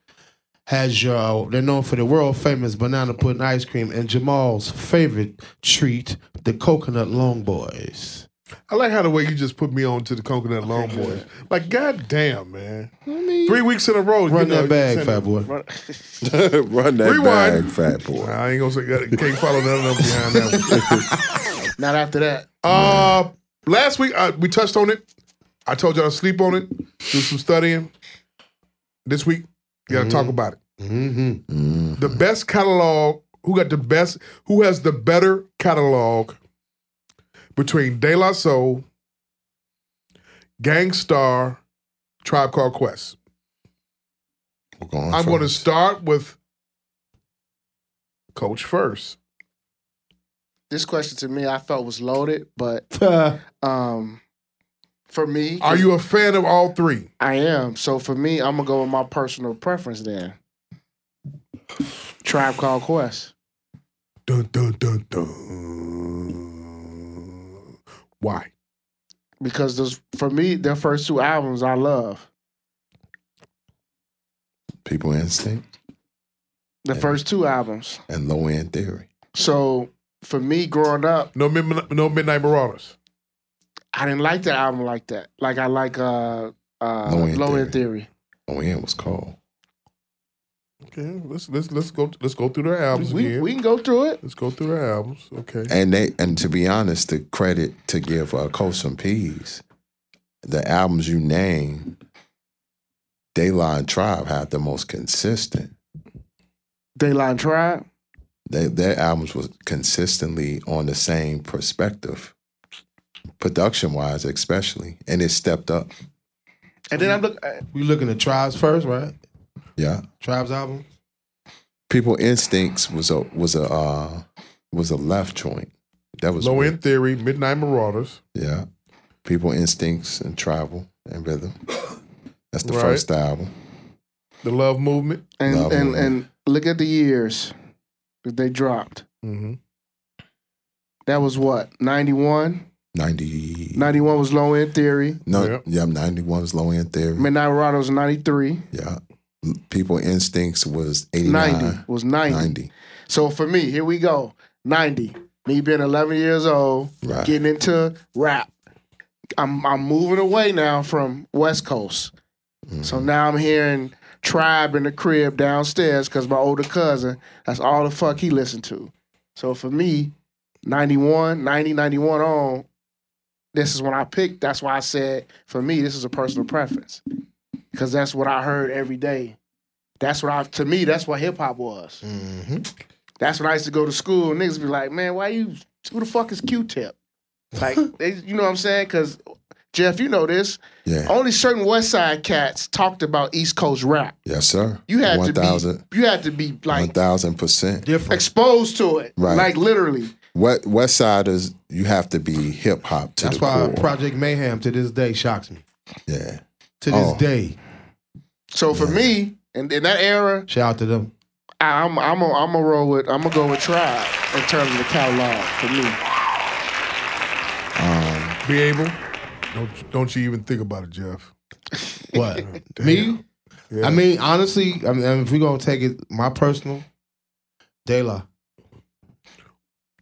[SPEAKER 7] Has your, they're known for the world famous banana pudding ice cream and Jamal's favorite treat, the coconut long boys.
[SPEAKER 5] I like how the way you just put me on to the Coconut Long Boys. Like, goddamn, man. Three weeks in a row.
[SPEAKER 7] Run
[SPEAKER 5] you know,
[SPEAKER 7] that bag,
[SPEAKER 5] send it-
[SPEAKER 7] fat boy.
[SPEAKER 6] [laughs] Run that
[SPEAKER 5] Rewind.
[SPEAKER 6] bag, fat boy.
[SPEAKER 5] I ain't gonna say can't follow nothing up behind that one.
[SPEAKER 2] Not after that.
[SPEAKER 5] Uh, last week uh, we touched on it. I told y'all to sleep on it, do some studying. This week, you gotta talk about it.
[SPEAKER 7] Mm-hmm.
[SPEAKER 5] The best catalog. Who got the best? Who has the better catalog between De La Soul, Gangstar, Tribe Called Quest?
[SPEAKER 6] We're going
[SPEAKER 5] I'm going to
[SPEAKER 6] first.
[SPEAKER 5] start with Coach first.
[SPEAKER 2] This question to me, I felt was loaded, but um, for me,
[SPEAKER 5] Are you a fan of all three?
[SPEAKER 2] I am. So for me, I'm gonna go with my personal preference then. Tribe Called Quest.
[SPEAKER 5] Dun dun dun dun. Why?
[SPEAKER 2] Because those for me, their first two albums I love.
[SPEAKER 6] People Instinct
[SPEAKER 2] The first two albums.
[SPEAKER 6] and Low End Theory.
[SPEAKER 2] So for me growing up,
[SPEAKER 5] No, Mid- no Midnight Marauders.
[SPEAKER 2] I didn't like that album like that. Like I like uh uh
[SPEAKER 6] Low
[SPEAKER 2] Low
[SPEAKER 6] End Theory.
[SPEAKER 2] End, Theory.
[SPEAKER 6] Low End was called.
[SPEAKER 5] Okay, let's let's let's go let's go through their albums
[SPEAKER 2] We,
[SPEAKER 5] again.
[SPEAKER 2] we can go through it.
[SPEAKER 5] let's go through their albums. Okay,
[SPEAKER 6] And they and to be honest, the credit to give uh, Coach some peas, the albums you name, Dayline Tribe had the most consistent.
[SPEAKER 2] Dayline Tribe.
[SPEAKER 6] They, their albums was consistently on the same perspective, production wise especially, and it stepped up.
[SPEAKER 5] Mm-hmm.
[SPEAKER 2] And then I'm look uh,
[SPEAKER 7] [laughs] We looking at Tribes first, right?
[SPEAKER 6] Yeah,
[SPEAKER 7] Tribes album?
[SPEAKER 6] People Instincts was a was a uh, was a left joint. That was
[SPEAKER 5] Low
[SPEAKER 6] weird.
[SPEAKER 5] End Theory, Midnight Marauders.
[SPEAKER 6] Yeah, People Instincts and Tribal and Rhythm. That's the
[SPEAKER 5] Right.
[SPEAKER 6] first album.
[SPEAKER 5] The Love Movement.
[SPEAKER 2] and
[SPEAKER 6] Love
[SPEAKER 2] and,
[SPEAKER 6] Movement.
[SPEAKER 2] and look at the years that they dropped.
[SPEAKER 5] Mm-hmm.
[SPEAKER 2] That was what? 91?
[SPEAKER 6] 90
[SPEAKER 2] 91 was Low End Theory.
[SPEAKER 6] No,
[SPEAKER 5] Yep.
[SPEAKER 6] yeah, 91 was low end theory.
[SPEAKER 2] Midnight Marauders was 93.
[SPEAKER 6] Yeah. People instincts was 89.
[SPEAKER 2] 90
[SPEAKER 6] 90.
[SPEAKER 2] was 90. So for me, here we go. 90. Me being 11 years old,
[SPEAKER 6] Right.
[SPEAKER 2] getting into rap. I'm I'm moving away now from West Coast. So now I'm hearing Tribe in the crib downstairs because my older cousin, that's all the fuck he listened to. So for me, 91, 90, 91 on, this is when I picked. That's why I said, for me, this is a personal preference. Because that's what I heard every day. That's what I, to me, that's what hip hop was. That's when I used to go to school. and Niggas be like, man, why you? Who the fuck is Q-Tip?
[SPEAKER 7] [laughs]
[SPEAKER 2] Like, they, you know what I'm saying? Because Jeff, you know this.
[SPEAKER 6] Yeah.
[SPEAKER 2] Only certain West Side cats talked about East Coast rap.
[SPEAKER 6] Yes, sir.
[SPEAKER 2] You had to
[SPEAKER 6] 1000
[SPEAKER 2] be, you had to be like
[SPEAKER 6] 1000%.
[SPEAKER 7] Different.
[SPEAKER 2] exposed to it,
[SPEAKER 6] Right.
[SPEAKER 2] like literally.
[SPEAKER 6] West, West Siders, you have to be hip hop to
[SPEAKER 7] That's
[SPEAKER 6] the
[SPEAKER 7] why
[SPEAKER 6] core.
[SPEAKER 7] Project Mayhem to this day shocks me.
[SPEAKER 6] yeah.
[SPEAKER 7] To this
[SPEAKER 6] Oh.
[SPEAKER 7] day,
[SPEAKER 2] So for me, and in that era,
[SPEAKER 7] shout out to them.
[SPEAKER 2] I- I'm I'm a, I'm a roll with I'm gonna go with Tribe in terms of the catalog for me.
[SPEAKER 5] Be able. Don't don't you even think about it, Jeff.
[SPEAKER 7] What me?
[SPEAKER 5] Yeah.
[SPEAKER 7] I mean, honestly, I mean, if we're gonna take it, my personal, De La.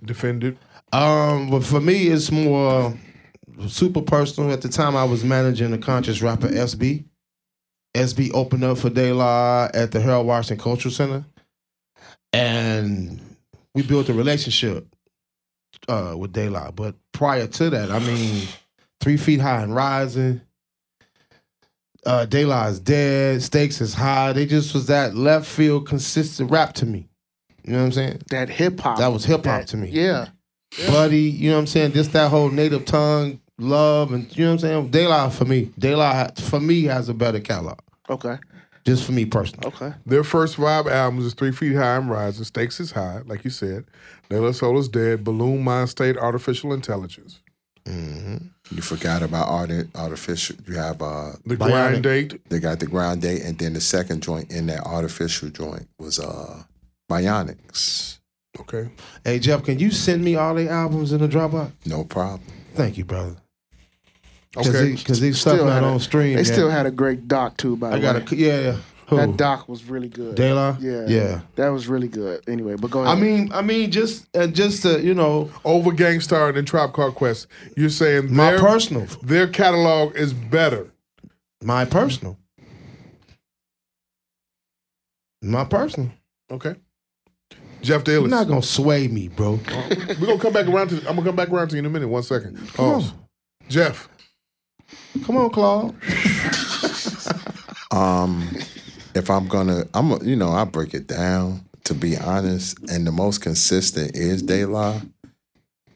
[SPEAKER 5] Defended.
[SPEAKER 7] Um, but for me, it's more super personal. At the time, I was managing the conscious rapper SB. SB opened up for De La at the Harold Washington Cultural Center, and we built a relationship uh, with De La. But prior to that, I mean, Three Feet High and Rising, uh, De La is dead, Stakes is high. They just was that left field consistent rap to me. You know what I'm saying?
[SPEAKER 2] That hip hop.
[SPEAKER 7] That was hip hop to me.
[SPEAKER 2] Yeah.
[SPEAKER 7] Buddy, you know what I'm saying? Just that whole native tongue love and you know what I'm saying? Daylight for me. Daylight for me has a better catalog.
[SPEAKER 2] Okay.
[SPEAKER 7] Just for me personally.
[SPEAKER 2] Okay.
[SPEAKER 5] Their first five albums is Three Feet High and Rising, Stakes is High, like you said. Nella Soul is Dead, Balloon Mind State, Artificial Intelligence.
[SPEAKER 6] You forgot about arti- artificial. You have uh,
[SPEAKER 5] The
[SPEAKER 7] Bionic.
[SPEAKER 5] Grind Date,
[SPEAKER 6] they got the ground date, and then the second joint in that artificial joint was uh, Bionics.
[SPEAKER 5] okay.
[SPEAKER 7] Hey Jeff, can you send me all the albums in the Dropbox?
[SPEAKER 6] No problem.
[SPEAKER 7] Thank you, brother. Because
[SPEAKER 5] Okay.
[SPEAKER 7] these stuff
[SPEAKER 2] Still
[SPEAKER 7] not
[SPEAKER 2] had a-
[SPEAKER 7] on stream.
[SPEAKER 2] They
[SPEAKER 7] yet.
[SPEAKER 2] still had a great doc too. By the
[SPEAKER 7] I got
[SPEAKER 2] way,
[SPEAKER 7] a yeah. yeah. Who?
[SPEAKER 2] that doc was really good.
[SPEAKER 7] Daylight?
[SPEAKER 2] Yeah.
[SPEAKER 7] Yeah.
[SPEAKER 2] That was really good. Anyway, but go ahead.
[SPEAKER 7] I mean, I mean, just uh, just to, you know,
[SPEAKER 5] Over Gangstar and then Tribe Called Quest. You're saying
[SPEAKER 7] my
[SPEAKER 5] their,
[SPEAKER 7] personal,
[SPEAKER 5] their catalog is better.
[SPEAKER 7] my personal, my personal.
[SPEAKER 5] Okay. Jeff Dalis.
[SPEAKER 7] You're not gonna sway me, bro.
[SPEAKER 2] Oh.
[SPEAKER 5] We're gonna come back around to I'm gonna come back around to you in a minute. One second. Pause. Jeff.
[SPEAKER 7] Come on, Claude.
[SPEAKER 6] Um, if I'm gonna, I'm a- you know I break it down to be honest, and the most consistent is De La,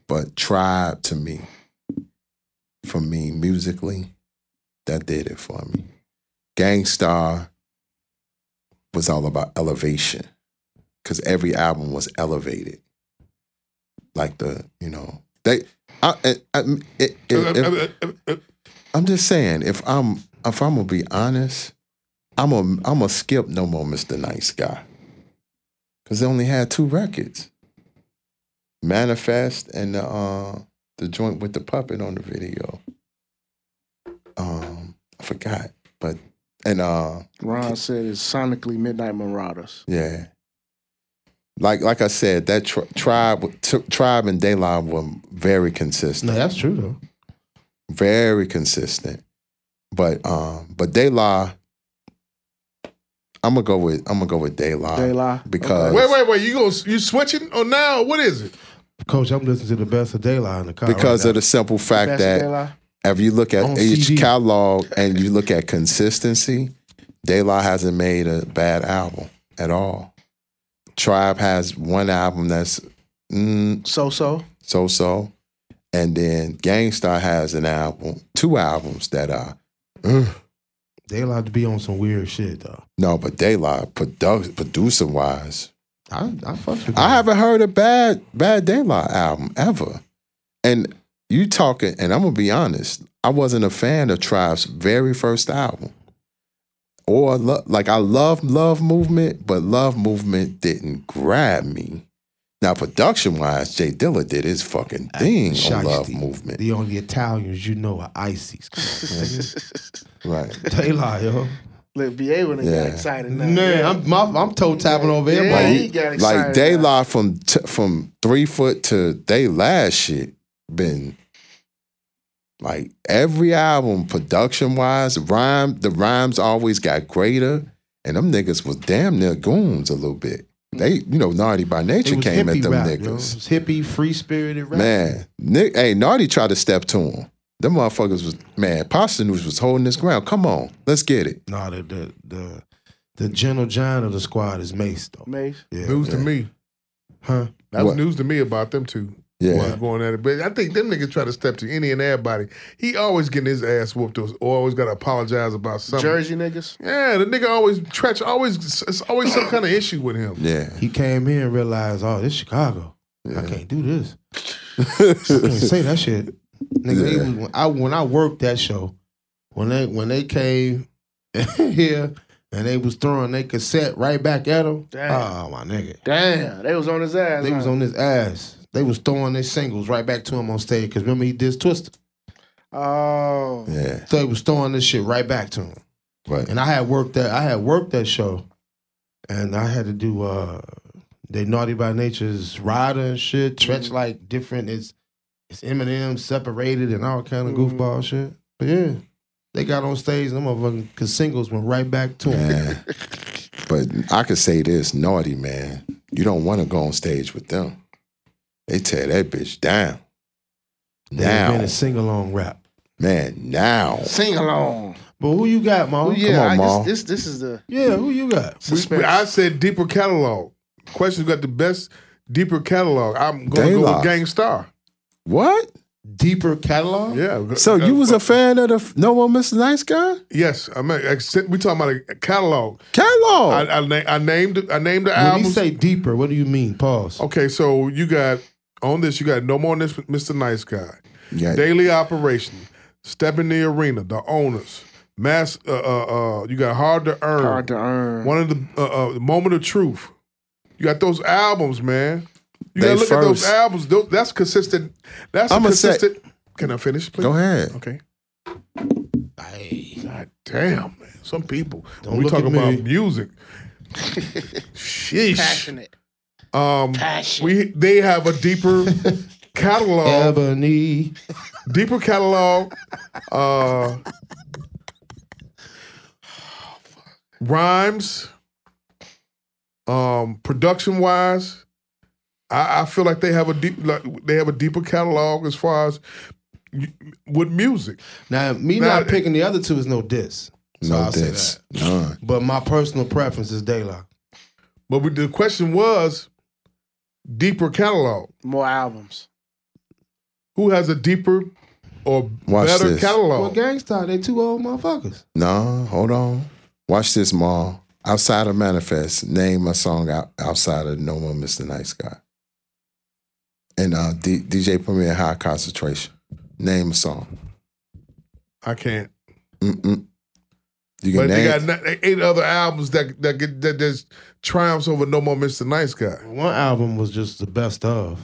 [SPEAKER 6] but Tribe to me, for me musically, that did it for me. Gangstar was all about elevation, because every album was elevated. Like the you know they, I, I, I it, it,
[SPEAKER 5] Uh,
[SPEAKER 6] it, I'm just saying, if I'm if I'm gonna be honest, I'm a I'm gonna skip no more Mr. Nice Guy. Cause they only had two records. Manifest and the uh the joint with the puppet on the video. Um I forgot, but and uh
[SPEAKER 2] Ron said it's sonically Midnight Marauders.
[SPEAKER 6] yeah. Like like I said, that tri- tribe t- tribe and Dayline were very consistent.
[SPEAKER 7] No, that's true though.
[SPEAKER 6] very consistent. But um, but De La, I'm gonna go with I'm gonna go with De La,
[SPEAKER 2] De La.
[SPEAKER 7] Uh,
[SPEAKER 6] because
[SPEAKER 5] Wait, wait, wait. You go you switching or now? What is it?
[SPEAKER 7] Coach, I'm listening to the best of Daylight in the car.
[SPEAKER 6] because
[SPEAKER 7] right
[SPEAKER 6] of the simple fact
[SPEAKER 2] Best De
[SPEAKER 6] that
[SPEAKER 2] La.
[SPEAKER 6] if you look
[SPEAKER 7] On
[SPEAKER 6] at each
[SPEAKER 7] CD.
[SPEAKER 6] catalog and you look at consistency, De La hasn't made a bad album at all. Tribe has one album that's mm,
[SPEAKER 2] So so.
[SPEAKER 6] so so, and then Gangstar has an album, two albums that are. mm,
[SPEAKER 7] now. Daylight to be on some weird shit though.
[SPEAKER 6] no, but De La produ- producer wise,
[SPEAKER 7] I I fucks
[SPEAKER 6] I
[SPEAKER 7] with. Daylight.
[SPEAKER 6] haven't heard a bad Bad Daylight album ever. And you talking, and I'm gonna be honest, I wasn't a fan of Tribe's very first album. Or lo- like I love Love Movement, but Love Movement didn't grab me. Now production wise, Jay Dilla did his fucking thing on
[SPEAKER 7] Shiesty.
[SPEAKER 6] Love Movement,
[SPEAKER 7] The only Italians you know are Icy's. [laughs]
[SPEAKER 6] right?
[SPEAKER 7] Daylight, yo.
[SPEAKER 2] Look, VA when they
[SPEAKER 6] Yeah.
[SPEAKER 2] got excited now.
[SPEAKER 7] Man, I'm my, I'm toe tapping over
[SPEAKER 2] Yeah.
[SPEAKER 7] here.
[SPEAKER 2] Like,
[SPEAKER 7] bro.
[SPEAKER 2] he got excited
[SPEAKER 6] Like they
[SPEAKER 2] now.
[SPEAKER 6] lie from t- from three foot to they last shit been like every album production wise rhyme the rhymes always got greater and them niggas was damn near goons a little bit. They you know naughty by
[SPEAKER 7] It
[SPEAKER 6] nature
[SPEAKER 7] was
[SPEAKER 6] came at
[SPEAKER 7] hippie
[SPEAKER 6] them
[SPEAKER 7] rap, yo. It
[SPEAKER 6] niggas
[SPEAKER 7] was hippie, free spirited rap.
[SPEAKER 6] man. Nick, hey naughty tried to step to him. Them motherfuckers was man. Pasta News was holding his ground. Come on, let's get it.
[SPEAKER 7] Nah, the the the, the general giant of the squad is Mace though.
[SPEAKER 2] Mace.
[SPEAKER 7] Yeah.
[SPEAKER 5] News to me.
[SPEAKER 7] Huh?
[SPEAKER 5] That was
[SPEAKER 6] What?
[SPEAKER 5] news to me about them two.
[SPEAKER 6] Yeah.
[SPEAKER 5] What's going at it? But I think them niggas try to step to any and everybody. He always getting his ass whooped or or always got to apologize about something.
[SPEAKER 2] Jersey niggas.
[SPEAKER 5] Yeah, the nigga always Tretch always it's always some kind of issue with him.
[SPEAKER 6] Yeah,
[SPEAKER 7] He came here and realized, oh, this Chicago. I can't do this. I can't say that shit. Nigga, they
[SPEAKER 6] Yeah.
[SPEAKER 7] was- when I when I worked that show, when they when they came [laughs] here and they was throwing their cassette right back at him.
[SPEAKER 2] Damn.
[SPEAKER 7] Oh my nigga.
[SPEAKER 2] Damn, they was on his ass.
[SPEAKER 7] They
[SPEAKER 2] huh?
[SPEAKER 7] was on his ass. They was throwing their singles right back to him on stage. Cause remember he did Twister.
[SPEAKER 2] Oh,
[SPEAKER 6] yeah,
[SPEAKER 7] So they was throwing this shit right back to him.
[SPEAKER 6] right.
[SPEAKER 7] And I had worked that I had worked that show, and I had to do uh they naughty by nature's rider and shit, Tretch like different. It's it's Eminem separated and all kind of goofball shit. But yeah, they got on stage. and Them motherfucking cause singles went right back to them.
[SPEAKER 6] Man. But I could say this, naughty man. You don't want to go on stage with them. They tear that bitch down.
[SPEAKER 7] Now been
[SPEAKER 6] Now,
[SPEAKER 7] a sing along rap.
[SPEAKER 6] man, now.
[SPEAKER 2] sing along.
[SPEAKER 7] But who you got, Mom?
[SPEAKER 2] Oh yeah,
[SPEAKER 6] on,
[SPEAKER 2] I
[SPEAKER 6] Ma.
[SPEAKER 2] just, this this is the
[SPEAKER 7] yeah, who you got?
[SPEAKER 5] We- we-
[SPEAKER 2] suspense.
[SPEAKER 5] I said deeper catalog. Questions got the best deeper catalog. I'm gonna go
[SPEAKER 6] Daylock.
[SPEAKER 5] with Gangstar.
[SPEAKER 6] What?
[SPEAKER 7] Deeper catalog?
[SPEAKER 5] Yeah.
[SPEAKER 6] So
[SPEAKER 5] Uh,
[SPEAKER 6] you was a fan of the f- No More Mr. Nice Guy
[SPEAKER 5] yes. I mean, except- we talking about a catalog.
[SPEAKER 6] catalog?
[SPEAKER 5] I, I, na- I named I named the
[SPEAKER 7] When
[SPEAKER 5] album.
[SPEAKER 7] you say deeper, what do you mean? Pause.
[SPEAKER 5] okay, so you got on this. You got No More Nis- Mr. Nice Guy.
[SPEAKER 6] yeah,
[SPEAKER 5] Daily Operation, Step in the Arena, The Owners, Mass. Uh, uh, uh, you got Hard to Earn,
[SPEAKER 2] Hard to earn.
[SPEAKER 5] One of the uh, uh, Moment of Truth. You got those albums, man. You
[SPEAKER 6] They
[SPEAKER 5] gotta look at those
[SPEAKER 6] first.
[SPEAKER 5] albums. Tho- That's consistent. That's
[SPEAKER 6] I'ma say-
[SPEAKER 5] consistent. Can I finish, please?
[SPEAKER 6] go ahead.
[SPEAKER 5] Okay. Hey, God damn, man. Some people.
[SPEAKER 7] Don't
[SPEAKER 5] when we
[SPEAKER 7] look
[SPEAKER 5] talk
[SPEAKER 7] at me.
[SPEAKER 5] about
[SPEAKER 7] [laughs]
[SPEAKER 5] music. Sheesh.
[SPEAKER 2] Passionate.
[SPEAKER 5] Um,
[SPEAKER 2] Passion.
[SPEAKER 5] we they have a
[SPEAKER 6] [laughs]
[SPEAKER 5] deeper catalog,
[SPEAKER 7] Ebony.
[SPEAKER 5] deeper catalog. Uh, rhymes, um, production wise, I, I feel like they have a deep, like, they have a deeper catalog as far as y- with music.
[SPEAKER 7] Now, me
[SPEAKER 5] Now-
[SPEAKER 7] not picking the other two is no diss. So
[SPEAKER 6] No
[SPEAKER 7] I'll say
[SPEAKER 6] diss.
[SPEAKER 7] that.
[SPEAKER 6] None.
[SPEAKER 7] But my personal preference is Daylight.
[SPEAKER 5] But we, the question was deeper catalog.
[SPEAKER 2] More albums.
[SPEAKER 5] Who has a deeper or
[SPEAKER 6] Watch
[SPEAKER 5] better
[SPEAKER 6] this.
[SPEAKER 7] Well,
[SPEAKER 5] catalog?
[SPEAKER 7] Gangsta, they two old motherfuckers.
[SPEAKER 6] No, hold on. Watch this, Maul. Outside of Manifest, name a song out, outside of No More Mr. Nice Guy. And uh, D- DJ Premier High Concentration. Name a song.
[SPEAKER 5] I can't.
[SPEAKER 6] Mm-mm. You can
[SPEAKER 5] But they
[SPEAKER 6] name
[SPEAKER 5] got ni- eight other albums that that get that just triumphs over No More Mr. Nice Guy.
[SPEAKER 7] One album was just the best of.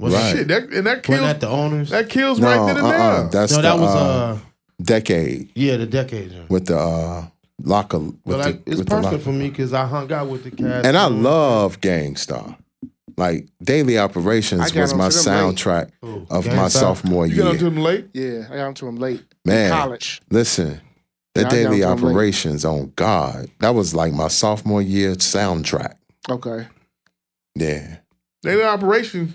[SPEAKER 7] Wasn't
[SPEAKER 6] Right.
[SPEAKER 5] Shit, that and that
[SPEAKER 7] it? Wasn't
[SPEAKER 5] kills
[SPEAKER 7] that the owners?
[SPEAKER 5] that kills
[SPEAKER 6] no,
[SPEAKER 5] right then and
[SPEAKER 6] uh-uh.
[SPEAKER 5] there.
[SPEAKER 6] That's
[SPEAKER 7] no,
[SPEAKER 6] the
[SPEAKER 7] that was
[SPEAKER 6] uh,
[SPEAKER 7] uh
[SPEAKER 6] decade
[SPEAKER 7] yeah, the decade. joint.
[SPEAKER 6] with the uh, locker. With
[SPEAKER 7] But
[SPEAKER 6] the,
[SPEAKER 7] like,
[SPEAKER 6] with
[SPEAKER 7] it's
[SPEAKER 6] the
[SPEAKER 7] personal
[SPEAKER 6] locker.
[SPEAKER 7] for me because I hung out with the cast.
[SPEAKER 6] And I
[SPEAKER 7] and-
[SPEAKER 6] love Gangstar. Like Daily
[SPEAKER 2] I
[SPEAKER 6] Operations
[SPEAKER 2] got
[SPEAKER 6] was
[SPEAKER 2] on
[SPEAKER 6] my
[SPEAKER 2] to them late.
[SPEAKER 6] soundtrack
[SPEAKER 7] Who?
[SPEAKER 6] of my
[SPEAKER 7] Gangstar?
[SPEAKER 6] sophomore
[SPEAKER 5] You
[SPEAKER 6] year.
[SPEAKER 5] got onto them late.
[SPEAKER 2] Yeah, I got into them late.
[SPEAKER 6] Man.
[SPEAKER 2] College.
[SPEAKER 6] Listen, the
[SPEAKER 2] Yeah, I
[SPEAKER 6] daily
[SPEAKER 2] downed him late.
[SPEAKER 6] operations on God. That was like my sophomore year soundtrack.
[SPEAKER 2] Okay.
[SPEAKER 6] Yeah.
[SPEAKER 5] They did operation.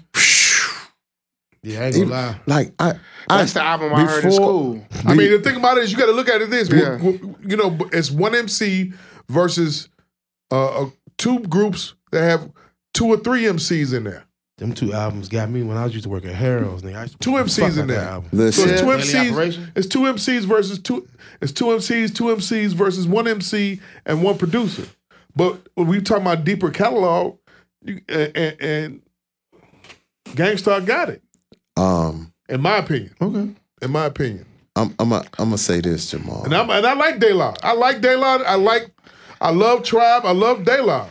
[SPEAKER 7] Yeah, I ain't gonna
[SPEAKER 6] Even-
[SPEAKER 7] lie.
[SPEAKER 6] Like I, I
[SPEAKER 2] That's the album I heard in
[SPEAKER 6] before-
[SPEAKER 2] school.
[SPEAKER 5] I mean, the thing about it is you got to look at it this.
[SPEAKER 2] Yeah.
[SPEAKER 5] W- w- You know, b- it's one MC versus uh, uh, two groups that have two or three MCs in there.
[SPEAKER 7] Them two albums got me when I used to work at Harold's. Nigga, I used to
[SPEAKER 5] Two MCs
[SPEAKER 7] fuck
[SPEAKER 5] in
[SPEAKER 7] like that
[SPEAKER 5] there.
[SPEAKER 7] album.
[SPEAKER 5] So
[SPEAKER 6] listen,
[SPEAKER 5] it's two
[SPEAKER 7] Daily
[SPEAKER 5] MCs.
[SPEAKER 7] Operation?
[SPEAKER 5] It's two MCs versus two. It's two MCs, two MCs versus one MC and one producer. But when we talking about deeper catalog, you, and, and, and Gangstar got it,
[SPEAKER 6] um,
[SPEAKER 5] in my opinion.
[SPEAKER 7] Okay.
[SPEAKER 5] In my opinion.
[SPEAKER 6] I'm I'm a, I'm gonna say this, Jamal.
[SPEAKER 5] And I'm and I like Dayla. I like Dayla. I like I love Tribe. I love Dayla.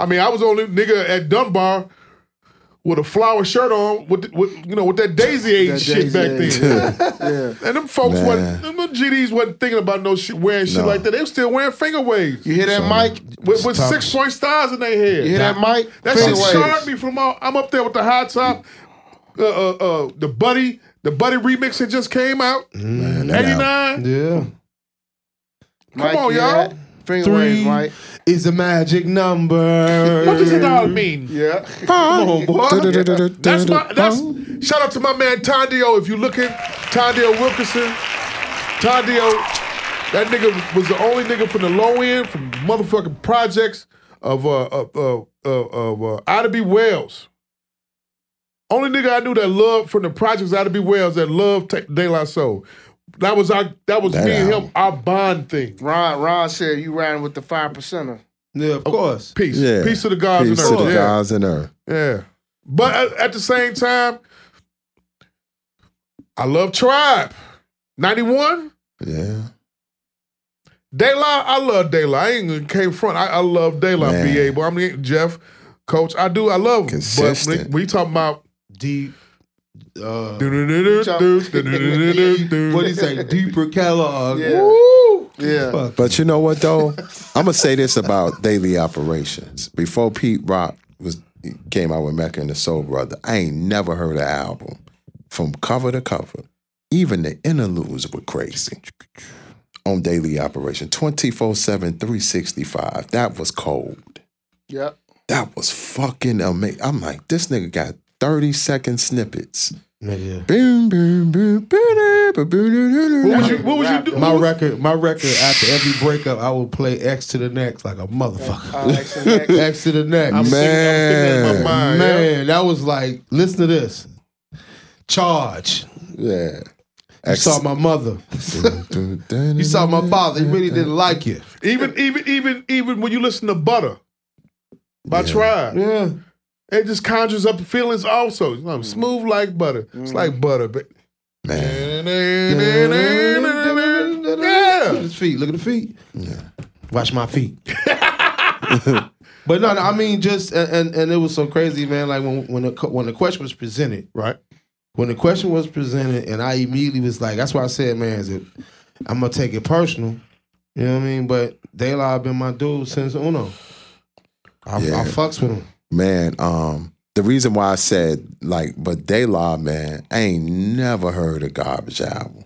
[SPEAKER 5] I mean, I was only nigga at Dunbar with a flower shirt on with, the- with you know with that Daisy age
[SPEAKER 2] That
[SPEAKER 5] shit
[SPEAKER 2] Jay-Z
[SPEAKER 5] back
[SPEAKER 2] is-
[SPEAKER 5] then.
[SPEAKER 2] yeah.
[SPEAKER 5] And them folks
[SPEAKER 6] Man.
[SPEAKER 5] wasn't them little GDs wasn't thinking about no shit wearing shit
[SPEAKER 6] No.
[SPEAKER 5] like that. They were still wearing finger waves
[SPEAKER 2] You hear that, Mike?
[SPEAKER 5] with, with
[SPEAKER 7] Talk
[SPEAKER 5] six
[SPEAKER 7] shit.
[SPEAKER 5] point stars in their head.
[SPEAKER 2] You hear that, Mike?
[SPEAKER 5] That shit
[SPEAKER 2] Finger waves.
[SPEAKER 5] scarred me from all. I'm up there with the high top, uh, uh, uh, the buddy, the buddy remix that just came out.
[SPEAKER 7] Mm-hmm.
[SPEAKER 6] Man, that
[SPEAKER 5] Eighty
[SPEAKER 6] album-
[SPEAKER 5] nine.
[SPEAKER 7] Yeah.
[SPEAKER 2] Mike,
[SPEAKER 5] Come on,
[SPEAKER 2] you hear
[SPEAKER 5] y'all.
[SPEAKER 2] that? Finger waves,
[SPEAKER 7] Three
[SPEAKER 2] Mike.
[SPEAKER 7] is a magic number.
[SPEAKER 5] What does it all mean?
[SPEAKER 2] Yeah.
[SPEAKER 5] Come on, boy.
[SPEAKER 6] Du-du-du-du-du-du-du.
[SPEAKER 5] That's my. That's shout out to my man Tondio. If you looking, Tondio Wilkinson, Tondio, that nigga was the only nigga from the low end from motherfucking projects of uh of uh, uh, of uh, Ida B Wells. Only nigga I knew that loved from the projects Ida B Wells that loved Ta- De La Soul. That was our. That was
[SPEAKER 6] That
[SPEAKER 5] me and him.
[SPEAKER 6] album.
[SPEAKER 5] Our bond thing.
[SPEAKER 2] Ron, Ron said you riding with the five percenter.
[SPEAKER 7] Yeah, of course.
[SPEAKER 5] Peace.
[SPEAKER 6] Yeah.
[SPEAKER 5] Peace to the gods
[SPEAKER 6] Peace
[SPEAKER 5] and
[SPEAKER 6] to
[SPEAKER 5] earth.
[SPEAKER 6] the
[SPEAKER 5] Yeah.
[SPEAKER 6] gods and earth.
[SPEAKER 5] Yeah. But at, at the same time, I love Tribe. 91,
[SPEAKER 6] Yeah.
[SPEAKER 5] Daylight. I love Daylight. I ain't gonna came front. I, I love Daylight,
[SPEAKER 6] Man.
[SPEAKER 5] BA. But I mean, Jeff, Coach, I do. I love him. But we,
[SPEAKER 6] Consistent.
[SPEAKER 5] we talking about. [laughs]
[SPEAKER 7] Deep. Uh, what do you
[SPEAKER 5] Woo!
[SPEAKER 7] say? Deeper catalog.
[SPEAKER 2] Yeah. Yeah.
[SPEAKER 7] Fuck.
[SPEAKER 6] But you know what though? I'm gonna say this about daily operations. Before Pete Rock was came out with Mecca and the Soul Brother, I ain't never heard an album from cover to cover. Even the interludes were crazy. On daily operation, 24 7, 365. That was cold.
[SPEAKER 2] Yep.
[SPEAKER 6] That was fucking amazing. I'm like, this nigga got 30 second snippets
[SPEAKER 7] Nigga.
[SPEAKER 6] Boom, boom, boom, boom, boom, boom, boom,
[SPEAKER 5] What
[SPEAKER 6] boom.
[SPEAKER 5] would you What would you do?
[SPEAKER 7] My record, my record. After every breakup, I would play X to the next like a motherfucker.
[SPEAKER 2] Uh, X and X.
[SPEAKER 7] X to the next.
[SPEAKER 5] I'm thinking- I'm thinking in my
[SPEAKER 6] Man.
[SPEAKER 5] mind, yeah.
[SPEAKER 7] Man, that was like, listen to this. Charge.
[SPEAKER 6] Yeah.
[SPEAKER 7] You saw my mother. [laughs] You saw my father. He really didn't like you.
[SPEAKER 5] Even even even even when you listen to Butter by Tribe,
[SPEAKER 7] Yeah.
[SPEAKER 5] it just conjures up feelings. Also, You
[SPEAKER 6] Mm.
[SPEAKER 5] know, smooth like butter. It's like butter, but
[SPEAKER 6] Man.
[SPEAKER 5] [laughs]
[SPEAKER 7] Look at
[SPEAKER 5] yeah.
[SPEAKER 7] his feet. Look at the feet. Watch my feet. [laughs] but no, no, I mean just and, and and it was so crazy, man. Like when when the co- when the question was presented,
[SPEAKER 5] Right.
[SPEAKER 7] when the question was presented, and I immediately was like, that's why I said, man, is it, I'm gonna take it personal. You know what I mean? But Dayla have been my dude since Uno. I,
[SPEAKER 6] Yeah.
[SPEAKER 7] I fucks with him.
[SPEAKER 6] Man, um, the reason why I said like, but De La, man, I ain't never heard a garbage album.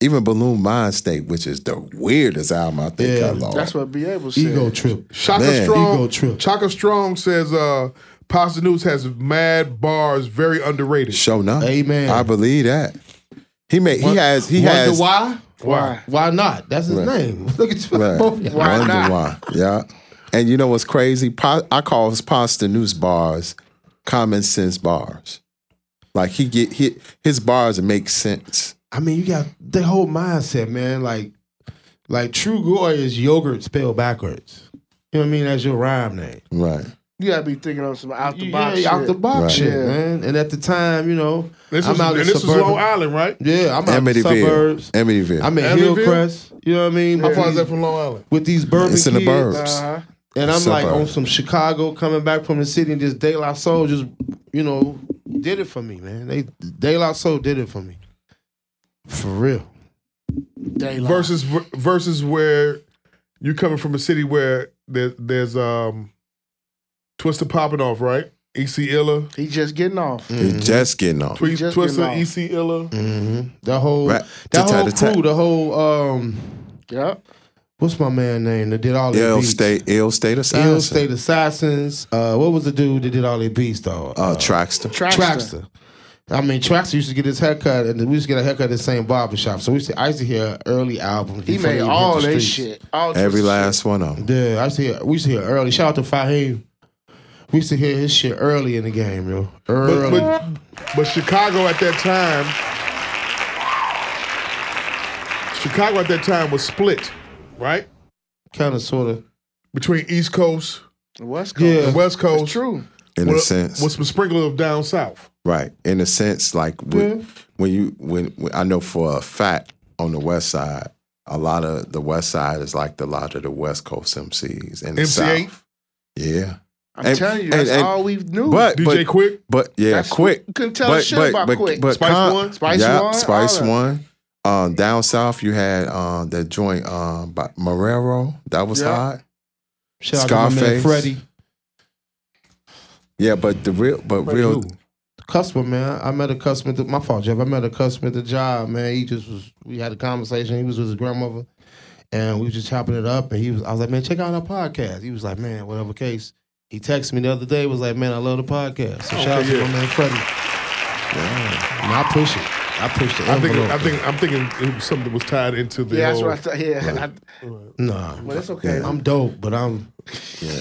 [SPEAKER 6] Even Balloon Mind State, which is the weirdest album I think
[SPEAKER 7] Yeah,
[SPEAKER 6] I lost.
[SPEAKER 2] That's what B able said.
[SPEAKER 7] Ego trip.
[SPEAKER 5] Shaka
[SPEAKER 6] Man.
[SPEAKER 7] Ego
[SPEAKER 5] Strong.
[SPEAKER 7] trip.
[SPEAKER 5] Chaka Strong says uh Pasta News has mad bars, very underrated.
[SPEAKER 6] Show enough.
[SPEAKER 7] Amen.
[SPEAKER 6] I believe that. He made he has he
[SPEAKER 7] Wonder
[SPEAKER 6] has
[SPEAKER 7] why?
[SPEAKER 2] Why?
[SPEAKER 7] Why not? That's his name. Look at
[SPEAKER 6] [laughs]
[SPEAKER 7] you.
[SPEAKER 6] Right.
[SPEAKER 7] both of y'all.
[SPEAKER 2] Why
[SPEAKER 6] Wonder
[SPEAKER 2] not?
[SPEAKER 6] why. Yeah. And you know what's crazy? Pa- I call his pasta news bars common sense bars. Like he get he, his bars make sense.
[SPEAKER 7] I mean, you got the whole mindset, man. Like, like True Gore is yogurt spelled backwards. You know what I mean? That's your rhyme name.
[SPEAKER 6] Right.
[SPEAKER 2] You gotta be thinking of some out the box.
[SPEAKER 7] yeah, out
[SPEAKER 2] shit.
[SPEAKER 7] the box
[SPEAKER 6] Right.
[SPEAKER 7] shit,
[SPEAKER 2] Yeah.
[SPEAKER 7] man. And at the time, you know,
[SPEAKER 5] This
[SPEAKER 7] I'm
[SPEAKER 5] is
[SPEAKER 7] out
[SPEAKER 5] and
[SPEAKER 7] in
[SPEAKER 5] this is
[SPEAKER 7] suburban-
[SPEAKER 5] Long Island, right?
[SPEAKER 7] yeah, I'm out in the
[SPEAKER 6] Amityville.
[SPEAKER 7] suburbs.
[SPEAKER 6] Amityville.
[SPEAKER 7] I'm in
[SPEAKER 5] Amityville?
[SPEAKER 7] Hillcrest. You know what I mean?
[SPEAKER 5] How
[SPEAKER 7] With
[SPEAKER 5] far is
[SPEAKER 7] these-
[SPEAKER 5] that from Long Island?
[SPEAKER 7] With these bourbon
[SPEAKER 6] it's in the
[SPEAKER 7] kids,
[SPEAKER 6] burbs.
[SPEAKER 2] Uh-huh.
[SPEAKER 7] and I'm like
[SPEAKER 6] Suburb.
[SPEAKER 7] on some Chicago, coming back from the city, and just De La Soul just, you know, did it for me, man. They De La Soul did it for me, for real.
[SPEAKER 2] Daylight.
[SPEAKER 5] Versus versus where you coming from a city where there, there's um Twister popping off, right? EC Illa,
[SPEAKER 2] he just getting off.
[SPEAKER 6] He just getting off.
[SPEAKER 5] Twi-
[SPEAKER 2] just
[SPEAKER 5] Twister,
[SPEAKER 2] getting off.
[SPEAKER 5] EC Illa.
[SPEAKER 7] Mm-hmm. The whole
[SPEAKER 6] Right.
[SPEAKER 7] that whole
[SPEAKER 6] Tit-tat-tat.
[SPEAKER 7] crew, the whole um,
[SPEAKER 2] Yep.
[SPEAKER 7] what's my man name that did all the
[SPEAKER 6] Ill
[SPEAKER 7] beats?
[SPEAKER 6] state ill state assassin.
[SPEAKER 7] Ill State Assassins. Uh, what was the dude that did all their beats though?
[SPEAKER 6] uh Traxton.
[SPEAKER 2] Traxter.
[SPEAKER 7] Traxter. I mean, Traxter used to get his haircut, and we used to get a haircut at the same barber shop. So we used to, I used to hear early albums.
[SPEAKER 2] He
[SPEAKER 7] before they
[SPEAKER 2] made
[SPEAKER 7] even
[SPEAKER 2] all
[SPEAKER 7] hit the
[SPEAKER 2] that
[SPEAKER 7] streets.
[SPEAKER 2] shit. All
[SPEAKER 6] Every
[SPEAKER 2] this
[SPEAKER 6] last one of them.
[SPEAKER 7] Yeah, I used to hear. We used to hear early. Shout out to Fahim. We used to hear his shit early in the game, yo. Early.
[SPEAKER 5] But, but but Chicago at that time, Chicago at that time was split, right?
[SPEAKER 7] kind of, sort of.
[SPEAKER 5] Between East Coast
[SPEAKER 2] Shit. West Coast.
[SPEAKER 7] Yeah.
[SPEAKER 5] and West Coast.
[SPEAKER 2] It's true.
[SPEAKER 6] In a
[SPEAKER 5] With,
[SPEAKER 6] sense.
[SPEAKER 5] with some sprinkle of down south.
[SPEAKER 6] Right. In a sense, like when, when you when, when I know for a fact on the west side, a lot of the west side is like the lot of the West Coast MCs and the
[SPEAKER 5] MC8?
[SPEAKER 6] South. Yeah.
[SPEAKER 2] I'm
[SPEAKER 6] And-
[SPEAKER 2] telling you,
[SPEAKER 6] and-
[SPEAKER 2] that's
[SPEAKER 6] and-
[SPEAKER 2] all we knew.
[SPEAKER 6] But
[SPEAKER 5] DJ
[SPEAKER 6] but,
[SPEAKER 5] Quick,
[SPEAKER 6] but yeah,
[SPEAKER 2] That's-
[SPEAKER 6] quick.
[SPEAKER 2] you couldn't tell a shit about Quick.
[SPEAKER 5] Spice One?
[SPEAKER 2] Spice
[SPEAKER 6] yeah,
[SPEAKER 2] One,
[SPEAKER 6] Spice
[SPEAKER 2] all that.
[SPEAKER 6] One. Oh. Um, down south, you had um, that joint um, by Marrero. That was
[SPEAKER 2] Yeah.
[SPEAKER 6] hot.
[SPEAKER 7] Shout out to my man
[SPEAKER 6] Scarface.
[SPEAKER 7] Freddie.
[SPEAKER 6] Yeah, but the real, but real,
[SPEAKER 7] customer, man. I met a customer. At the, my fault, Jeff. I met a customer at the job, man. He just was. We had a conversation. He was with his grandmother, and we was just chopping it up. And he was. I was like, man, check out our podcast. He was like, man, whatever case. He texted me the other day. Was like, man, I love the podcast. So shout out to my man Freddie. And I push it. I push it.
[SPEAKER 5] I think I think I'm thinking it was something that was tied into the
[SPEAKER 2] yeah, that's
[SPEAKER 5] whole
[SPEAKER 2] what I thought. Yeah.
[SPEAKER 7] Nah,
[SPEAKER 2] But it's okay.
[SPEAKER 7] I'm dope, but I'm.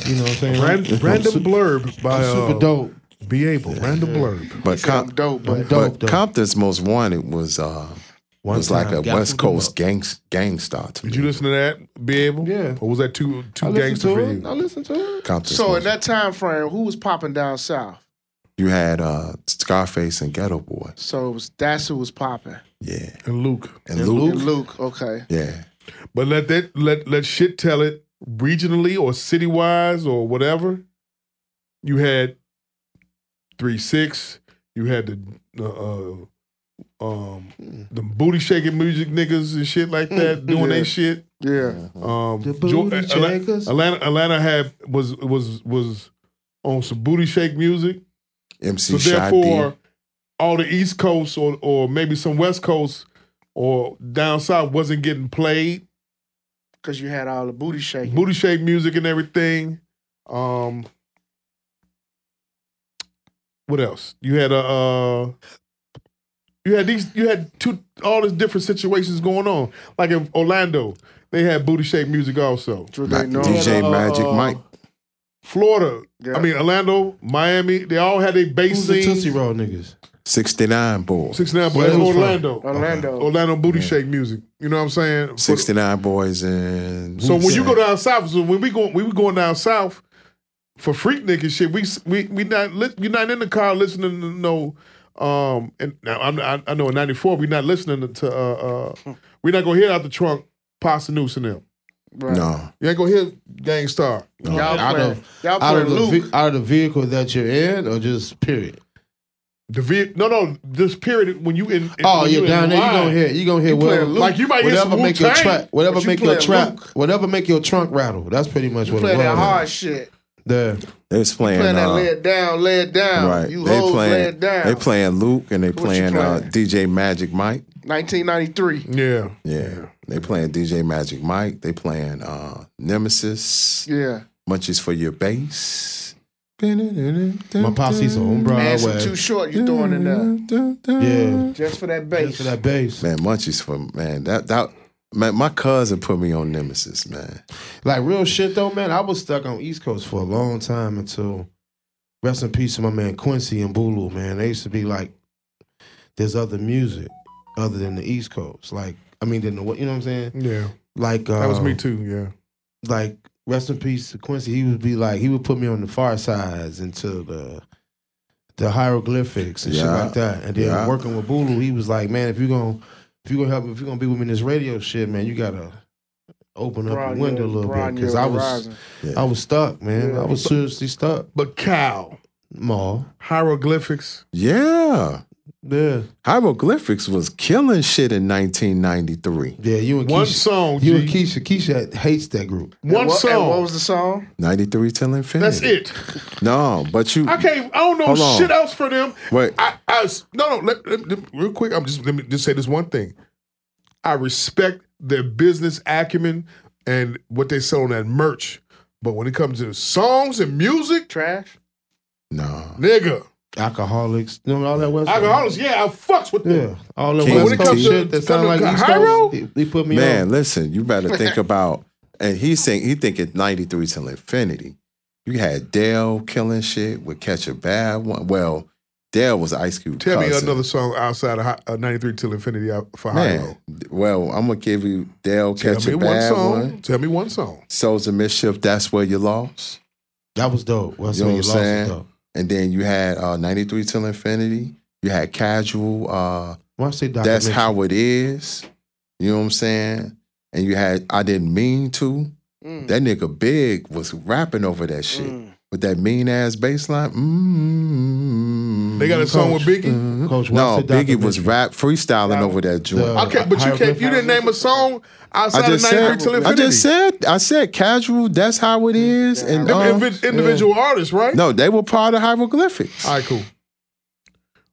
[SPEAKER 7] You know what I'm saying?
[SPEAKER 5] Ran- random blurb by
[SPEAKER 7] I'm super
[SPEAKER 5] uh,
[SPEAKER 7] dope.
[SPEAKER 5] Be able random blurb.
[SPEAKER 6] but
[SPEAKER 2] I'm
[SPEAKER 6] comp,
[SPEAKER 2] dope, but
[SPEAKER 7] I'm dope
[SPEAKER 6] but
[SPEAKER 7] though.
[SPEAKER 6] Compton's most wanted was uh,
[SPEAKER 7] One
[SPEAKER 6] was like
[SPEAKER 7] time,
[SPEAKER 6] a
[SPEAKER 7] got
[SPEAKER 6] West
[SPEAKER 7] some
[SPEAKER 6] Coast
[SPEAKER 7] dope.
[SPEAKER 6] gang gangsta to
[SPEAKER 5] Did
[SPEAKER 6] me.
[SPEAKER 5] you listen to that? Be able.
[SPEAKER 7] Yeah.
[SPEAKER 5] Or was that too
[SPEAKER 7] I
[SPEAKER 5] too
[SPEAKER 7] listened
[SPEAKER 5] gangster
[SPEAKER 7] to
[SPEAKER 5] for
[SPEAKER 7] it. I
[SPEAKER 5] you?
[SPEAKER 7] listened to it.
[SPEAKER 6] Compton's
[SPEAKER 2] so in
[SPEAKER 6] most-
[SPEAKER 2] that time frame, who was popping down south?
[SPEAKER 6] you had uh, Scarface and Ghetto Boys.
[SPEAKER 2] So it was, that's who was popping.
[SPEAKER 6] Yeah,
[SPEAKER 5] And Luke.
[SPEAKER 6] and, Luke.
[SPEAKER 2] And Luke, okay.
[SPEAKER 6] Yeah,
[SPEAKER 5] But let that let let shit tell it regionally or city wise or whatever. You had three six. You had the uh, uh, um
[SPEAKER 7] Mm.
[SPEAKER 5] the booty shaking music niggas and shit like that
[SPEAKER 7] [laughs]
[SPEAKER 5] doing
[SPEAKER 2] Yeah.
[SPEAKER 5] they shit.
[SPEAKER 2] Yeah.
[SPEAKER 6] Uh-huh.
[SPEAKER 5] Um,
[SPEAKER 7] The
[SPEAKER 5] Jo-
[SPEAKER 7] booty
[SPEAKER 5] Atla-
[SPEAKER 7] shakers.
[SPEAKER 5] Atlanta Atlanta had was was was on some booty shake music.
[SPEAKER 6] MC
[SPEAKER 5] So
[SPEAKER 6] Shy
[SPEAKER 5] therefore,
[SPEAKER 6] D.
[SPEAKER 5] all the East Coast or or maybe some West Coast or down south wasn't getting played.
[SPEAKER 2] Because you had all the booty shaking.
[SPEAKER 5] Booty shake music and everything. Um, what else? You had a uh, You had these. You had two all these different situations going on. Like in Orlando, they had booty shaped music also.
[SPEAKER 6] Ma- DJ
[SPEAKER 5] Uh,
[SPEAKER 6] Magic Mike.
[SPEAKER 5] Florida,
[SPEAKER 2] Yeah.
[SPEAKER 5] I mean Orlando, Miami, they all had their bass
[SPEAKER 7] Who's the Tootsie
[SPEAKER 5] scene.
[SPEAKER 7] Roll niggas?
[SPEAKER 6] 69 boys.
[SPEAKER 5] Six nine, but
[SPEAKER 7] Where
[SPEAKER 5] that's
[SPEAKER 7] they was from?
[SPEAKER 5] Orlando.
[SPEAKER 2] Orlando.
[SPEAKER 5] Orlando booty shake music. You know what I'm saying? For-
[SPEAKER 6] 69 boys and
[SPEAKER 5] So when you go down south, so when we go, we were going down south for freak nigga shit. We we we not li- we not in the car listening to no. Um, and now I'm, I, I know in '94 we not listening to. uh, uh We're not gonna hear out the trunk Pasta Noose and them.
[SPEAKER 2] Right.
[SPEAKER 6] No.
[SPEAKER 5] You ain't gonna hear Gang Star.
[SPEAKER 2] Y'all
[SPEAKER 7] Out
[SPEAKER 2] playing,
[SPEAKER 7] of-
[SPEAKER 2] y'all
[SPEAKER 7] Out of
[SPEAKER 2] playing
[SPEAKER 7] the
[SPEAKER 2] Luke.
[SPEAKER 7] ve- out of the vehicle that you're in, or just period.
[SPEAKER 5] The vi- no no this period when you in. in-
[SPEAKER 7] Oh
[SPEAKER 5] when
[SPEAKER 7] yeah,
[SPEAKER 5] you in
[SPEAKER 7] down there you
[SPEAKER 5] line,
[SPEAKER 7] gonna hear you gonna hear
[SPEAKER 5] You playing
[SPEAKER 7] whatever
[SPEAKER 5] Luke. Like, you might hear
[SPEAKER 7] whatever
[SPEAKER 5] some
[SPEAKER 7] make your
[SPEAKER 5] Wu-Tang,
[SPEAKER 7] trap whatever
[SPEAKER 2] but you
[SPEAKER 7] make your
[SPEAKER 2] playing
[SPEAKER 7] trap
[SPEAKER 2] Luke.
[SPEAKER 7] whatever make your trunk rattle. That's pretty much what it
[SPEAKER 2] Playing
[SPEAKER 7] was.
[SPEAKER 2] that hard shit.
[SPEAKER 7] The-
[SPEAKER 6] They was playing,
[SPEAKER 2] Playing that
[SPEAKER 6] uh,
[SPEAKER 2] lay it down, lay it down.
[SPEAKER 6] right.
[SPEAKER 2] You
[SPEAKER 6] they
[SPEAKER 2] hoes lay it
[SPEAKER 6] playing
[SPEAKER 2] down.
[SPEAKER 6] they playing Luke and they
[SPEAKER 2] you
[SPEAKER 6] playing, uh,
[SPEAKER 2] playing?
[SPEAKER 6] DJ Magic Mike.
[SPEAKER 2] 1993.
[SPEAKER 5] Yeah,
[SPEAKER 6] Yeah. They playing DJ Magic Mike. They playing uh, Nemesis.
[SPEAKER 2] Yeah.
[SPEAKER 6] Munchies for your bass.
[SPEAKER 7] my posse's on
[SPEAKER 2] And some
[SPEAKER 7] Broadway.
[SPEAKER 2] too short you throwing in there.
[SPEAKER 7] Yeah,
[SPEAKER 2] Just for that
[SPEAKER 7] Just
[SPEAKER 2] bass.
[SPEAKER 7] for that bass.
[SPEAKER 6] Man, Munchies for man, that that man, my cousin put me on Nemesis, man.
[SPEAKER 7] Like real shit though, man. I was stuck on East Coast for a long time until rest in peace to my man Quincy and Bulu, man. They used to be like, there's other music other than the East Coast. Like, I mean, than the what you know what I'm saying?
[SPEAKER 5] yeah.
[SPEAKER 7] Like, uh,
[SPEAKER 5] That was me too. Yeah.
[SPEAKER 7] Like, rest in peace to Quincy. He would be like, he would put me on the Far Sides into the the hieroglyphics and shit
[SPEAKER 6] Yeah.
[SPEAKER 7] like that. And then
[SPEAKER 6] Yeah.
[SPEAKER 7] working with Bulu, he was like, man, if you're gonna if you're gonna help, if you're gonna be with me in this radio shit, man, you gotta open up
[SPEAKER 2] Broaden
[SPEAKER 7] the window
[SPEAKER 2] your-
[SPEAKER 7] a little bit
[SPEAKER 2] broaden
[SPEAKER 7] because
[SPEAKER 2] your
[SPEAKER 7] I was.
[SPEAKER 2] horizon.
[SPEAKER 7] I
[SPEAKER 6] Oh.
[SPEAKER 7] was stuck, man.
[SPEAKER 2] Yeah.
[SPEAKER 7] I was seriously stuck.
[SPEAKER 5] But Cal
[SPEAKER 7] Ma.
[SPEAKER 5] hieroglyphics.
[SPEAKER 6] Yeah.
[SPEAKER 7] Yeah.
[SPEAKER 6] Hieroglyphics was killing shit in 1993.
[SPEAKER 7] Yeah, you and
[SPEAKER 5] One
[SPEAKER 7] Keisha.
[SPEAKER 5] song.
[SPEAKER 7] You and
[SPEAKER 5] G.
[SPEAKER 7] Keisha. Keisha hates that group.
[SPEAKER 5] One
[SPEAKER 2] and what, And what
[SPEAKER 5] song.
[SPEAKER 2] was the song?
[SPEAKER 6] 93 till infinity.
[SPEAKER 5] That's it.
[SPEAKER 6] No, but you.
[SPEAKER 5] I can't. I don't know
[SPEAKER 6] Hold on.
[SPEAKER 5] shit else for them.
[SPEAKER 6] Wait.
[SPEAKER 5] I, I s- no no. Let, let- let- real quick, I'm just let me just say this one thing. I respect their business acumen and what they sell on that merch, but when it comes to songs and music,
[SPEAKER 2] Trash?
[SPEAKER 6] No.
[SPEAKER 5] nigga,
[SPEAKER 7] Alcoholics. You know all that West
[SPEAKER 5] alcoholics, yeah, I fucks with them.
[SPEAKER 7] Yeah. All that
[SPEAKER 6] King
[SPEAKER 7] West
[SPEAKER 6] When it
[SPEAKER 7] Coast
[SPEAKER 6] comes to-
[SPEAKER 7] shit that sound
[SPEAKER 5] comes
[SPEAKER 7] like
[SPEAKER 5] to
[SPEAKER 7] East
[SPEAKER 5] Cairo?
[SPEAKER 7] Coast. He, he put me
[SPEAKER 6] Man,
[SPEAKER 7] on.
[SPEAKER 6] listen, you better
[SPEAKER 5] [laughs]
[SPEAKER 6] think about. And he's saying he think it's 93 till infinity. You had Dale killing shit with Catch a Bad One. Well, Dale was Ice Cube.
[SPEAKER 5] Tell me
[SPEAKER 6] cousin.
[SPEAKER 5] another song outside of hi- uh, '93 till infinity out for High
[SPEAKER 6] Man, well, I'm gonna give you Dale
[SPEAKER 5] Tell
[SPEAKER 6] Catch
[SPEAKER 5] me
[SPEAKER 6] a
[SPEAKER 5] one
[SPEAKER 6] Bad
[SPEAKER 5] song.
[SPEAKER 6] One.
[SPEAKER 5] Tell me one song.
[SPEAKER 6] Souls of Mischief. That's where you lost.
[SPEAKER 7] That was dope. That's
[SPEAKER 6] You know
[SPEAKER 7] when
[SPEAKER 6] what
[SPEAKER 7] you
[SPEAKER 6] I'm
[SPEAKER 7] lost it,
[SPEAKER 6] saying?
[SPEAKER 7] though.
[SPEAKER 6] And then you had uh, 93 till infinity. You had Casual. Uh,
[SPEAKER 7] Watch that documentary.
[SPEAKER 6] that's how it is. You know what I'm saying? And you had I didn't mean to.
[SPEAKER 2] Mm.
[SPEAKER 6] That nigga Big was rapping over that shit
[SPEAKER 2] Mm.
[SPEAKER 6] with that mean ass bass line. mm
[SPEAKER 5] They got a song with Biggie.
[SPEAKER 6] Mhm.
[SPEAKER 7] Coach,
[SPEAKER 6] No,
[SPEAKER 7] watch the
[SPEAKER 6] Biggie was
[SPEAKER 7] documentary.
[SPEAKER 6] rap freestyling
[SPEAKER 2] Yeah.
[SPEAKER 6] over that joint.
[SPEAKER 7] The-
[SPEAKER 5] Okay, but you can't. You didn't name a song outside
[SPEAKER 6] I just
[SPEAKER 5] of '93
[SPEAKER 6] said,
[SPEAKER 5] till
[SPEAKER 6] I
[SPEAKER 5] infinity.
[SPEAKER 6] just said, I said, casual. That's
[SPEAKER 2] Mm.
[SPEAKER 6] how it is. And
[SPEAKER 5] Them
[SPEAKER 6] um,
[SPEAKER 5] invi- individual artists, right?
[SPEAKER 6] no, they were part of hieroglyphics.
[SPEAKER 5] All right, cool.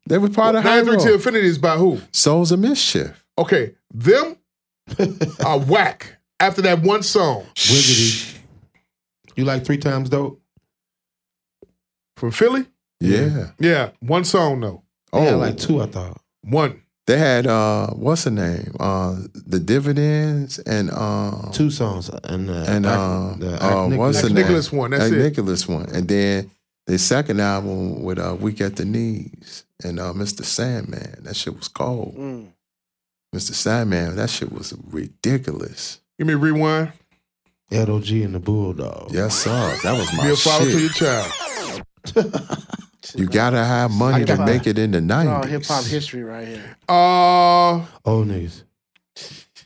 [SPEAKER 6] They were part of
[SPEAKER 5] 93 till
[SPEAKER 6] hieroglyphics.
[SPEAKER 5] infinity is by who?
[SPEAKER 6] Souls of mischief.
[SPEAKER 5] Okay,
[SPEAKER 6] [laughs]
[SPEAKER 5] them are whack after that one song
[SPEAKER 7] Wiggity. You like three times dope?
[SPEAKER 5] from Philly.
[SPEAKER 6] Yeah.
[SPEAKER 5] Yeah, one song though.
[SPEAKER 6] Oh,
[SPEAKER 7] Yeah, like two, I thought.
[SPEAKER 5] One.
[SPEAKER 6] They had uh what's her name? Uh the dividends and uh
[SPEAKER 7] Two songs. And, uh,
[SPEAKER 6] and
[SPEAKER 7] Act-
[SPEAKER 6] uh,
[SPEAKER 7] the Act
[SPEAKER 6] uh what's
[SPEAKER 7] Nicholas.
[SPEAKER 6] her
[SPEAKER 5] Act
[SPEAKER 6] name?
[SPEAKER 5] Nicholas one, that's
[SPEAKER 6] Act
[SPEAKER 5] it.
[SPEAKER 6] Nicholas one. And then the second album with uh Week at the Knees and uh Mr. Sandman. That shit was cold.
[SPEAKER 2] Mm.
[SPEAKER 6] Mr. Sandman, that shit was ridiculous.
[SPEAKER 5] Give me rewind.
[SPEAKER 7] LOG and the Bulldog.
[SPEAKER 6] Yes, sir. That was
[SPEAKER 5] Be
[SPEAKER 6] my
[SPEAKER 5] a father to
[SPEAKER 6] Oh, shit.
[SPEAKER 5] your child.
[SPEAKER 6] You gotta have money to
[SPEAKER 2] got-
[SPEAKER 6] make it in the
[SPEAKER 2] Oh,
[SPEAKER 6] nineties.
[SPEAKER 2] hip hop history right here.
[SPEAKER 5] Uh,
[SPEAKER 7] Old niggas.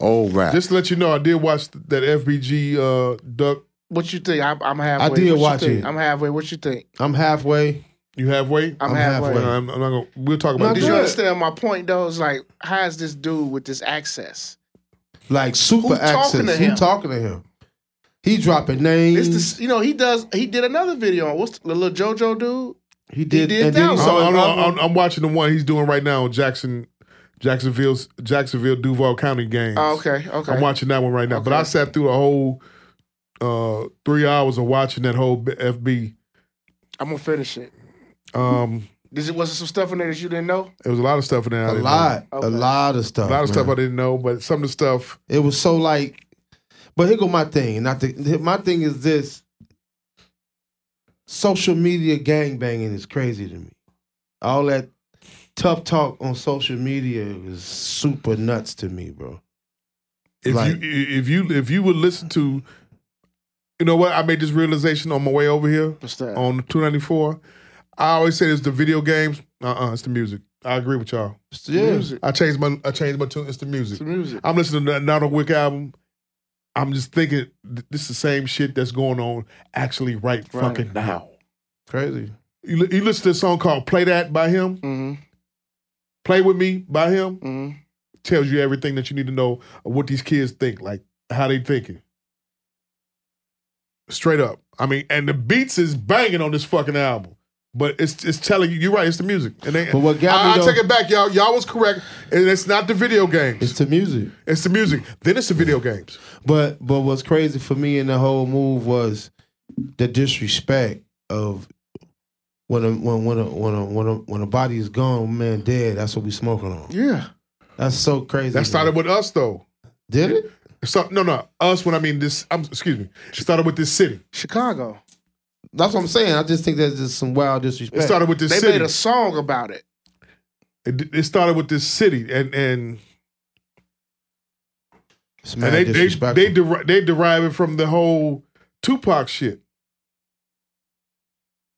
[SPEAKER 6] Old rap.
[SPEAKER 5] just to let you know, I did watch that FBG uh, duck.
[SPEAKER 2] What you think? I'm, I'm halfway.
[SPEAKER 7] I did
[SPEAKER 2] What you
[SPEAKER 7] watch
[SPEAKER 2] think?
[SPEAKER 7] it.
[SPEAKER 2] I'm halfway. What you think?
[SPEAKER 7] I'm halfway.
[SPEAKER 5] You halfway.
[SPEAKER 2] I'm,
[SPEAKER 7] I'm
[SPEAKER 2] halfway.
[SPEAKER 7] halfway.
[SPEAKER 5] I'm, I'm not gonna. We'll talk about
[SPEAKER 7] Not
[SPEAKER 2] Did
[SPEAKER 5] this.
[SPEAKER 2] you
[SPEAKER 7] good.
[SPEAKER 2] understand my point though? It's like, how is this dude with this access?
[SPEAKER 7] Like super
[SPEAKER 2] Who talking to
[SPEAKER 7] access.
[SPEAKER 2] him?
[SPEAKER 7] He talking to him. He dropping names.
[SPEAKER 2] It's this, you know, he does. He did another video on what's the little JoJo dude?
[SPEAKER 7] he did.
[SPEAKER 2] he did
[SPEAKER 7] and then he
[SPEAKER 5] I'm,
[SPEAKER 2] that one.
[SPEAKER 7] saw
[SPEAKER 5] I'm-
[SPEAKER 7] another
[SPEAKER 5] I'm- I'm watching the one he's doing right now on Jackson, Jacksonville's Jacksonville Duval County games.
[SPEAKER 2] Oh, okay, okay.
[SPEAKER 5] I'm watching that one right now. But
[SPEAKER 2] Okay.
[SPEAKER 5] I sat through a whole uh, three hours of watching that whole B- FB.
[SPEAKER 2] I'm gonna finish it.
[SPEAKER 5] Um,
[SPEAKER 2] Did it, was there some stuff in there that you didn't know?
[SPEAKER 5] It was a lot of stuff in
[SPEAKER 2] Oh,
[SPEAKER 5] there. I
[SPEAKER 7] A
[SPEAKER 5] didn't know.
[SPEAKER 7] lot,
[SPEAKER 2] Okay.
[SPEAKER 7] a lot of stuff.
[SPEAKER 5] A lot of
[SPEAKER 7] man.
[SPEAKER 5] stuff I didn't know, but some of the stuff.
[SPEAKER 7] It was so like, but here go my thing. Not the, my thing is this: social media gangbanging is crazy to me. All that tough talk on social media is super nuts to me, bro.
[SPEAKER 5] If
[SPEAKER 7] Right.
[SPEAKER 5] you if you if you would listen to, you know what? I made this realization on my way over here
[SPEAKER 2] What's that?
[SPEAKER 7] Oh,
[SPEAKER 5] on two ninety four. I always say it's the video games. Uh uh it's the music. I agree with y'all.
[SPEAKER 7] Yeah,
[SPEAKER 2] Music.
[SPEAKER 5] I changed my I changed my tune. It's the music.
[SPEAKER 2] It's music.
[SPEAKER 5] I'm listening to that Not a Wick album. I'm just thinking th- this is the same shit that's going on actually right,
[SPEAKER 2] Right.
[SPEAKER 5] fucking now.
[SPEAKER 7] crazy.
[SPEAKER 5] You, li- you listen to a song called "Play That" by him.
[SPEAKER 2] Mm-hmm.
[SPEAKER 5] "Play with Me" by him
[SPEAKER 2] Mm-hmm.
[SPEAKER 5] tells you everything that you need to know of what these kids think, like how they thinking. Straight up, I mean, and the beats is banging on this fucking album, but it's it's telling you you're right. It's the music, and they,
[SPEAKER 7] But what got
[SPEAKER 5] I,
[SPEAKER 7] me
[SPEAKER 5] I
[SPEAKER 7] though-
[SPEAKER 5] take it back, y'all. Y'all was correct, and it's not the video games.
[SPEAKER 7] It's to music.
[SPEAKER 5] It's the music. Then it's the video games.
[SPEAKER 7] But but what's crazy for me in the whole move was the disrespect of when a when when a, when a, when a, when a body is gone, man, dead. That's what we smoking on.
[SPEAKER 2] Yeah.
[SPEAKER 7] That's so crazy.
[SPEAKER 5] That started
[SPEAKER 7] man.
[SPEAKER 5] with us though.
[SPEAKER 7] did it?
[SPEAKER 5] So, no, no, us. When I mean this, I'm, excuse me. It started with this city.
[SPEAKER 2] Chicago.
[SPEAKER 7] That's what I'm saying. I just think that's just some wild
[SPEAKER 5] It
[SPEAKER 7] disrespect.
[SPEAKER 5] started with this
[SPEAKER 2] They
[SPEAKER 5] city.
[SPEAKER 2] made a song about it.
[SPEAKER 5] it, it started with this city, and and,
[SPEAKER 7] It's
[SPEAKER 5] and
[SPEAKER 7] mad
[SPEAKER 5] they they
[SPEAKER 7] disrespectful.
[SPEAKER 5] they, deri- they derive it from the whole Tupac shit.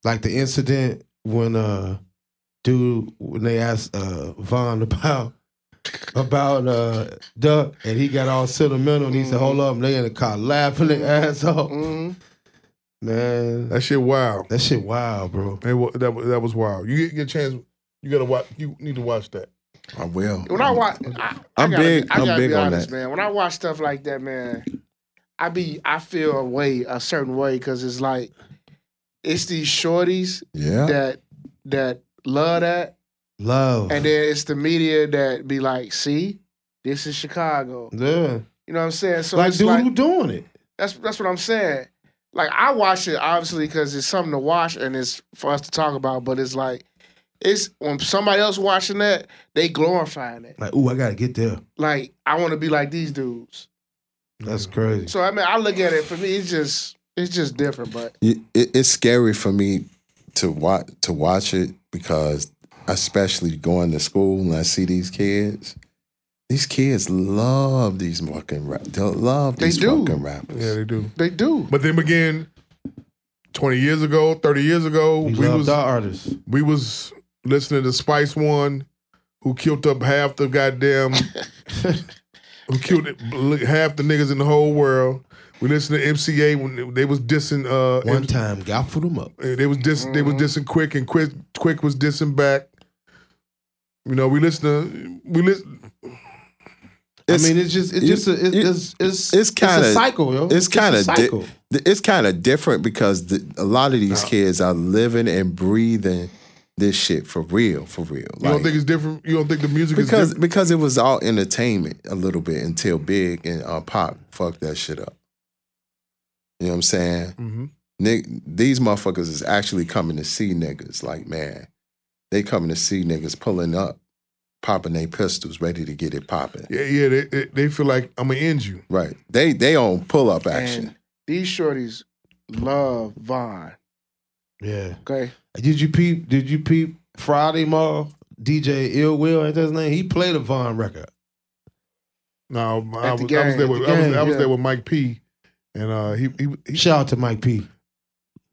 [SPEAKER 7] like the incident when uh dude when they asked uh Von [laughs] about about uh Duck and he got all sentimental and he said, Hold up, and they in the car laughing their ass off.
[SPEAKER 2] Mm-hmm.
[SPEAKER 7] Man.
[SPEAKER 5] That shit wild.
[SPEAKER 7] That shit wild, bro.
[SPEAKER 5] It wa- that wa- that was wild. You get, get a chance. You gotta watch. You need to watch that.
[SPEAKER 6] I will.
[SPEAKER 2] When I watch, I, I
[SPEAKER 6] I'm
[SPEAKER 2] gotta
[SPEAKER 6] big-
[SPEAKER 2] Be, I
[SPEAKER 6] I'm
[SPEAKER 2] gotta
[SPEAKER 6] big
[SPEAKER 2] be
[SPEAKER 6] on
[SPEAKER 2] honest,
[SPEAKER 6] that.
[SPEAKER 2] man. When I watch stuff like that, man, I be I feel a way, a certain way, because it's like it's these shorties
[SPEAKER 6] Yeah.
[SPEAKER 2] that that love that,
[SPEAKER 7] Love.
[SPEAKER 2] and then it's the media that be like, "See, this is Chicago."
[SPEAKER 7] yeah.
[SPEAKER 2] You know what I'm saying? So
[SPEAKER 7] like
[SPEAKER 2] it's
[SPEAKER 7] dude
[SPEAKER 2] like
[SPEAKER 7] who doing it.
[SPEAKER 2] that's that's what I'm saying. Like I watch it obviously because it's something to watch and it's for us to talk about, but it's like. It's when somebody else watching that, they glorifying it.
[SPEAKER 7] Like, ooh, I gotta get there.
[SPEAKER 2] Like, I want to be like these dudes.
[SPEAKER 7] That's crazy.
[SPEAKER 2] So I mean, I look at it for me. It's just it's just different, but
[SPEAKER 6] it, it- it's scary for me to watch to watch it because especially going to school and I see these kids. These kids love these fucking rap. They love
[SPEAKER 2] They
[SPEAKER 6] these
[SPEAKER 2] do.
[SPEAKER 6] fucking rappers.
[SPEAKER 5] Yeah, they do.
[SPEAKER 2] they do.
[SPEAKER 5] But then again, twenty years ago, thirty years ago,
[SPEAKER 7] We,
[SPEAKER 5] we,
[SPEAKER 7] love
[SPEAKER 5] was
[SPEAKER 7] our artists.
[SPEAKER 5] we was listening to Spice One, who killed up half the
[SPEAKER 2] [laughs]
[SPEAKER 5] goddamn, who killed it- half the niggas in the whole world. We listened to MCA when they was dissing. Uh,
[SPEAKER 7] One
[SPEAKER 5] M- eh,
[SPEAKER 7] time gobbled them up.
[SPEAKER 5] they was diss, they
[SPEAKER 2] Mm-hmm.
[SPEAKER 5] was dissing Quick, and Quick Quick was dissing back. You know, we listen to we listen.
[SPEAKER 6] It's-
[SPEAKER 7] I mean, it's just, it's
[SPEAKER 6] you-
[SPEAKER 7] just, a, it's,
[SPEAKER 6] you-
[SPEAKER 7] it's, it's,
[SPEAKER 6] it's
[SPEAKER 7] it's
[SPEAKER 6] kinda-
[SPEAKER 7] a cycle, yo.
[SPEAKER 6] It's kind
[SPEAKER 7] a
[SPEAKER 6] of di-
[SPEAKER 7] cycle.
[SPEAKER 6] th- it's kind of different because the, a lot of these kids are living and breathing this shit for real, for real.
[SPEAKER 5] You don't think it's different? You don't think the music is
[SPEAKER 6] because
[SPEAKER 5] different?
[SPEAKER 6] because it was all entertainment a little bit until Big and uh, Pop fucked that shit up. You know what I'm saying?
[SPEAKER 5] Mm-hmm.
[SPEAKER 6] Nick, these motherfuckers is actually coming to see niggas. Like man, they coming to see niggas pulling up, popping their pistols, ready to get it popping.
[SPEAKER 5] Yeah, yeah. They, they they feel like I'm gonna end you.
[SPEAKER 6] Right? They they on pull up action.
[SPEAKER 2] And these shorties love Vaughn.
[SPEAKER 7] Yeah.
[SPEAKER 2] Okay,
[SPEAKER 7] Did you peep? Did you peep? Friday Mall DJ Ill Will, ain't that his name? He played a Von record.
[SPEAKER 5] No, I
[SPEAKER 2] At
[SPEAKER 5] was, I was
[SPEAKER 2] the game,
[SPEAKER 5] there
[SPEAKER 2] at
[SPEAKER 5] with
[SPEAKER 2] the
[SPEAKER 5] I was,
[SPEAKER 2] game,
[SPEAKER 5] I was
[SPEAKER 2] yeah.
[SPEAKER 5] there with Mike P, and uh, he, he he
[SPEAKER 7] Shout out to Mike P.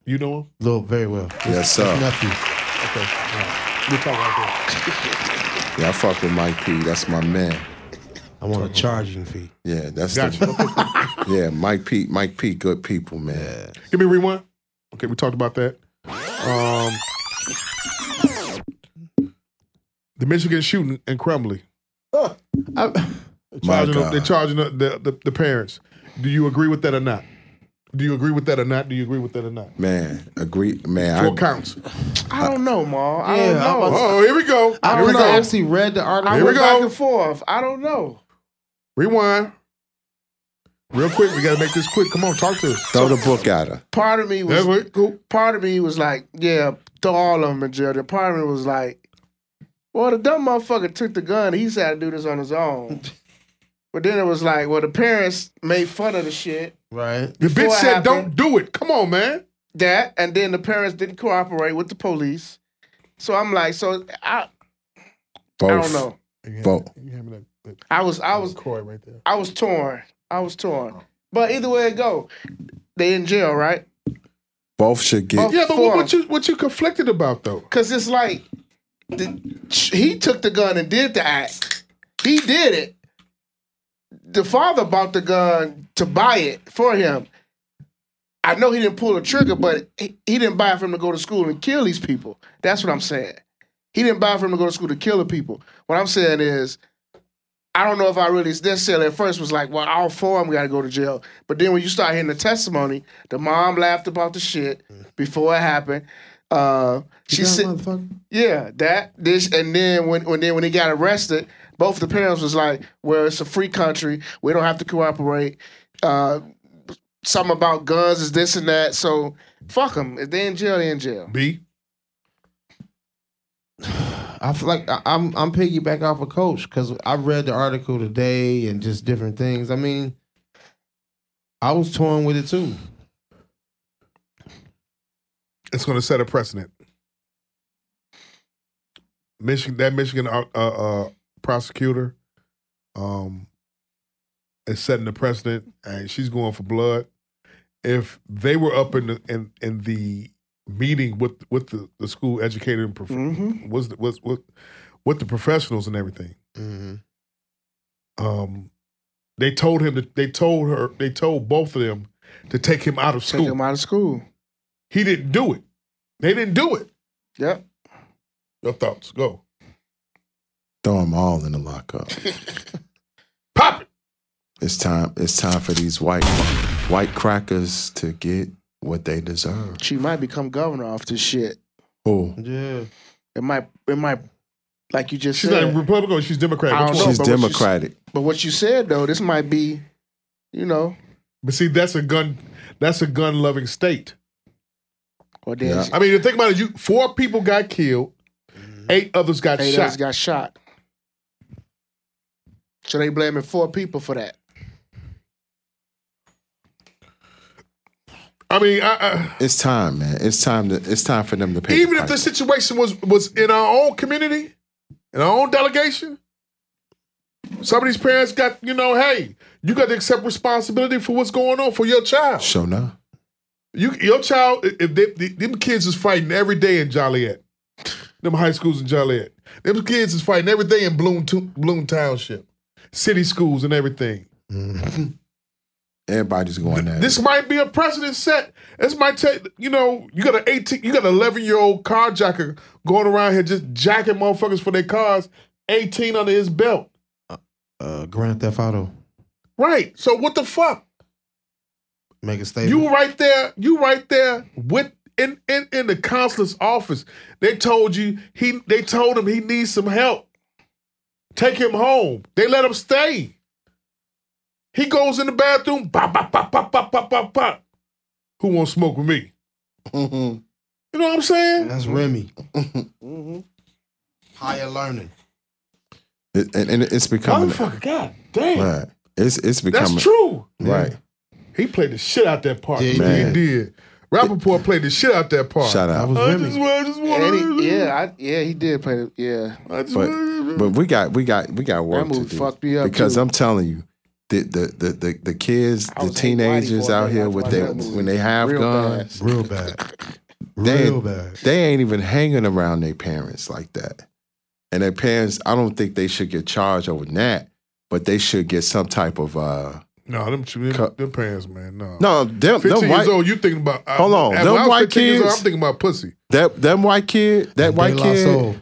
[SPEAKER 5] you know him.
[SPEAKER 7] Look very well.
[SPEAKER 6] Yes, sir.
[SPEAKER 7] His nephew.
[SPEAKER 5] Okay. Alright. We'll talk about that.
[SPEAKER 6] Yeah, I fuck with Mike P. That's my man.
[SPEAKER 7] I want a charging fee.
[SPEAKER 6] Yeah, that's
[SPEAKER 5] Gotcha.
[SPEAKER 6] the [laughs] yeah. Mike P. Mike P. Good people, man.
[SPEAKER 5] Give me a rewind. Okay, we talked about that. Um, the Michigan shooting in Crumley.
[SPEAKER 7] I,
[SPEAKER 5] They're
[SPEAKER 6] [laughs] My
[SPEAKER 5] charging, up,
[SPEAKER 6] God.
[SPEAKER 5] they're charging up the, the, the parents. Do you agree with that or not? Do you agree with that or not? Do you agree with that or not?
[SPEAKER 6] Man, agree, man.
[SPEAKER 5] Four
[SPEAKER 6] I-
[SPEAKER 5] counts.
[SPEAKER 2] I don't know, Ma. I don't
[SPEAKER 7] Yeah, I'm
[SPEAKER 2] know.
[SPEAKER 5] Oh, here we go.
[SPEAKER 7] I
[SPEAKER 5] Here we
[SPEAKER 7] don't know. I
[SPEAKER 5] go.
[SPEAKER 7] actually read the article.
[SPEAKER 2] I
[SPEAKER 5] Here we
[SPEAKER 2] went
[SPEAKER 5] go.
[SPEAKER 2] back and forth. I don't know.
[SPEAKER 5] Rewind. Real quick, we gotta make this quick. Come on, talk to us.
[SPEAKER 6] Throw the book at her.
[SPEAKER 2] Part of me was
[SPEAKER 5] That's it. Cool.
[SPEAKER 2] part of me was like, yeah, to all of them majority. Part of me was like, well, the dumb motherfucker took the gun. He's had to do this on his own. but then it was like, well, the parents made fun of the shit.
[SPEAKER 7] Right.
[SPEAKER 5] The
[SPEAKER 2] Before
[SPEAKER 5] bitch
[SPEAKER 2] it
[SPEAKER 5] said, "Don't
[SPEAKER 2] happened-
[SPEAKER 5] do it." Come on, man.
[SPEAKER 2] That, and then the parents didn't cooperate with the police. So I'm like, so I, I
[SPEAKER 6] Both.
[SPEAKER 2] don't know.
[SPEAKER 6] Both.
[SPEAKER 2] I was, I was,
[SPEAKER 5] Corey right there.
[SPEAKER 2] I was torn. I was torn. But either way it go, they in jail, right?
[SPEAKER 6] Both should get.
[SPEAKER 2] Both.
[SPEAKER 5] Yeah, but what, what
[SPEAKER 2] Four.
[SPEAKER 5] you what you conflicted about though?
[SPEAKER 2] Cause it's like, the, he took the gun and did the act. He did it. The father bought the gun to buy it for him. I know he didn't pull the trigger, but he, he didn't buy it for him to go to school and kill these people. That's what I'm saying. He didn't buy it for him to go to school to kill the people. What I'm saying is, I don't know if I really necessarily at first was like, well, all four of them got to go to jail. But then when you start hearing the testimony, the mom laughed about the shit before it happened. Uh, she said, yeah, that this, and then when when then when he got arrested, both the parents was like, "Well, it's a free country. We don't have to cooperate. Uh, something about guns is this and that. So fuck them. If they in jail, they in jail.
[SPEAKER 5] B.
[SPEAKER 7] I feel like I- I'm I'm piggyback off of Coach because I read the article today and just different things. I mean, I was torn with it too.
[SPEAKER 5] It's gonna set a precedent. Michigan, that Michigan uh, uh, uh, prosecutor, um, is setting the precedent, and she's going for blood. If they were up in the in, in the meeting with with the, the school educator and prof-
[SPEAKER 2] Mhm.
[SPEAKER 5] was was with with the professionals and everything,
[SPEAKER 7] Mm-hmm.
[SPEAKER 5] um, they told him that they told her they told both of them to take him out of
[SPEAKER 2] Take
[SPEAKER 5] school.
[SPEAKER 2] them out of school.
[SPEAKER 5] he didn't do it. They didn't do it.
[SPEAKER 2] Yep.
[SPEAKER 5] Your thoughts go.
[SPEAKER 6] Throw them all in the
[SPEAKER 2] [laughs]
[SPEAKER 6] lockup.
[SPEAKER 5] Pop it.
[SPEAKER 6] It's time. It's time for these white white crackers to get what they deserve.
[SPEAKER 2] She might become governor off this shit.
[SPEAKER 6] Oh,
[SPEAKER 7] Yeah,
[SPEAKER 2] It might. It might. Like you just
[SPEAKER 5] She's
[SPEAKER 2] said.
[SPEAKER 5] not Republican. or She's Democrat.
[SPEAKER 2] I
[SPEAKER 5] Which
[SPEAKER 2] don't
[SPEAKER 5] one?
[SPEAKER 2] know,
[SPEAKER 6] she's
[SPEAKER 2] but what you
[SPEAKER 6] Democratic.
[SPEAKER 2] but what you said though, this might be, you know,
[SPEAKER 5] But see, that's a gun. That's a gun loving state.
[SPEAKER 2] or then
[SPEAKER 6] Yeah.
[SPEAKER 2] she-
[SPEAKER 5] I mean, if you think about it. You four people got killed. Eight others got
[SPEAKER 2] Mm-hmm. eight
[SPEAKER 5] shot.
[SPEAKER 2] others got shot. So they blaming four people for that.
[SPEAKER 5] I mean, I, I,
[SPEAKER 6] It's time, man. It's time to. It's time for them to pay.
[SPEAKER 5] even
[SPEAKER 6] the
[SPEAKER 5] if the
[SPEAKER 6] price.
[SPEAKER 5] situation was was in our own community, in our own delegation, some of these parents got you know, hey, you got to accept responsibility for what's going on for your child.
[SPEAKER 6] show now.
[SPEAKER 5] You, your child, i- if they, th- them kids is fighting every day in Joliet, them high schools in Joliet, them kids is fighting every day in Bloom, to, Bloom Township, city schools and everything.
[SPEAKER 6] Everybody's going there.
[SPEAKER 5] This might be a precedent set. This might take, you know, you got an eighteen, you got an eleven year old carjacker going around here just jacking motherfuckers for their cars, eighteen under his belt.
[SPEAKER 7] [laughs] uh, Grand Theft Auto
[SPEAKER 5] Right. So what the fuck?
[SPEAKER 7] make a statement.
[SPEAKER 5] You right there. You right there with in in in the counselor's office. They told you he. They told him he needs some help. Take him home. They let him stay. He goes in the bathroom. Pop pop pop pop pop pop pop pop. Who won't smoke with me?
[SPEAKER 6] Mm-hmm.
[SPEAKER 5] You know what I'm saying?
[SPEAKER 7] That's Remy. Mm-hmm. Higher learning.
[SPEAKER 6] It- and, and it's becoming.
[SPEAKER 5] Motherfucker, god damn.
[SPEAKER 6] Right. It's
[SPEAKER 5] That's
[SPEAKER 6] it's becoming.
[SPEAKER 5] true.
[SPEAKER 6] Right.
[SPEAKER 5] He played the shit out that part.
[SPEAKER 7] Yeah, he
[SPEAKER 5] man.
[SPEAKER 6] did.
[SPEAKER 5] He did. Rappaport played the shit out that part.
[SPEAKER 6] Shout
[SPEAKER 7] That
[SPEAKER 6] out.
[SPEAKER 7] was
[SPEAKER 5] I just,
[SPEAKER 7] Remy.
[SPEAKER 5] I just want
[SPEAKER 2] And he, yeah, I, yeah, he did play. the- Yeah,
[SPEAKER 5] I just
[SPEAKER 6] But
[SPEAKER 5] wanna-
[SPEAKER 6] but we got we got we got
[SPEAKER 2] that
[SPEAKER 6] work to
[SPEAKER 2] movie
[SPEAKER 6] do.
[SPEAKER 2] fucked me up
[SPEAKER 6] because
[SPEAKER 2] too.
[SPEAKER 6] I'm telling you, the the the the, the kids,
[SPEAKER 2] I
[SPEAKER 6] the
[SPEAKER 2] was hating Whitey
[SPEAKER 6] teenagers
[SPEAKER 2] for a
[SPEAKER 6] out
[SPEAKER 2] minute
[SPEAKER 6] here
[SPEAKER 2] after
[SPEAKER 6] with
[SPEAKER 2] I
[SPEAKER 6] their
[SPEAKER 2] saw that
[SPEAKER 6] when they have
[SPEAKER 2] Real
[SPEAKER 6] guns,
[SPEAKER 7] Real bad.
[SPEAKER 6] They-
[SPEAKER 7] Real bad.
[SPEAKER 6] they ain't even hanging around their parents like that. And their parents, I don't think they should get charged over that, but they should get some type of uh
[SPEAKER 5] No, them, them,
[SPEAKER 6] Cut.
[SPEAKER 5] them parents, man. No.
[SPEAKER 6] no them,
[SPEAKER 5] 15
[SPEAKER 6] them
[SPEAKER 5] years
[SPEAKER 6] white
[SPEAKER 5] old, you thinking about. I-
[SPEAKER 6] Hold on,
[SPEAKER 5] when
[SPEAKER 6] them
[SPEAKER 5] I was
[SPEAKER 6] white
[SPEAKER 5] 15 years old,
[SPEAKER 6] kids-
[SPEAKER 5] I'm thinking about pussy.
[SPEAKER 6] that them white kid that white
[SPEAKER 7] De La
[SPEAKER 6] kid
[SPEAKER 7] Soul.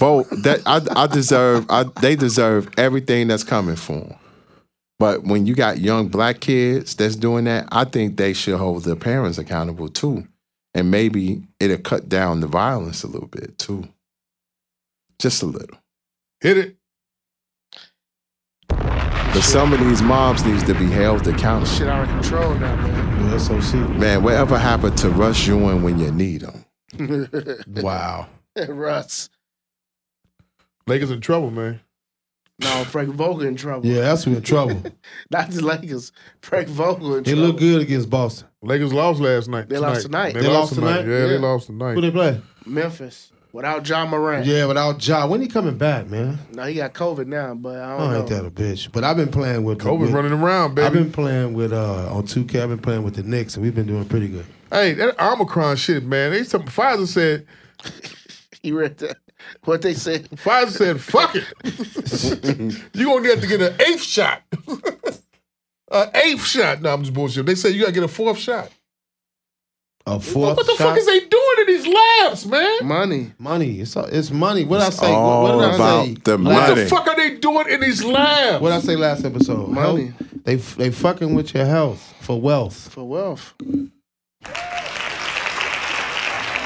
[SPEAKER 6] both that I I deserve I they deserve everything that's coming for them. But when you got young black kids that's doing that, I think they should hold their parents accountable too, and maybe it'll cut down the violence a little bit too, just a little.
[SPEAKER 5] Hit it.
[SPEAKER 6] But some of these mobs needs to be held accountable.
[SPEAKER 2] Shit out of control now, man. [laughs]
[SPEAKER 7] The SOC.
[SPEAKER 6] Man, whatever happened to Rush Ewing when you need him?
[SPEAKER 7] Wow.
[SPEAKER 2] Russ.
[SPEAKER 5] Lakers in trouble, man.
[SPEAKER 2] No, Frank Vogel in trouble.
[SPEAKER 7] Yeah, that's who in trouble.
[SPEAKER 2] Not the Lakers. Frank Vogel in
[SPEAKER 7] They
[SPEAKER 2] trouble.
[SPEAKER 7] look good against Boston.
[SPEAKER 5] Lakers lost last night.
[SPEAKER 2] They lost tonight.
[SPEAKER 5] They, lost tonight. Yeah,
[SPEAKER 2] Yeah.
[SPEAKER 5] they lost
[SPEAKER 7] Who
[SPEAKER 5] tonight.
[SPEAKER 7] they play?
[SPEAKER 2] Memphis without John Moran.
[SPEAKER 7] Yeah, without Ja. When he coming back, man?
[SPEAKER 2] No, he got COVID now, but I don't
[SPEAKER 7] I
[SPEAKER 2] know.
[SPEAKER 7] ain't that a bitch. But I've been playing with
[SPEAKER 5] Kobe's
[SPEAKER 7] with-
[SPEAKER 5] running around,
[SPEAKER 7] I've
[SPEAKER 5] baby.
[SPEAKER 7] been playing with uh on 2K. I've been playing with the Knicks, and we've been doing pretty good.
[SPEAKER 5] Hey, that Omicron shit, man. They some Pfizer said
[SPEAKER 2] He read that. What they said.
[SPEAKER 5] Pfizer said, fuck it. you gonna have to get an eighth shot. [laughs] an eighth shot. No, I'm just bullshit. They said you gotta get a fourth shot.
[SPEAKER 7] A fourth
[SPEAKER 5] what the
[SPEAKER 7] shot.
[SPEAKER 5] fuck is they doing in these labs, man?
[SPEAKER 2] Money.
[SPEAKER 7] money? It's all- it's money. What I say? What-
[SPEAKER 6] all
[SPEAKER 7] what, did I
[SPEAKER 6] about
[SPEAKER 7] say?
[SPEAKER 6] the
[SPEAKER 7] Last-
[SPEAKER 5] What
[SPEAKER 6] money.
[SPEAKER 5] the fuck are they doing in these labs?
[SPEAKER 7] What I say last episode?
[SPEAKER 2] Money.
[SPEAKER 7] Health- They f- they fucking with your health for wealth.
[SPEAKER 2] For wealth.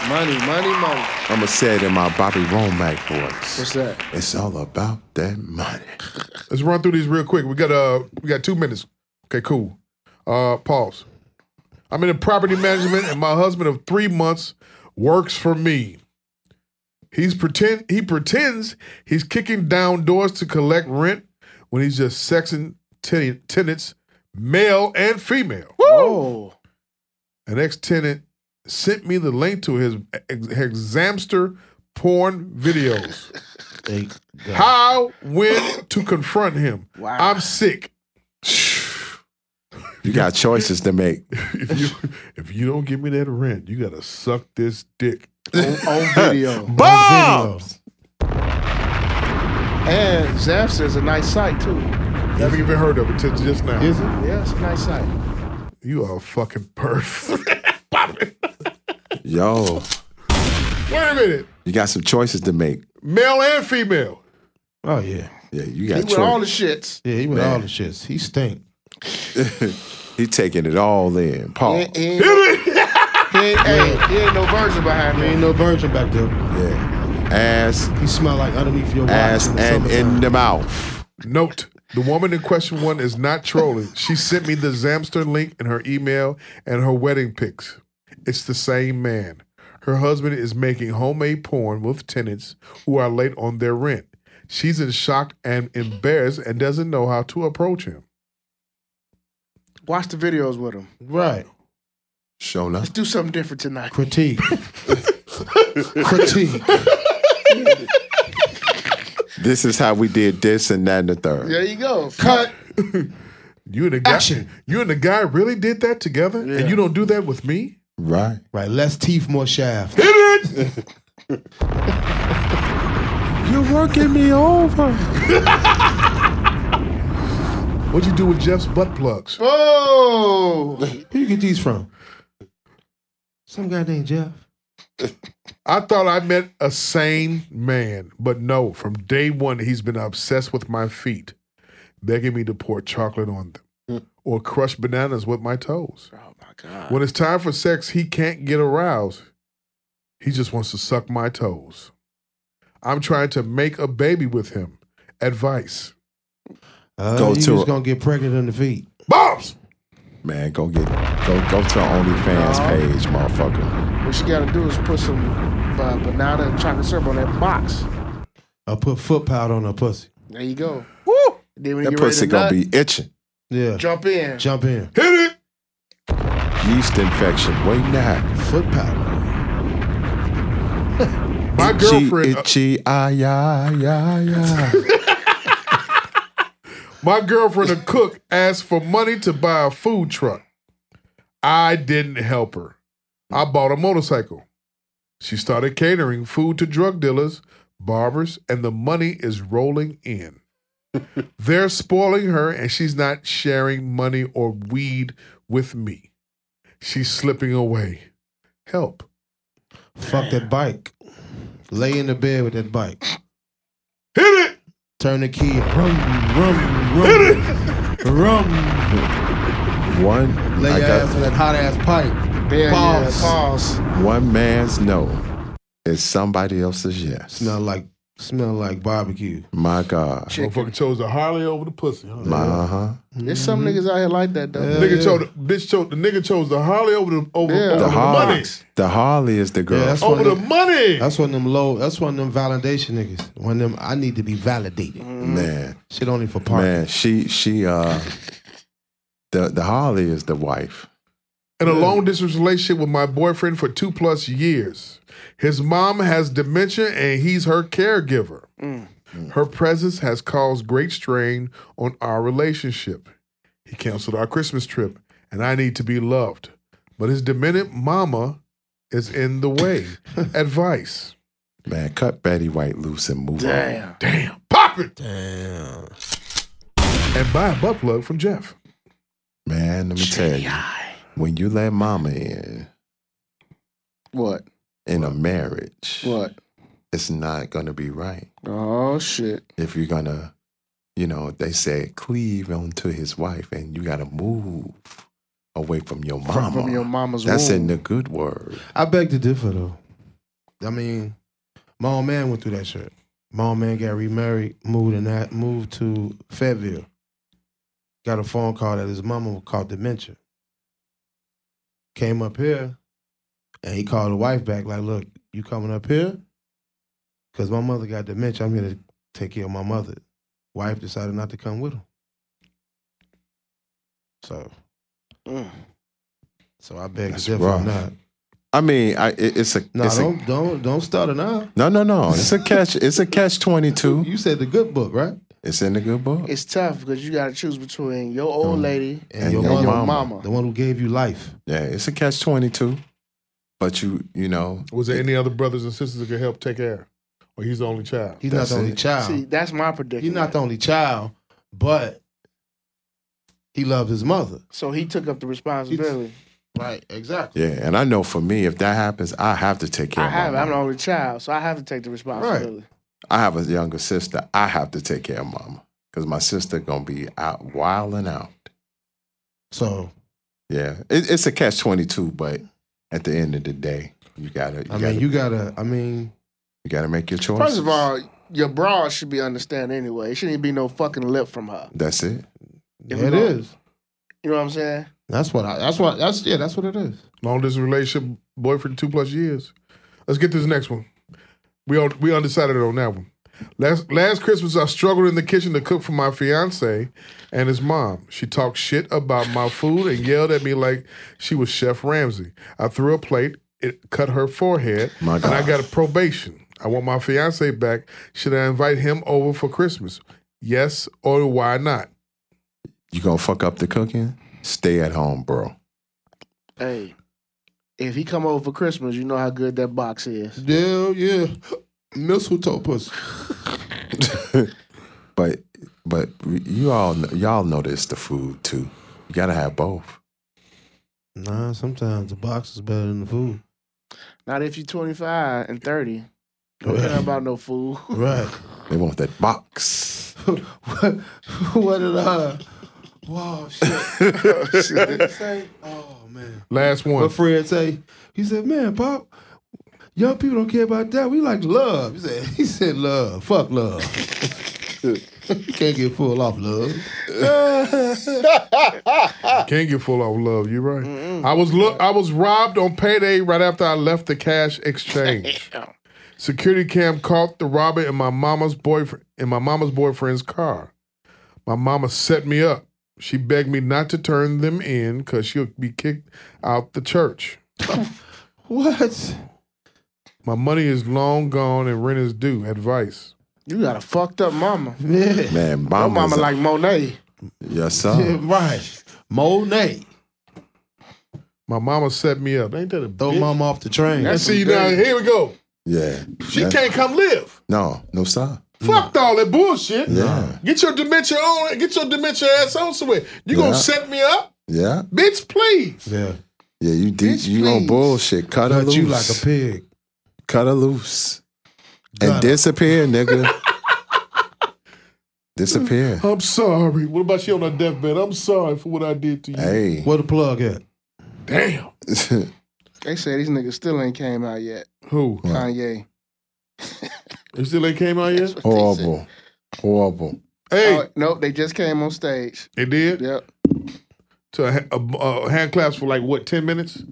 [SPEAKER 2] Money, money, money.
[SPEAKER 6] I'ma say it in my Bobby Womack
[SPEAKER 2] What's
[SPEAKER 6] voice.
[SPEAKER 2] that?
[SPEAKER 6] It's all about that money.
[SPEAKER 5] Let's run through these real quick. We got uh we got two minutes. Okay, cool. Uh pause. I'm in property management and my husband of three months works for me. He's pretend he pretends he's kicking down doors to collect rent when he's just sexing ten- tenants, male and female.
[SPEAKER 2] Oh.
[SPEAKER 5] An ex-tenant sent me the link to his ex- examster porn videos.
[SPEAKER 7] They-
[SPEAKER 5] How when to confront him.
[SPEAKER 2] Wow.
[SPEAKER 5] I'm sick.
[SPEAKER 6] You got choices to make.
[SPEAKER 5] if you if you don't give me that rent, you gotta suck this dick.
[SPEAKER 7] [laughs]
[SPEAKER 2] on, on video.
[SPEAKER 6] Bomb!
[SPEAKER 2] And Zaps is a nice site too.
[SPEAKER 5] Never even heard of it till just now.
[SPEAKER 7] Is it?
[SPEAKER 2] Yeah, it's a nice site.
[SPEAKER 5] you are a fucking perf.
[SPEAKER 6] Yo,
[SPEAKER 5] [laughs] Wait a minute,
[SPEAKER 6] you got some choices to make.
[SPEAKER 5] male and female.
[SPEAKER 7] Oh yeah,
[SPEAKER 6] Yeah, you
[SPEAKER 2] He
[SPEAKER 6] got
[SPEAKER 2] with all
[SPEAKER 6] choices.
[SPEAKER 2] the shits.
[SPEAKER 7] yeah. He with all the shits. He stink.
[SPEAKER 6] He taking it all in.
[SPEAKER 2] He
[SPEAKER 6] Paul.
[SPEAKER 2] ain't, he ain't, he ain't- hey, he ain't no virgin behind
[SPEAKER 7] He
[SPEAKER 2] me.
[SPEAKER 7] ain't no virgin back there.
[SPEAKER 6] Yeah. Ass,
[SPEAKER 7] He smell like underneath your watch
[SPEAKER 6] ass,
[SPEAKER 7] in the
[SPEAKER 6] and
[SPEAKER 7] summertime.
[SPEAKER 6] in the mouth.
[SPEAKER 5] Note: the woman in question one is not trolling. She sent me the Zamster link in her email and her wedding pics. It's the same man. Her husband is making homemade porn with tenants who are late on their rent. She's in shock and embarrassed and doesn't know how to approach him.
[SPEAKER 2] Watch the videos with him.
[SPEAKER 7] Right.
[SPEAKER 6] Showing up.
[SPEAKER 2] Let's do something different tonight.
[SPEAKER 6] [laughs]
[SPEAKER 7] Critique. Critique.
[SPEAKER 6] This is how we did this and that and the third.
[SPEAKER 2] There you go.
[SPEAKER 7] Cut.
[SPEAKER 5] You and the guy,
[SPEAKER 7] Action.
[SPEAKER 5] you and the guy really did that together, and you don't do that with me.
[SPEAKER 6] Right.
[SPEAKER 7] Right. Less teeth, more shaft.
[SPEAKER 6] [laughs] You're working me over.
[SPEAKER 5] What'd you do with Jeff's butt plugs?
[SPEAKER 2] Oh,
[SPEAKER 7] Who you get these from? Some guy named Jeff.
[SPEAKER 5] I thought I met a sane man, but no. From day one, he's been obsessed with my feet, begging me to pour chocolate on them or crush bananas with my toes.
[SPEAKER 2] Hmm. oh my god.
[SPEAKER 5] When it's time for sex, he can't get aroused. He just wants to suck my toes. I'm trying to make a baby with him. Advice.
[SPEAKER 7] Uh,
[SPEAKER 6] Go
[SPEAKER 7] you
[SPEAKER 6] to
[SPEAKER 7] just
[SPEAKER 6] it.
[SPEAKER 7] gonna get pregnant on the feet.
[SPEAKER 5] Bombs!
[SPEAKER 6] Man, go get go go to our OnlyFans page, motherfucker.
[SPEAKER 2] What you gotta do is put some uh, banana and chocolate syrup on that box.
[SPEAKER 7] I put foot powder on her pussy.
[SPEAKER 2] There you go. Woo! Then when
[SPEAKER 6] That
[SPEAKER 2] you get ready
[SPEAKER 6] pussy
[SPEAKER 2] to
[SPEAKER 6] gonna
[SPEAKER 2] nut,
[SPEAKER 6] be itching.
[SPEAKER 7] Yeah.
[SPEAKER 2] jump in.
[SPEAKER 7] Jump in.
[SPEAKER 5] Hit it!
[SPEAKER 6] Yeast infection waiting to happen.
[SPEAKER 7] Foot powder.
[SPEAKER 5] My
[SPEAKER 6] Itchy,
[SPEAKER 5] girlfriend. uh,
[SPEAKER 6] Itchy, ay, ay, ay, ay.
[SPEAKER 5] My girlfriend, a cook, asked for money to buy a food truck. I didn't help her. I bought a motorcycle. She started catering food to drug dealers, barbers, and the money is rolling in. They're spoiling her, and she's not sharing money or weed with me. She's slipping away. Help.
[SPEAKER 7] Fuck that bike. Lay in the bed with that bike.
[SPEAKER 5] Hit it!
[SPEAKER 7] Turn the key. Rum, rum, rum. rum.
[SPEAKER 6] One,
[SPEAKER 7] Lay
[SPEAKER 6] I
[SPEAKER 7] your ass
[SPEAKER 6] got
[SPEAKER 7] on that hot ass pipe.
[SPEAKER 2] There
[SPEAKER 7] Pause.
[SPEAKER 2] You go. Pause.
[SPEAKER 6] one man's no is somebody else's yes.
[SPEAKER 7] Smell like Smell like barbecue.
[SPEAKER 6] My God.
[SPEAKER 2] Chicken.
[SPEAKER 5] Motherfucker chose the Harley over the pussy. Huh?
[SPEAKER 6] My, uh-huh.
[SPEAKER 2] There's some niggas out here like that though.
[SPEAKER 7] Yeah.
[SPEAKER 5] Nigga chose the, bitch chose the nigga chose the Harley over the over,
[SPEAKER 2] Yeah.
[SPEAKER 5] over
[SPEAKER 6] The
[SPEAKER 5] the,
[SPEAKER 6] Harley.
[SPEAKER 5] money.
[SPEAKER 6] The Harley is the girl.
[SPEAKER 7] Yeah, that's
[SPEAKER 5] Over
[SPEAKER 7] one
[SPEAKER 5] the
[SPEAKER 7] of them,
[SPEAKER 5] money.
[SPEAKER 7] that's one of them low. That's one of them validation niggas. One of them. I need to be validated.
[SPEAKER 6] man,
[SPEAKER 7] Shit only for party.
[SPEAKER 6] man, she she uh the the Harley is the wife.
[SPEAKER 5] in a long distance relationship with my boyfriend for two plus years. His mom has dementia and he's her caregiver. Her presence has caused great strain on our relationship. He canceled our Christmas trip and I need to be loved. But his demented mama is in the [laughs] way. Advice.
[SPEAKER 6] Man, cut Betty White loose and move on.
[SPEAKER 2] Damn.
[SPEAKER 5] Damn. Pop it. Damn. And buy a butt plug from Jeff.
[SPEAKER 6] Man, let me tell you, when you let mama in
[SPEAKER 2] What?
[SPEAKER 6] in a marriage,
[SPEAKER 2] What?
[SPEAKER 6] it's not gonna be right.
[SPEAKER 2] Oh shit.
[SPEAKER 6] If you're gonna, you know, they said cleave onto his wife and you gotta move away from your mama.
[SPEAKER 2] From your mama's
[SPEAKER 6] That's
[SPEAKER 2] womb.
[SPEAKER 6] in the good word.
[SPEAKER 7] I beg to differ though. I mean, my old man went through that shit. My old man got remarried, moved and that moved to Fayetteville. Got a phone call that his mama was called dementia. Came up here, and he called the wife back like, "Look, you coming up here? Cause my mother got dementia. I'm here to take care of my mother." Wife decided not to come with him. So,
[SPEAKER 2] Mm.
[SPEAKER 7] so I beg
[SPEAKER 6] That's
[SPEAKER 7] to differ
[SPEAKER 6] rough.
[SPEAKER 7] on that.
[SPEAKER 6] I mean, I, it, it's a
[SPEAKER 7] No,
[SPEAKER 6] it's a,
[SPEAKER 7] don't don't don't start it now.
[SPEAKER 6] no no no. It's a catch. It's a catch twenty two.
[SPEAKER 2] [laughs]
[SPEAKER 7] You said the good book, right?
[SPEAKER 6] It's in the good book.
[SPEAKER 2] It's tough because you gotta choose between your old lady
[SPEAKER 6] And your
[SPEAKER 2] and your
[SPEAKER 6] mama.
[SPEAKER 2] mama.
[SPEAKER 7] the one who gave you life.
[SPEAKER 6] Yeah, it's a catch twenty two. But you you know
[SPEAKER 5] Was there any other brothers and sisters that could help take care? Or he's the only child?
[SPEAKER 7] He's
[SPEAKER 6] That's
[SPEAKER 7] not the only
[SPEAKER 6] it.
[SPEAKER 7] child.
[SPEAKER 2] See, that's my prediction.
[SPEAKER 7] He's not the only child, but he loved his mother.
[SPEAKER 2] so he took up the responsibility.
[SPEAKER 7] Right, exactly.
[SPEAKER 6] yeah, and I know for me if that happens, I have to take care.
[SPEAKER 2] I
[SPEAKER 6] of
[SPEAKER 2] have.
[SPEAKER 6] My
[SPEAKER 2] I'm the
[SPEAKER 6] mama.
[SPEAKER 2] only child, so I have to take the responsibility.
[SPEAKER 6] I have a younger sister. I have to take care of mama because my sister gonna be out wilding out.
[SPEAKER 7] So
[SPEAKER 6] Yeah, it, it's a catch twenty two. But at the end of the day, you gotta. You
[SPEAKER 7] I
[SPEAKER 6] gotta,
[SPEAKER 7] mean, you gotta. I mean,
[SPEAKER 6] you gotta make your choice.
[SPEAKER 2] First of all, your broad should be understanding anyway. It shouldn't be no fucking lip from her.
[SPEAKER 6] that's it.
[SPEAKER 2] If
[SPEAKER 7] it
[SPEAKER 2] not-
[SPEAKER 7] is.
[SPEAKER 2] You know what I'm saying?
[SPEAKER 7] That's what I. That's what. That's yeah. That's what it is.
[SPEAKER 5] Long distance relationship, boyfriend two plus years. Let's get this next one. We on, we undecided on that one. Last last Christmas, I struggled in the kitchen to cook for my fiance and his mom. She talked shit about my food and yelled at me like she was Chef Ramsay. I threw a plate. It cut her forehead,
[SPEAKER 6] My
[SPEAKER 5] and I
[SPEAKER 6] God.
[SPEAKER 5] got a probation. I want my fiance back. Should I invite him over for Christmas? Yes or why not?
[SPEAKER 6] You gonna fuck up the cooking? Stay at home, bro.
[SPEAKER 2] Hey, if he come over for Christmas, you know how good that box is.
[SPEAKER 7] Yeah, yeah. Mistletoe pussy.
[SPEAKER 6] but but you all kn- y'all notice the food too. You gotta have both.
[SPEAKER 7] Nah, sometimes the box is better than the food.
[SPEAKER 2] Not if you're 25 and 30. Don't care about no fool. [laughs]
[SPEAKER 7] Right.
[SPEAKER 6] They want that box.
[SPEAKER 7] [laughs] what, what did I? Wow, [laughs] shit. Say, oh man.
[SPEAKER 5] Last one.
[SPEAKER 7] But Fred say, he said, man, Pop, young people don't care about that. We like love. He said, he said love. Fuck love. [laughs] you can't get full off love.
[SPEAKER 5] Can't get full off love. You're right. I was look. I was robbed on payday right after I left the cash exchange. Security cam caught the robber in my mama's boyfriend in my mama's boyfriend's car. My mama set me up. She begged me not to turn them in because she'll be kicked out the church.
[SPEAKER 7] What?
[SPEAKER 5] My money is long gone and rent is due. Advice.
[SPEAKER 2] You got a fucked up mama.
[SPEAKER 7] Yeah.
[SPEAKER 6] Man,
[SPEAKER 2] Your
[SPEAKER 6] mama's
[SPEAKER 2] mama like Monet.
[SPEAKER 6] yes sir.
[SPEAKER 7] Right. Monet.
[SPEAKER 5] My mama set me up. Ain't that a
[SPEAKER 7] Throw
[SPEAKER 5] bitch?
[SPEAKER 7] mom off the train.
[SPEAKER 5] And see now, here we go.
[SPEAKER 6] Yeah.
[SPEAKER 5] She
[SPEAKER 6] Yeah.
[SPEAKER 5] can't come live.
[SPEAKER 6] No, no sir.
[SPEAKER 5] Fucked all that bullshit.
[SPEAKER 6] Yeah,
[SPEAKER 5] Get your dementia on. Get your dementia ass on somewhere. You gonna
[SPEAKER 6] Yeah.
[SPEAKER 5] set me up,
[SPEAKER 6] yeah,
[SPEAKER 5] bitch? Please.
[SPEAKER 7] yeah.
[SPEAKER 6] yeah. You deep.
[SPEAKER 2] Bitch,
[SPEAKER 6] You on
[SPEAKER 2] please.
[SPEAKER 6] bullshit. Cut her
[SPEAKER 7] Cut
[SPEAKER 6] loose.
[SPEAKER 7] you like a pig.
[SPEAKER 6] Cut her loose and
[SPEAKER 7] Got her.
[SPEAKER 6] disappear,
[SPEAKER 7] [laughs]
[SPEAKER 6] nigga. disappear.
[SPEAKER 5] I'm sorry. What about she on her deathbed? I'm sorry for what I did to you.
[SPEAKER 6] Hey,
[SPEAKER 7] Where the plug at?
[SPEAKER 5] Damn.
[SPEAKER 2] They say these niggas still ain't came out yet.
[SPEAKER 5] Who?
[SPEAKER 2] Kanye.
[SPEAKER 5] You still ain't came out yet?
[SPEAKER 2] That's what they
[SPEAKER 6] [laughs]
[SPEAKER 2] said.
[SPEAKER 6] Horrible. Horrible.
[SPEAKER 5] Hey,
[SPEAKER 2] Oh, nope, they just came on stage.
[SPEAKER 5] it did.
[SPEAKER 2] Yep,
[SPEAKER 5] To a, ha- a- a hand claps for like what ten minutes?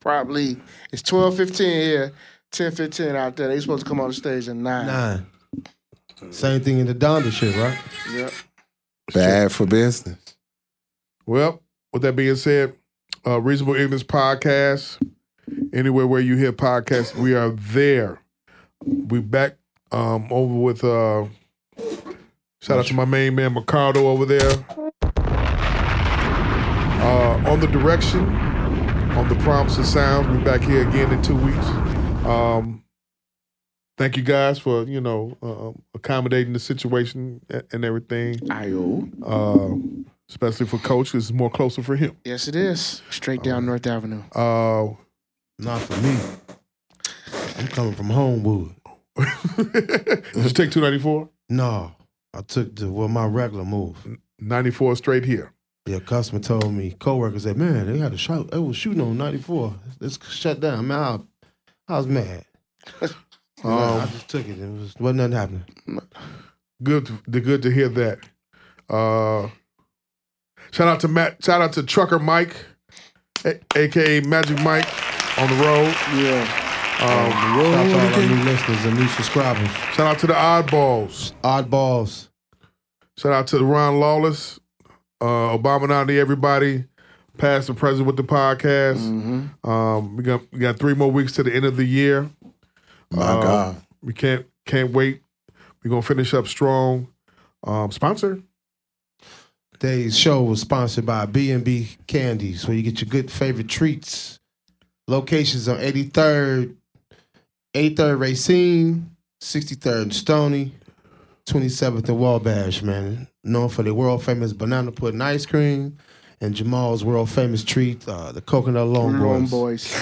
[SPEAKER 2] probably. It's twelve fifteen here, ten fifteen out there. They supposed to come on the stage at nine.
[SPEAKER 7] Nine. Same thing in the Donda shit, right?
[SPEAKER 2] Yep.
[SPEAKER 6] Bad for business.
[SPEAKER 5] Well, with that being said, uh, Reasonable English Podcast, anywhere where you hear podcasts, we are there. We back um, over with uh, shout out to my main man Ricardo over there. Uh, on the direction, on the prompts and sounds, we back here again in two weeks. Um, thank you guys for you know uh, accommodating the situation a- and everything.
[SPEAKER 2] Io.
[SPEAKER 5] Uh, especially for coach 'cause it's more closer for him
[SPEAKER 2] Yes, it is. Straight down North Avenue.
[SPEAKER 5] uh [laughs]
[SPEAKER 7] Not for me. I'm coming from Homewood.
[SPEAKER 5] just take 294
[SPEAKER 7] No, I took the well my regular move.
[SPEAKER 5] 94 straight here
[SPEAKER 7] The customer told me, coworker said, "Man, they had a shot. They was shooting on 94. Let's shut down." Man, I, I was mad.
[SPEAKER 5] um
[SPEAKER 7] I just took it. It was wasn't nothing happening.
[SPEAKER 5] good to, the good to hear that uh shout out to matt shout out to trucker mike a- aka magic mike on the road
[SPEAKER 2] Yeah.
[SPEAKER 5] um
[SPEAKER 7] Shout out to all our new listeners and new subscribers.
[SPEAKER 5] shout out to the oddballs
[SPEAKER 7] Oddballs.
[SPEAKER 5] shout out to ron lawless uh obama Nandi, everybody past and present with the podcast
[SPEAKER 2] Mm-hmm.
[SPEAKER 5] Um, we got we got three more weeks to the end of the year.
[SPEAKER 6] My
[SPEAKER 5] Uh,
[SPEAKER 6] God.
[SPEAKER 5] We can't can't wait. We're gonna finish up strong. Um, sponsor.
[SPEAKER 7] Today's show was sponsored by B&B Candies, where you get your good favorite treats. Locations on 83rd, 83rd Racine, 63rd and Stony, 27th and Wabash, man. Known for their world famous banana pudding ice cream and Jamal's world famous treat, uh, the coconut long
[SPEAKER 2] Long
[SPEAKER 7] boys.
[SPEAKER 2] boys.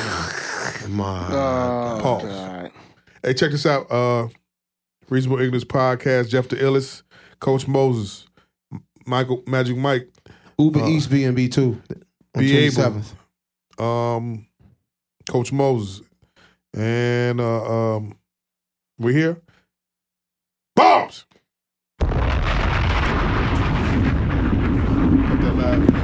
[SPEAKER 7] My
[SPEAKER 2] Oh,
[SPEAKER 5] Pause.
[SPEAKER 2] God.
[SPEAKER 5] Hey, check this out. Uh, Reasonable English Podcast. Jeff the Illis, Coach Moses, M- Michael Magic Mike.
[SPEAKER 7] Uber
[SPEAKER 5] Uh,
[SPEAKER 7] Eats B&B too. On
[SPEAKER 5] Be able.
[SPEAKER 7] 27th.
[SPEAKER 5] um, Coach Moses, and uh, um, we're here. Bombs. Cut that live.